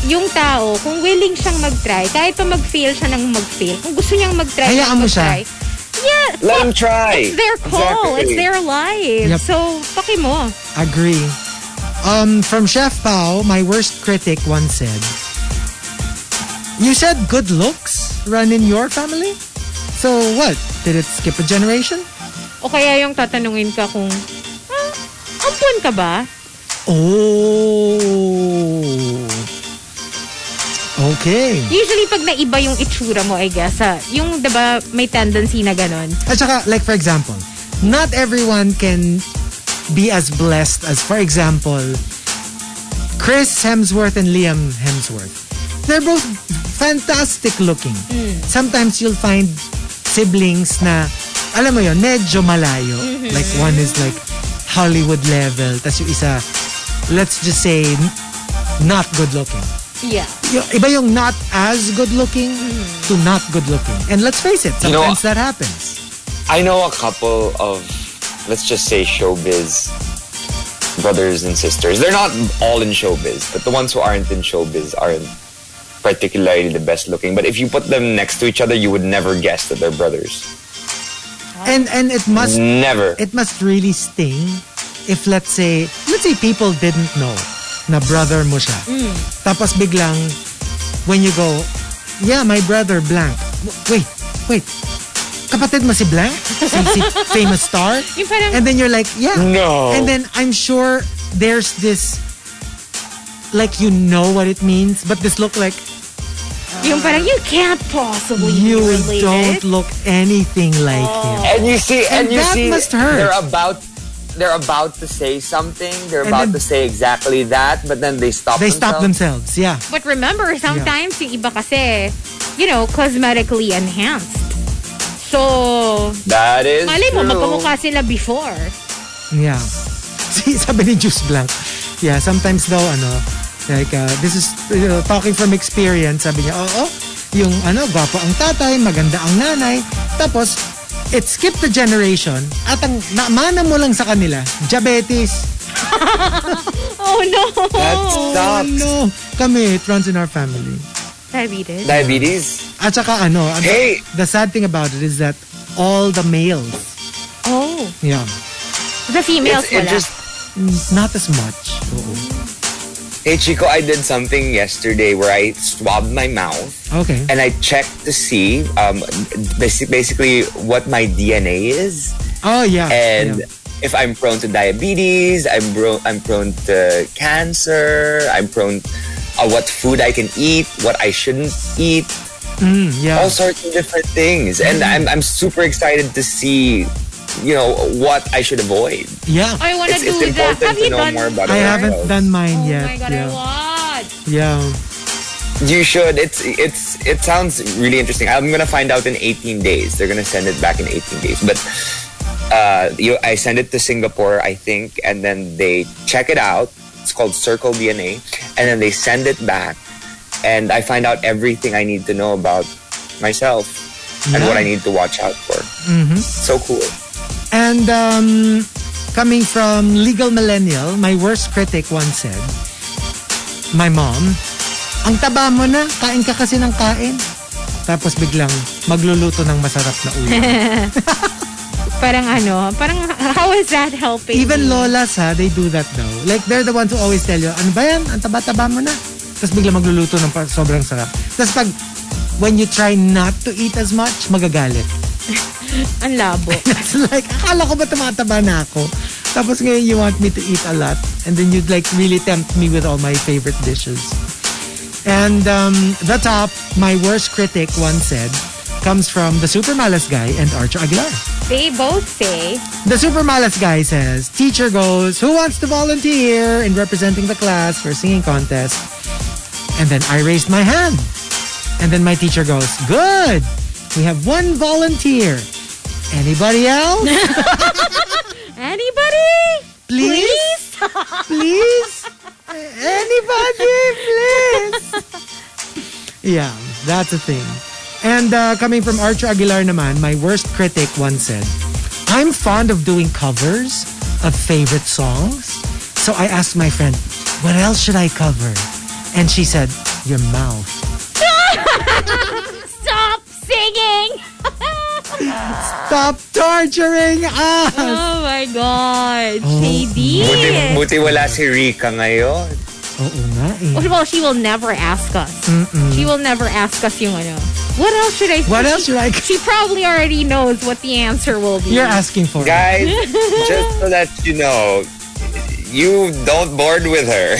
Speaker 8: yung tao, kung willing siyang mag-try, kahit pa mag-fail siya ng mag-fail, kung gusto niyang mag-try,
Speaker 2: Hayaan mo
Speaker 8: mag-try.
Speaker 2: siya.
Speaker 8: Yeah,
Speaker 4: Let him try.
Speaker 8: it's their call. It's their life.
Speaker 2: Yep.
Speaker 8: So, paki mo.
Speaker 2: Agree. Um, from Chef Pao, my worst critic once said, You said good looks run in your family? So what? Did it skip a generation?
Speaker 8: O kaya yung tatanungin ka kung, ah, ampon ka ba?
Speaker 2: Oh. Okay.
Speaker 8: Usually, pag naiba yung itsura mo, I guess, ha, yung, di ba, may tendency na ganun.
Speaker 2: At saka, like for example, not everyone can be as blessed as, for example, Chris Hemsworth and Liam Hemsworth. They're both fantastic looking. Sometimes you'll find siblings na, alam mo yon medyo malayo. Like one is like Hollywood level, tas yung isa, let's just say, not good looking
Speaker 8: Yeah.
Speaker 2: yung, iba yung not as good looking to not good looking. And let's face it,
Speaker 4: You know,
Speaker 2: sometimes that happens.
Speaker 4: I know a couple of, let's just say, showbiz brothers and sisters. They're not all in showbiz, but the ones who aren't in showbiz aren't particularly the best looking. But if you put them next to each other, you would never guess that they're brothers.
Speaker 2: And and it must
Speaker 4: Mm. Never.
Speaker 2: it must really sting if let's say let's say people didn't know na brother mo siya.
Speaker 8: Mm.
Speaker 2: Tapos biglang when you go, yeah, my brother blank. W- Wait, wait. Kapatid mo si blank? Si, si famous star?
Speaker 8: Yung parang,
Speaker 2: And then you're like, yeah.
Speaker 4: No.
Speaker 2: And then I'm sure there's this, like you know what it means, but this look like
Speaker 8: yung parang, you can't possibly
Speaker 2: you
Speaker 8: be related.
Speaker 2: don't look anything like
Speaker 8: Oh.
Speaker 2: him.
Speaker 4: And you see, and,
Speaker 2: And
Speaker 4: you
Speaker 2: that
Speaker 4: see,
Speaker 2: must hurt.
Speaker 4: they're about, they're about to say something. They're
Speaker 2: And
Speaker 4: about
Speaker 2: then-
Speaker 4: to say exactly that, but then they stop.
Speaker 2: They stop themselves. Yeah,
Speaker 8: But remember, sometimes yung iba kasi, you know, cosmetically enhanced. So,
Speaker 4: That is.
Speaker 8: malay mo,
Speaker 4: true.
Speaker 8: magkamukha sila before.
Speaker 2: yeah. See, sabi ni Juice Blanc. Yeah, sometimes daw ano, like uh, this is you know, talking from experience. Sabi niya, oo, yung ano, gwapo ang tatay, maganda ang nanay. Tapos, it skipped the generation at ang naamana mo lang sa kanila, diabetes.
Speaker 8: Oh, no!
Speaker 4: That
Speaker 2: Oh,
Speaker 4: sucks.
Speaker 2: no. Kami, it runs in our family.
Speaker 8: Diabetes.
Speaker 4: Diabetes.
Speaker 2: At saka ano, ang-
Speaker 4: Hey!
Speaker 2: the sad thing about it is that all the males,
Speaker 8: Oh.
Speaker 2: yeah,
Speaker 8: The females
Speaker 4: It's, it
Speaker 8: wala.
Speaker 4: just.
Speaker 2: Not as much. Oo.
Speaker 4: Hey Chico, I did something yesterday where I swabbed my mouth
Speaker 2: Okay.
Speaker 4: Oh. and I checked to see um, basi- basically what my DNA is
Speaker 2: Oh, yeah.
Speaker 4: and
Speaker 2: yeah.
Speaker 4: if I'm prone to diabetes, I'm, bro- I'm prone to cancer, I'm prone uh, what food I can eat, what I shouldn't eat,
Speaker 2: Mm, yeah. Mm-hmm.
Speaker 4: all sorts of different things. And I'm, I'm super excited to see, you know, what I should avoid.
Speaker 2: yeah.
Speaker 8: I wanna
Speaker 4: It's,
Speaker 8: do
Speaker 4: it's
Speaker 8: that. Have
Speaker 4: important to
Speaker 8: you
Speaker 4: know
Speaker 8: done
Speaker 4: more about
Speaker 2: I
Speaker 4: it.
Speaker 2: haven't done mine
Speaker 8: Oh
Speaker 2: yet.
Speaker 8: my God, I
Speaker 2: yeah.
Speaker 8: want.
Speaker 2: yeah.
Speaker 4: You should. It's it's it sounds really interesting. I'm gonna find out in 18 days. They're gonna send it back in 18 days. But uh, you, I send it to Singapore, I think, and then they check it out. It's called Circle DNA, and then they send it back, and I find out everything I need to know about myself and what I need to watch out for. So cool.
Speaker 2: And um, coming from Legal Millennial, my worst critic once said, my mom, ang taba mo na, kain ka kasi ng kain. Tapos biglang magluluto ng masarap na ulam.
Speaker 8: Parang ano, parang how is that helping? me?
Speaker 2: Even lolas ha, they do that daw. Like they're the ones who always tell you, ano ba yan? Ang taba-taba mo na. Tapos bigla magluluto ng par- sobrang sarap. Tapos pag, when you try not to eat as much, magagalit.
Speaker 8: Ang labo.
Speaker 2: It's like, akala ko ba tumataba na ako? Tapos ngayon, you want me to eat a lot. And then you'd like really tempt me with all my favorite dishes. And um, the top, my worst critic once said, comes from the Super Malas Guy and Archer Aguilar.
Speaker 8: They both say,
Speaker 2: The super malas guy says, teacher goes, who wants to volunteer in representing the class for a singing contest? And then I raised my hand. And then my teacher goes, good. We have one volunteer. Anybody else?
Speaker 8: anybody?
Speaker 2: Please? Please? Anybody, please? Yeah, that's a thing. And uh, coming from Archer Aguilar naman, my worst critic once said, I'm fond of doing covers of favorite songs. So I asked my friend, what else should I cover? And she said, your mouth.
Speaker 9: Stop singing!
Speaker 2: Stop torturing us!
Speaker 3: Oh my God.
Speaker 2: Oh.
Speaker 3: JD.
Speaker 4: Buti, buti wala si Rika ngayon.
Speaker 2: Oo nga eh.
Speaker 3: Well, she will never ask us. She will never ask us yung ano. What else should I say?
Speaker 2: What else should I...
Speaker 3: She probably already knows what the answer will be.
Speaker 2: You're asking for it.
Speaker 4: Guys, just so that you know, you don't board with her.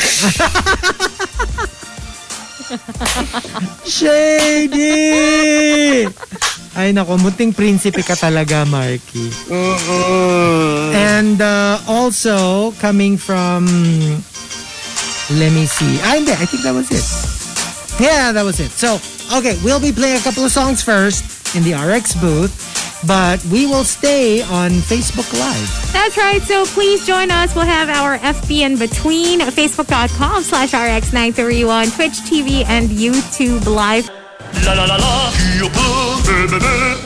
Speaker 2: Shady! Ay nako, munting prinsipe ka talaga, Marky. And uh, also, coming from... Let me see. Ah, hindi. I think that was it. Yeah, that was it. So, okay, we'll be playing a couple of songs first in the RX booth. But we will stay on Facebook Live.
Speaker 3: That's right. So please join us. We'll have our FB in between. Facebook.com slash RX931, Twitch TV, and YouTube Live.
Speaker 6: La la la la, qui peut aimer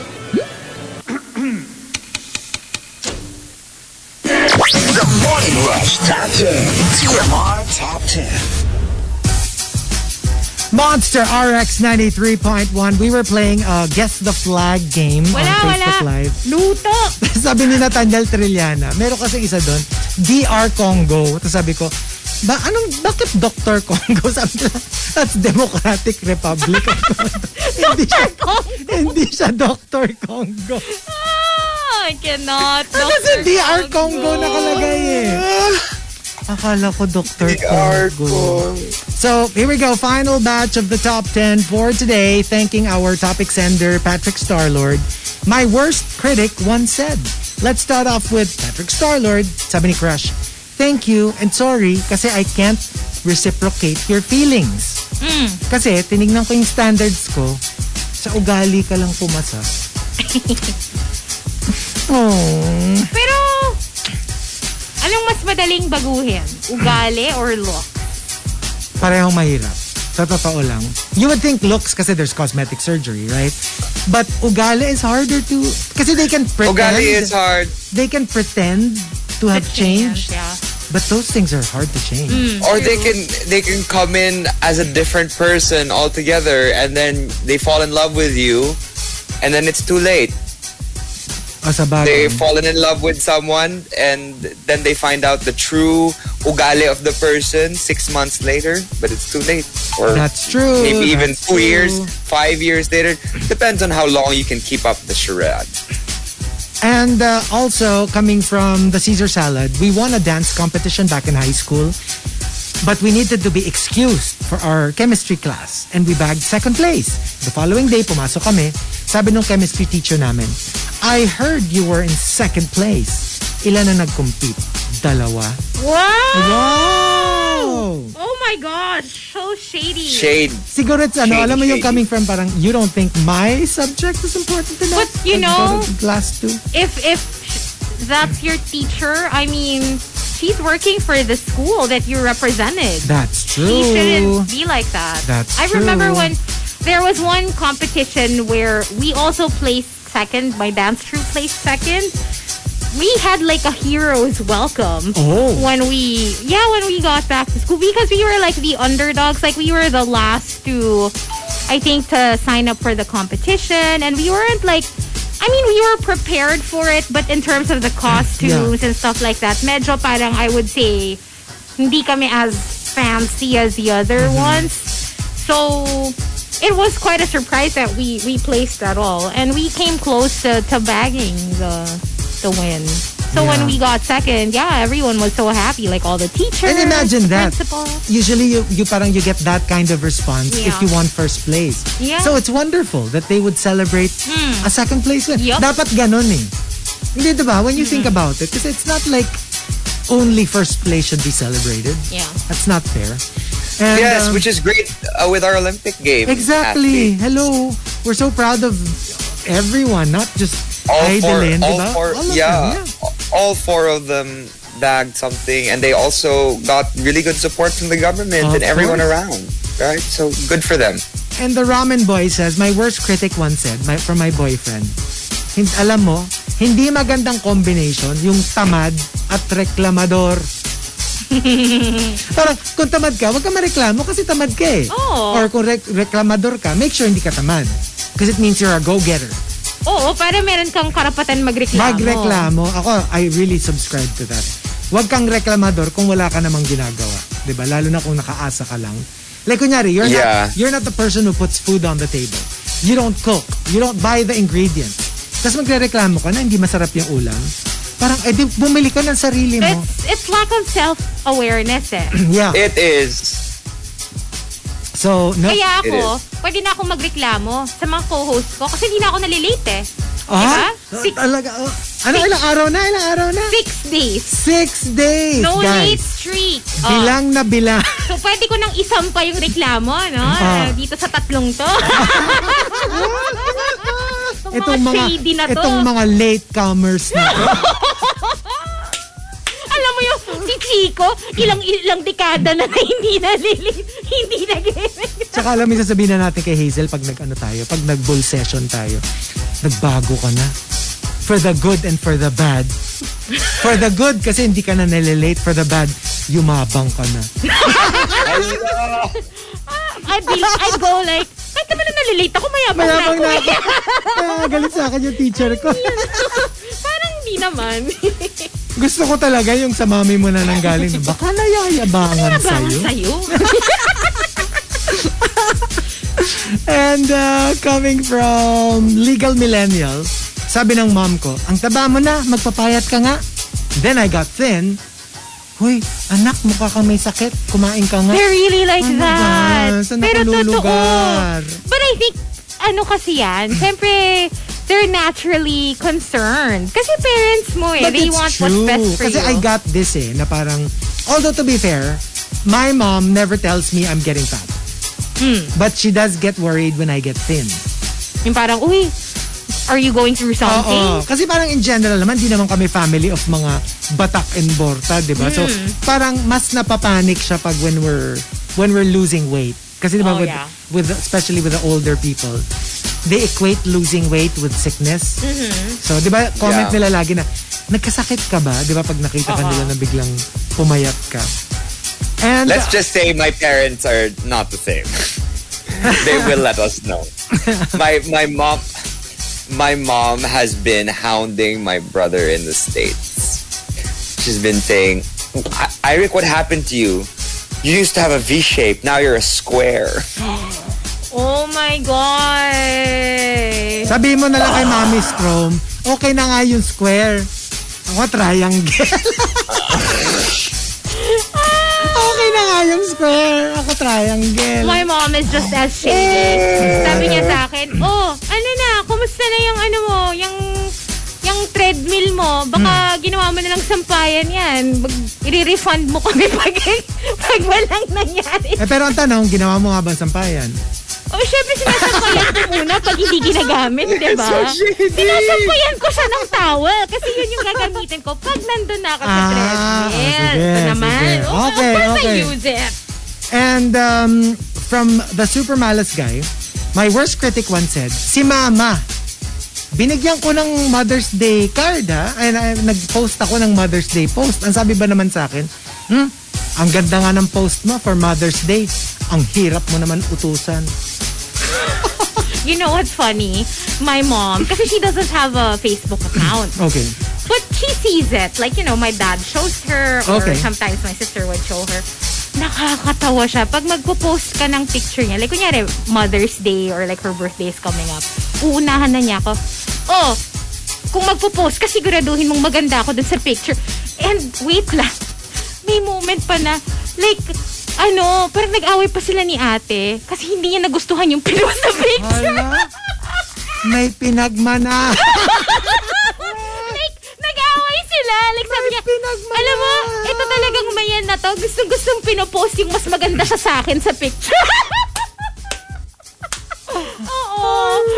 Speaker 10: The Morning Rush Top 10. TMR Top 10.
Speaker 2: Monster RX 93.1. We were playing uh, Guess the Flag game on
Speaker 3: Wala, wala.
Speaker 2: Facebook Live.
Speaker 3: Luto.
Speaker 2: sabi ni Nathaniel Trillana, meron kasi isa doon, DR Congo. Tapos sabi ko, ba, anong, bakit Dr. Congo? Sabi nila, that's Democratic Republic of Congo. hindi, siya, hindi siya Dr. Congo. Ano
Speaker 3: Oh, I cannot.
Speaker 2: Kasi DR Congo nakalagay eh. Akala ko Dr. Congo. So, here we go. Final batch of the top 10 for today. Thanking our topic sender, Patrick Starlord. My worst critic once said. Let's start off with Patrick Starlord. Sabi ni Crush, Thank you and sorry kasi I can't reciprocate your feelings. Kasi tinignan ko yung standards ko. Sa ugali ka lang pumasa. oh.
Speaker 3: Pero, anong mas madaling baguhin? Ugali or look?
Speaker 2: parehong mahirap. Sa totoo lang. You would think looks kasi there's cosmetic surgery, right? But ugali is harder to... Kasi they can pretend...
Speaker 4: Ugali Oh, is hard.
Speaker 2: They can pretend to have changed.
Speaker 3: Yeah.
Speaker 2: But those things are hard to change.
Speaker 4: Or they can they can come in as a different person altogether and then they fall in love with you and then it's too late.
Speaker 2: O sa bagay.
Speaker 4: They've fallen in love with someone and then they find out the true ugali of the person six months later, but it's too late. Or
Speaker 2: That's true.
Speaker 4: maybe even
Speaker 2: that's
Speaker 4: two
Speaker 2: true.
Speaker 4: years, five years later. Depends on how long you can keep up the charade.
Speaker 2: And uh, also, coming from the Caesar Salad, we won a dance competition back in high school. But we needed to be excused for our chemistry class. And we bagged second place. The following day, pumasok kami. Sabi nung chemistry teacher namin, I heard you were in second place. Ilan na nag-compete? Dalawa.
Speaker 3: Wow!
Speaker 2: Wow!
Speaker 3: Oh my gosh, so shady.
Speaker 4: Shade.
Speaker 2: Siguro it's ano,
Speaker 4: Shady,
Speaker 2: alam mo yung
Speaker 4: shady.
Speaker 2: coming from parang, you don't think my subject is important enough?
Speaker 3: But, you
Speaker 2: I've
Speaker 3: know-
Speaker 2: got a Class two.
Speaker 3: If if that's your teacher, I mean, she's working for the school that you represented.
Speaker 2: That's true.
Speaker 3: She shouldn't be like that.
Speaker 2: That's
Speaker 3: I remember
Speaker 2: true.
Speaker 3: when there was one competition where we also placed second. My dance crew placed second. We had like a hero's welcome
Speaker 2: Oh.
Speaker 3: when we yeah when we got back to school because we were like the underdogs like we were the last to I think to sign up for the competition and we weren't like I mean we were prepared for it but in terms of the costumes and stuff like that medyo parang I would say hindi kami as fancy as the other ones. So it was quite a surprise that we we placed at all, and we came close to, to bagging the the win. So when
Speaker 2: Yeah.
Speaker 3: we got second, yeah, everyone was so happy, like all the teachers.
Speaker 2: And imagine that.
Speaker 3: Principal.
Speaker 2: Usually, you, you parang you get that kind of response
Speaker 3: Yeah.
Speaker 2: if you want first place.
Speaker 3: Yeah. Hmm.
Speaker 2: So it's wonderful that they would celebrate a second place win.
Speaker 3: Yup. Hmm.
Speaker 2: Dapat ganun eh. Hindi diba? When you think about it, kasi it's not like only first place should be celebrated.
Speaker 3: Yeah.
Speaker 2: That's not fair. And,
Speaker 4: Yes,
Speaker 2: um,
Speaker 4: which is great uh, with our Olympic games.
Speaker 2: exactly. Hello, we're so proud of everyone, not just
Speaker 4: all four,
Speaker 2: Idolin,
Speaker 4: all
Speaker 2: diba?
Speaker 4: four,
Speaker 2: All of
Speaker 4: yeah,
Speaker 2: them, yeah.
Speaker 4: all four of them bagged something, and they also got really good support from the government
Speaker 2: Of
Speaker 4: and everyone
Speaker 2: course.
Speaker 4: around. Right, so good for them.
Speaker 2: And the ramen boy says, my worst critic once said, my, from my boyfriend, hin- alam mo, hindi magandang combination yung tamad at reklamador. Parang kung tamad ka, huwag ka mareklamo kasi tamad ka eh.
Speaker 3: Oo.
Speaker 2: Or kung rek- reklamador ka, make sure hindi ka tamad. Because it means you're a go-getter.
Speaker 3: Oo, Oh, para meron kang karapatan magreklamo.
Speaker 2: Magreklamo. Ako, I really subscribe to that. Huwag kang reklamador kung wala ka namang ginagawa. 'Di ba? Lalo na kung nakaasa ka lang. Like, kunyari, you're,
Speaker 4: Yeah.
Speaker 2: not, you're not the person who puts food on the table. You don't cook. You don't buy the ingredients. Tapos magrereklamo ka na hindi masarap yung ulam. Parang, edi, bumili ka ng sarili mo.
Speaker 3: It's, it's lack of self-awareness eh.
Speaker 2: yeah.
Speaker 4: It is.
Speaker 2: So, no.
Speaker 3: Kaya
Speaker 4: It
Speaker 3: ako, pwede na akong magreklamo sa mga co-host ko kasi hindi na ako nalilate eh.
Speaker 2: Ah,
Speaker 3: diba? Six-
Speaker 2: talaga, oh. ano, ilang araw na? Ilang araw na?
Speaker 3: Six days.
Speaker 2: Six days,
Speaker 3: No late
Speaker 2: guys.
Speaker 3: streak. Oh.
Speaker 2: Bilang na bilang.
Speaker 3: So, pwede ko nang isampa yung reklamo, no?
Speaker 2: Ah.
Speaker 3: Dito sa tatlong to. Itong
Speaker 2: Itong
Speaker 3: mga
Speaker 2: mga,
Speaker 3: shady na to.
Speaker 2: itong mga latecomers na to.
Speaker 3: Alam mo yung si Chico, ilang ilang dekada na na hindi nalilate. Hindi na
Speaker 2: Tsaka alam mo yung sasabihin na natin kay Hazel pag nag-ano tayo, pag nag-bull session tayo, nagbago ka na. For the good and for the bad. For the good, kasi hindi ka na nalilate. For the bad, yumabang ka na.
Speaker 3: I, be, I go like, kahit naman na nalilate ako, mayabang,
Speaker 2: Mayabang
Speaker 3: na
Speaker 2: na
Speaker 3: ako.
Speaker 2: ako. Kaya galit sa akin yung teacher ko.
Speaker 3: Parang hindi naman.
Speaker 2: Gusto ko talaga yung sa mami mo na nanggaling. Baka nayayabangan
Speaker 3: Abangan
Speaker 2: sa'yo.
Speaker 3: sa'yo.
Speaker 2: And uh, coming from Legal Millennial, sabi ng mom ko, ang taba mo na, magpapayat ka nga. Then I got thin. Huy, anak, mukha kang may sakit. Kumain ka nga.
Speaker 3: They're really like
Speaker 2: Ano ba?
Speaker 3: that.
Speaker 2: Saan
Speaker 3: Pero totoo.
Speaker 2: nakalulugar?
Speaker 3: But I think, ano kasi yan, siyempre, they're naturally concerned. Kasi parents mo eh,
Speaker 2: But
Speaker 3: they
Speaker 2: it's
Speaker 3: want
Speaker 2: true.
Speaker 3: what's best for
Speaker 2: Kasi
Speaker 3: you.
Speaker 2: I got this eh, na parang, although to be fair, my mom never tells me I'm getting fat.
Speaker 3: Hmm.
Speaker 2: But she does get worried when I get thin.
Speaker 3: Yung parang, uy, are you going through
Speaker 2: Oo.
Speaker 3: something?
Speaker 2: Kasi parang in general naman, di naman kami family of mga batak and borta, di ba? So,
Speaker 3: Hmm.
Speaker 2: parang mas napapanik siya pag when we're, when we're losing weight. Kasi di ba,
Speaker 3: Oh,
Speaker 2: with,
Speaker 3: yeah.
Speaker 2: with, especially with the older people, they equate losing weight with sickness.
Speaker 3: Mm-hmm.
Speaker 2: So, di ba, comment
Speaker 4: Yeah.
Speaker 2: nila lagi na, nagkasakit ka ba? Di ba, pag nakita
Speaker 3: Uh-huh.
Speaker 2: ka nila na biglang pumayat ka. And,
Speaker 4: Let's just say my parents are not the same. they will let us know. My my mom my mom has been hounding my brother in the States. She's been saying, "I- Eric, what happened to you? You used to have a V shape, now you're a square.
Speaker 3: Oh my God.
Speaker 2: sabi mo na lang kay Mami Strom, okay na nga yung square. Ako, triangle. okay na nga yung square. Ako, triangle.
Speaker 3: My mom is just as shady. Sabi niya sa akin, oh, ano na, kumusta na yung ano mo, yung yung treadmill mo, baka
Speaker 2: Hmm.
Speaker 3: ginawa mo na lang sampayan yan. Mag, i-refund mo kami pag, pag walang nangyari.
Speaker 2: Eh, pero ang tanong, ginawa mo nga ba ang sampayan?
Speaker 3: Oh, syempre sinasampayan ko muna pag hindi ginagamit, diba? di ba? Sinasampayan ko siya ng towel kasi yun yung gagamitin ko pag nandun na ako sa
Speaker 2: Ah,
Speaker 3: treadmill.
Speaker 2: sige,
Speaker 3: Ito naman.
Speaker 2: sige.
Speaker 3: Oh,
Speaker 2: Okay,
Speaker 3: of course
Speaker 2: okay.
Speaker 3: I use it.
Speaker 2: And um, from the super malas guy, my worst critic once said, si mama, binigyan ko ng Mother's Day card ha. Ay, na- nag-post ako ng Mother's Day post. Ang sabi ba naman sa akin, hmm, ang ganda nga ng post mo for Mother's Day. Ang hirap mo naman utusan.
Speaker 3: You know what's funny? My mom, kasi she doesn't have a Facebook account.
Speaker 2: Okay.
Speaker 3: But she sees it. Like, you know, my dad shows her or
Speaker 2: Okay.
Speaker 3: sometimes my sister would show her. Nakakatawa siya. Pag magpo-post ka ng picture niya, like kunyari, Mother's Day or like her birthday is coming up, uunahan na niya ako. Oh, kung magpo-post ka, siguraduhin mong maganda ako dun sa picture. And wait lang, may moment pa na, like, ano, parang nag-away pa sila ni ate kasi hindi niya nagustuhan yung pinost na picture.
Speaker 2: Hala, may pinagmana.
Speaker 3: like, nag-away sila. Like, sabi niya, alam mo, ito talagang mayan na to. Gustong-gustong pinopost yung mas maganda siya sa akin sa picture. Oo.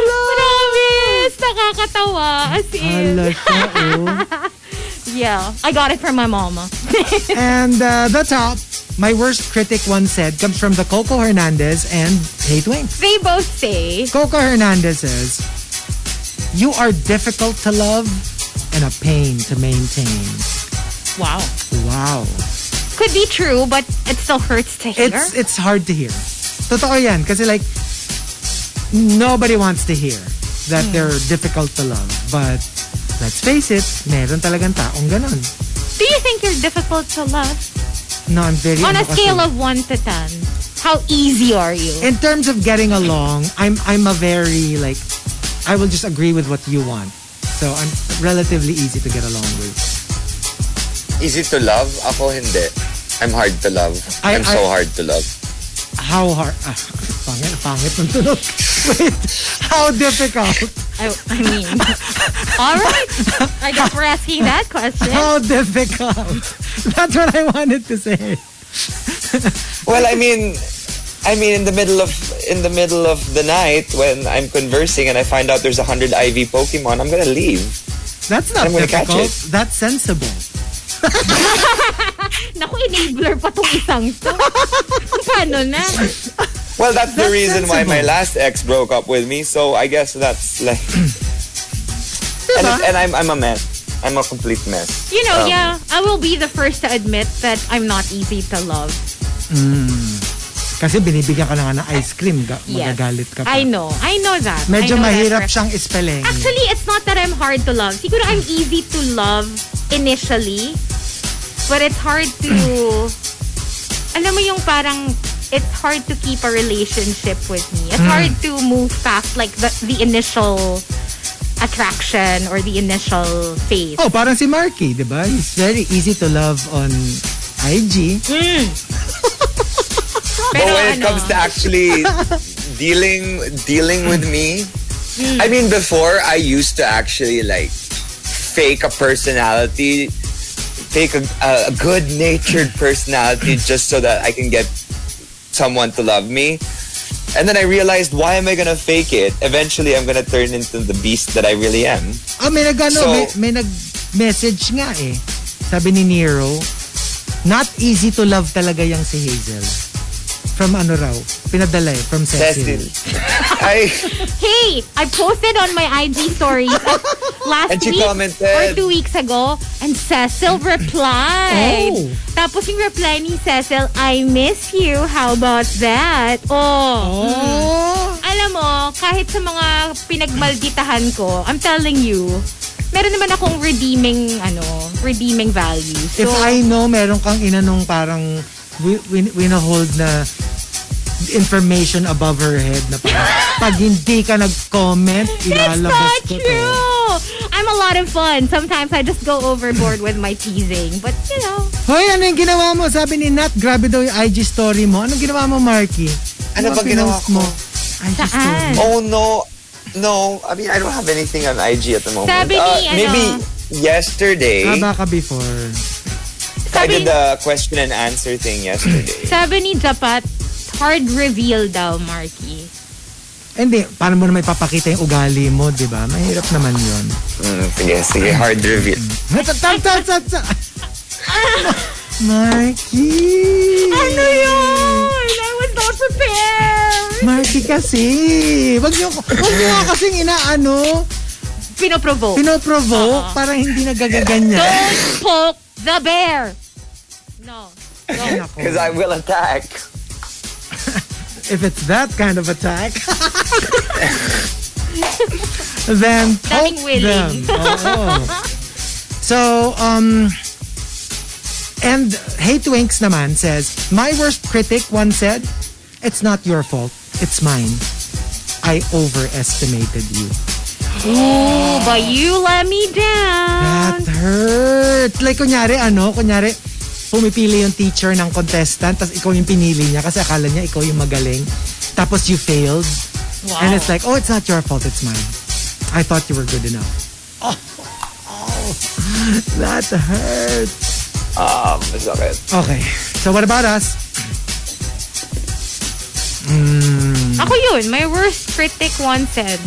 Speaker 3: Promise. Nakakatawa. As in.
Speaker 2: Hala siya, oh.
Speaker 3: Yeah. I got it from my mama.
Speaker 2: And uh, the top, my worst critic once said, comes from the Coco Hernandez and Hey Twain.
Speaker 3: They both say,
Speaker 2: Coco Hernandez says, You are difficult to love and a pain to maintain.
Speaker 11: Wow.
Speaker 2: Wow.
Speaker 3: Could be true, but it still hurts to hear.
Speaker 2: It's it's hard to hear. Totoo yan. Kasi like, nobody wants to hear that
Speaker 3: Hmm.
Speaker 2: they're difficult to love. But let's face it, meron talagang taong ganun.
Speaker 3: Do you think you're difficult to love?
Speaker 2: No, I'm very...
Speaker 3: On
Speaker 2: ano
Speaker 3: a
Speaker 2: kasi-
Speaker 3: scale of 1 to 10, how easy are you?
Speaker 2: in terms of getting along, I'm I'm a very like I will just agree with what you want. So I'm relatively easy to get along with.
Speaker 4: Easy to love? Ako hindi. I'm hard to love.
Speaker 2: I-
Speaker 4: I'm so
Speaker 2: I-
Speaker 4: hard to love.
Speaker 2: How hard? Ah, pangit, pangit ng tunog. Wait, how difficult?
Speaker 3: I, I mean, all right. I guess we're asking that question.
Speaker 2: How difficult? That's what I wanted to say.
Speaker 4: Well, I mean, I mean, in the middle of in the middle of the night when I'm conversing and I find out there's a hundred IV Pokemon, I'm gonna leave.
Speaker 2: That's not
Speaker 4: I'm gonna catch
Speaker 2: difficult. That's sensible.
Speaker 3: Naku, enabler pa tong isang to. Paano na?
Speaker 4: Well, that's, the
Speaker 2: That's
Speaker 4: reason why my
Speaker 2: sensible.
Speaker 4: last ex broke up with me. So I guess that's like, and,
Speaker 2: Diba?
Speaker 4: it's- and I'm I'm a mess. I'm a complete mess.
Speaker 3: You know,
Speaker 4: Um,
Speaker 3: yeah, I will be the first to admit that I'm not easy to love.
Speaker 2: Kasi binibigyan ka na nga ng ice cream, ga-
Speaker 3: Yes.
Speaker 2: magagalit ka pa.
Speaker 3: I know. I know that.
Speaker 2: Medyo
Speaker 3: I know that
Speaker 2: mahirap
Speaker 3: reference.
Speaker 2: siyang ispelengin.
Speaker 3: Actually, it's not that I'm hard to love. Siguro I'm easy to love initially, but it's hard to... alam mo yung parang it's hard to keep a relationship with me.
Speaker 4: Mm.
Speaker 3: It's hard to move past like the, the initial attraction or the initial phase.
Speaker 2: Oh, parang si Marky, di ba? He's very easy to love on IG.
Speaker 4: But
Speaker 3: Pero
Speaker 4: when it
Speaker 3: ano,
Speaker 4: comes to actually dealing dealing with me,
Speaker 3: Hmm.
Speaker 4: I mean, before I used to actually like fake a personality, fake a, a good natured personality just so that I can get someone to love me. And then I realized, why am I gonna fake it? Eventually, I'm gonna turn into the beast that I really am.
Speaker 2: Ah, may nag, ano,
Speaker 4: So-
Speaker 2: may, may nag-message nga eh. Sabi ni Nero, not easy to love talaga yung si Hazel. From ano raw? Pinadala eh, from Cecil.
Speaker 4: Cecil, I
Speaker 3: Hey, I posted on my IG stories uh, last
Speaker 4: And she
Speaker 3: week
Speaker 4: commented.
Speaker 3: or two weeks ago, and Cecil replied.
Speaker 2: Oh.
Speaker 3: Tapos yung reply ni Cecil, I miss you. How about that? Oh.
Speaker 2: Oh!
Speaker 3: Alam mo, kahit sa mga pinagmalditahan ko, I'm telling you, meron naman akong redeeming, ano, redeeming value. So,
Speaker 2: If I know meron kang inanong parang wi- win- winahold na information above her head na parang pag hindi ka nag-comment,
Speaker 3: That's
Speaker 2: ilalabas
Speaker 3: not
Speaker 2: ko
Speaker 3: true.
Speaker 2: to.
Speaker 3: I'm a lot of fun. Sometimes I just go overboard with my teasing. But, you know,
Speaker 2: Hoy, ano yung ginawa mo? Sabi ni Nat, grabe daw yung IG story mo. Anong ginawa mo, Marky?
Speaker 4: Ano ba
Speaker 2: ang pinost
Speaker 4: ginawa ko?
Speaker 2: mo? IG story.
Speaker 3: saan?
Speaker 4: Oh no, no. I mean, I don't have anything on IG at the moment.
Speaker 3: Sabi
Speaker 4: Uh,
Speaker 3: ni, ano?
Speaker 4: maybe
Speaker 3: Eh?
Speaker 4: yesterday.
Speaker 2: Ah, baka before.
Speaker 4: I
Speaker 3: Sabi-
Speaker 4: did the question and answer thing yesterday.
Speaker 3: Sabi ni Japat, hard reveal daw, Marky.
Speaker 2: Hindi, paano mo naman ipapakita yung ugali mo, di ba? Mahirap naman yun.
Speaker 4: Mm, sige, sige. Hard reveal.
Speaker 2: Tag, tag, tag, tag, tag. Marky!
Speaker 3: Ano yun? I was not prepared!
Speaker 2: Marky kasi! Wag niyo, wag niyo nga kasing inaano,
Speaker 3: Pinoprovoke.
Speaker 2: pinoprovoke, parang hindi nagagaganyan.
Speaker 3: Don't poke the bear! No. No.
Speaker 2: Nako,
Speaker 4: Because I will attack.
Speaker 2: If it's that kind of attack, then poke
Speaker 3: Daming willing.
Speaker 2: them. Oo. So, um, and Hate Winks naman says, My worst critic once said, It's not your fault, it's mine. I overestimated you.
Speaker 3: Ooh, Oh, but you let me down.
Speaker 2: That hurt. Like, kunyari, ano, kunyari, pumipili yung teacher ng contestant, tapos ikaw yung pinili niya kasi akala niya ikaw yung magaling. Tapos you failed. And it's like, oh, it's not your fault, it's mine. I thought you were good enough. Oh, oh that hurt.
Speaker 4: Um, masakit.
Speaker 2: Okay, so what about us?
Speaker 3: Ako yun, my worst critic once said,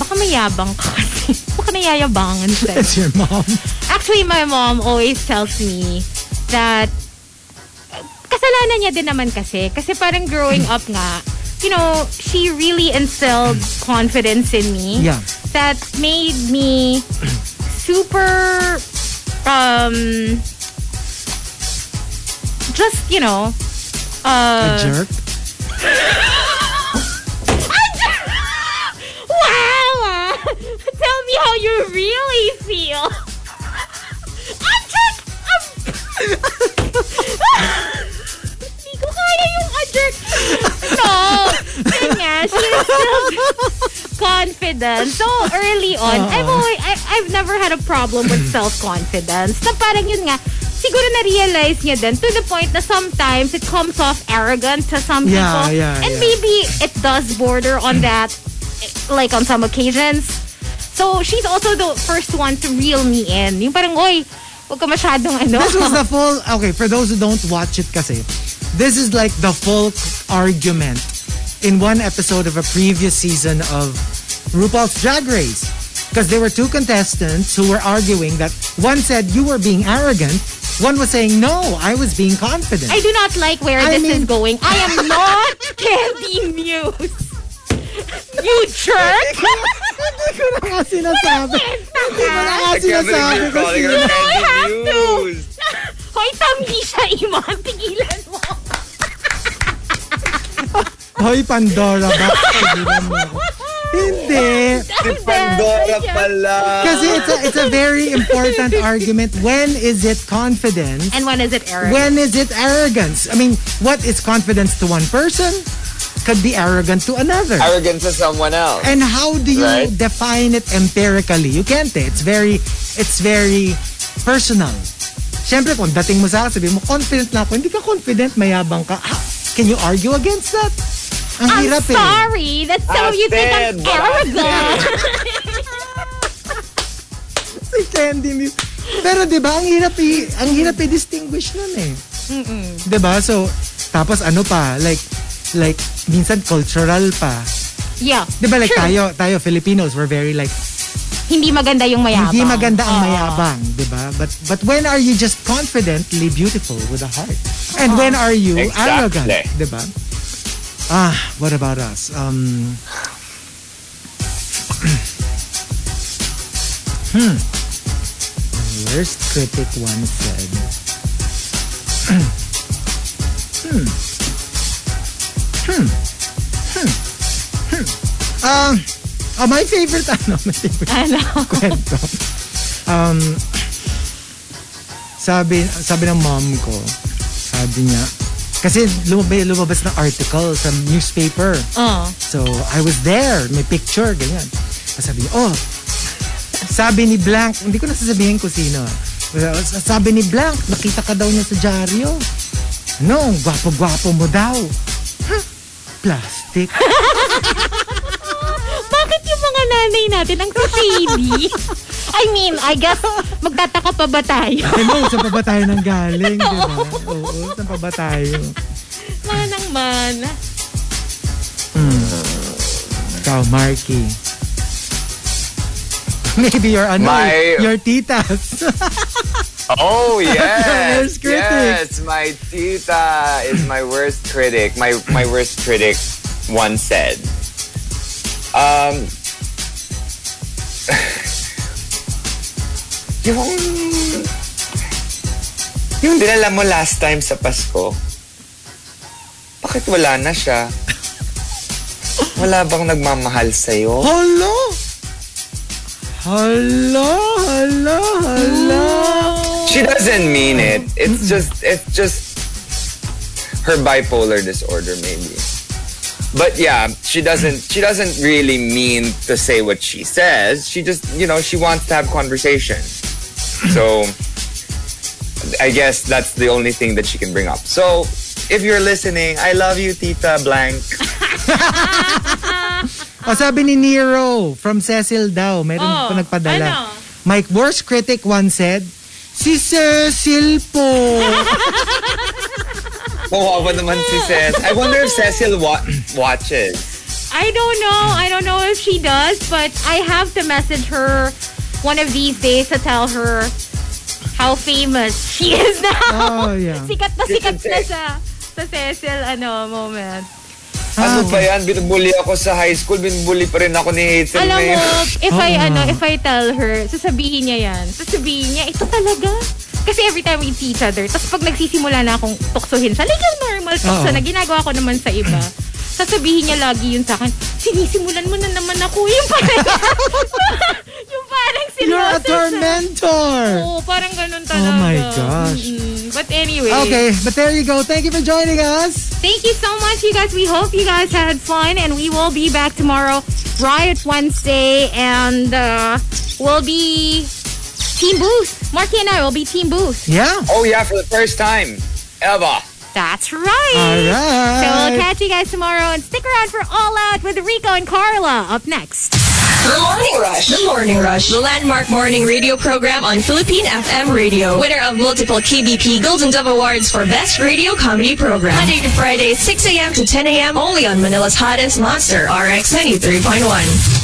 Speaker 3: baka mayabang ka kasi. Baka nayayabangan sa'yo.
Speaker 2: It's your mom.
Speaker 3: Actually, my mom always tells me that kasalanan niya din naman kasi. Kasi parang growing up nga, you know, she really instilled confidence in me.
Speaker 2: Yeah.
Speaker 3: That made me super um just, you know,
Speaker 2: A
Speaker 3: uh
Speaker 2: jerk?
Speaker 3: Wow! ah. Tell me how you really feel. I'm just... I'm... Hindi ko kaya yung adject. No. Yun nga, she's still confident. So, early on, I've, always, I, I've never had a problem with self-confidence. Na parang yun nga, siguro na-realize niya din to the point na sometimes it comes off arrogant to some
Speaker 2: Yeah,
Speaker 3: people.
Speaker 2: yeah,
Speaker 3: and
Speaker 2: yeah.
Speaker 3: maybe it does border on that eh, like on some occasions. So she's also the first one to reel me in. Yung parang, oy, huwag ka masyadong ano.
Speaker 2: This was the full, okay, for those who don't watch it kasi, this is like the full argument in one episode of a previous season of RuPaul's Drag Race. Because there were two contestants who were arguing that one said you were being arrogant, one was saying, no, I was being confident.
Speaker 3: I do not like where
Speaker 2: I
Speaker 3: this
Speaker 2: mean-
Speaker 3: is going. I am not Candy Muse. You jerk!
Speaker 2: Hindi ko na nga sinasabi. Hindi ko na nga
Speaker 4: can't believe
Speaker 2: sinasabi
Speaker 4: you're
Speaker 2: kasi
Speaker 4: calling
Speaker 2: yun.
Speaker 4: her
Speaker 3: I have
Speaker 4: Candy
Speaker 3: to.
Speaker 4: Muse.
Speaker 3: Hoy, tambi siya, Ima. Tigilan mo.
Speaker 2: Hoy, Pandora, bakit pagilan mo ako? Hindi.
Speaker 4: Si Pandora pala.
Speaker 2: Kasi it's a, it's a very important argument. When is it confidence?
Speaker 3: And when is it Eric?
Speaker 2: When is it arrogance? I mean, what is confidence to one person could be arrogant to another.
Speaker 4: Arrogant to someone else.
Speaker 2: And how do you
Speaker 4: Right.
Speaker 2: define it empirically? You can't eh. It's very, it's very personal. Siyempre, kung dating mo sa akin, sabihin mo, confident na ako. Hindi ka confident, mayabang ka. Ah, can you argue against that? Ang
Speaker 3: I'm
Speaker 2: hirap eh.
Speaker 3: sorry. That's how you think I'm
Speaker 4: Aspen, what
Speaker 3: arrogant.
Speaker 2: Si Candy Muse. Pero di ba, ang hirap i, ang hirap i-distinguish nun eh. Di ba? So, tapos ano pa, like, like, minsan cultural pa.
Speaker 3: yeah.
Speaker 2: Di ba, like
Speaker 3: True.
Speaker 2: tayo, tayo, Filipinos, we're very like,
Speaker 3: Hindi maganda yung mayabang.
Speaker 2: Hindi maganda ang
Speaker 3: Oo.
Speaker 2: mayabang, di ba? But, but when are you just confidently beautiful with a heart? And when are you arrogant,
Speaker 4: Exactly.
Speaker 2: di ba? Ah, what about us? Um, hmm. Worst critic once said, hmm. Hmm. Hmm. Hmm. Um, oh, my favorite, ano, my favorite
Speaker 3: Ano?
Speaker 2: kwento. Um, sabi, sabi ng mom ko, sabi niya, kasi lumabas, lumabas na article sa newspaper.
Speaker 3: Oo.
Speaker 2: So, I was there. May picture, ganyan. Tapos Sabi niya, oh, sabi ni Blank, hindi ko na sasabihin kung sino. ah. Sabi ni Blank, nakita ka daw niya sa dyaryo. No, ang gwapo-gwapo mo daw. Huh? Plastic.
Speaker 3: Bakit yung mga nanay natin ang so shady? I mean, I guess, magtataka pa ba tayo?
Speaker 2: Ay mo, saan pa ba tayo nang galing, di ba? Oo, saan pa ba tayo?
Speaker 3: Manang man.
Speaker 2: Ikaw, Marky. Maybe your ano,
Speaker 4: My-
Speaker 2: your titas.
Speaker 4: Oh
Speaker 2: Worst
Speaker 4: yes,
Speaker 2: critic.
Speaker 4: yes. My tita is my worst critic. My my worst critic once said, um, yung yung dinala mo last time sa Pasko, bakit wala na siya? Wala bang nagmamahal sa'yo?
Speaker 2: Hello? Hello, hello, hello.
Speaker 4: She doesn't mean it. It's just it's just her bipolar disorder maybe. But yeah, she doesn't she doesn't really mean to say what she says. She just, you know, she wants to have conversation. So I guess that's the only thing that she can bring up. So if you're listening, I love you, Tita Blank.
Speaker 2: O sabi ni Nero from Cecil daw, meron
Speaker 3: Oh,
Speaker 2: pa nagpadala.
Speaker 3: ano?
Speaker 2: My worst critic once said, si Cecil po.
Speaker 4: Kawawa naman si Cez. I wonder if Cecil wa- watches.
Speaker 3: I don't know. I don't know if she does, but I have to message her one of these days to tell her how famous she is now.
Speaker 2: Oh, yeah.
Speaker 3: Sikat na
Speaker 4: Good
Speaker 3: sikat na
Speaker 4: context.
Speaker 3: siya sa Cecil ano, moment.
Speaker 4: Ano ba yan? Binubully ako sa high school. Binubully pa rin ako ni Hazel
Speaker 3: Alam mo,
Speaker 4: ngayon.
Speaker 3: if I,
Speaker 2: Oo.
Speaker 3: ano, if I tell her, sasabihin niya yan. Sasabihin niya, ito talaga. Kasi every time we see each other, tapos pag nagsisimula na akong tuksohin siya, like yung normal
Speaker 2: Oo.
Speaker 3: tukso na ginagawa ko naman sa iba, sasabihin niya lagi yun sa akin, sinisimulan mo na naman ako. Yung parang, yung parang sinusin
Speaker 2: You're a
Speaker 3: siya.
Speaker 2: tormentor!
Speaker 3: Oo, parang ganun talaga.
Speaker 2: my gosh.
Speaker 3: Mm-mm. But anyway.
Speaker 2: Okay, but there you go. Thank you for joining us.
Speaker 3: Thank you so much, you guys. We hope you guys had fun, and we will be back tomorrow, Riot Wednesday, and uh, we'll be Team Booth. Marky and I will be Team Booth.
Speaker 2: Yeah.
Speaker 4: Oh yeah, for the first time ever.
Speaker 3: That's
Speaker 2: All
Speaker 3: right. So
Speaker 2: right.
Speaker 3: we'll catch you guys tomorrow, and stick around for All Out with Rico and Carla up next.
Speaker 1: The Morning Rush. The Morning Rush. The landmark morning radio program on Philippine FM Radio. Winner of multiple KBP Golden Dove Awards for Best Radio Comedy Program. Monday to Friday, 6 a.m. to 10 a.m. Only on Manila's hottest monster, RX 93.1.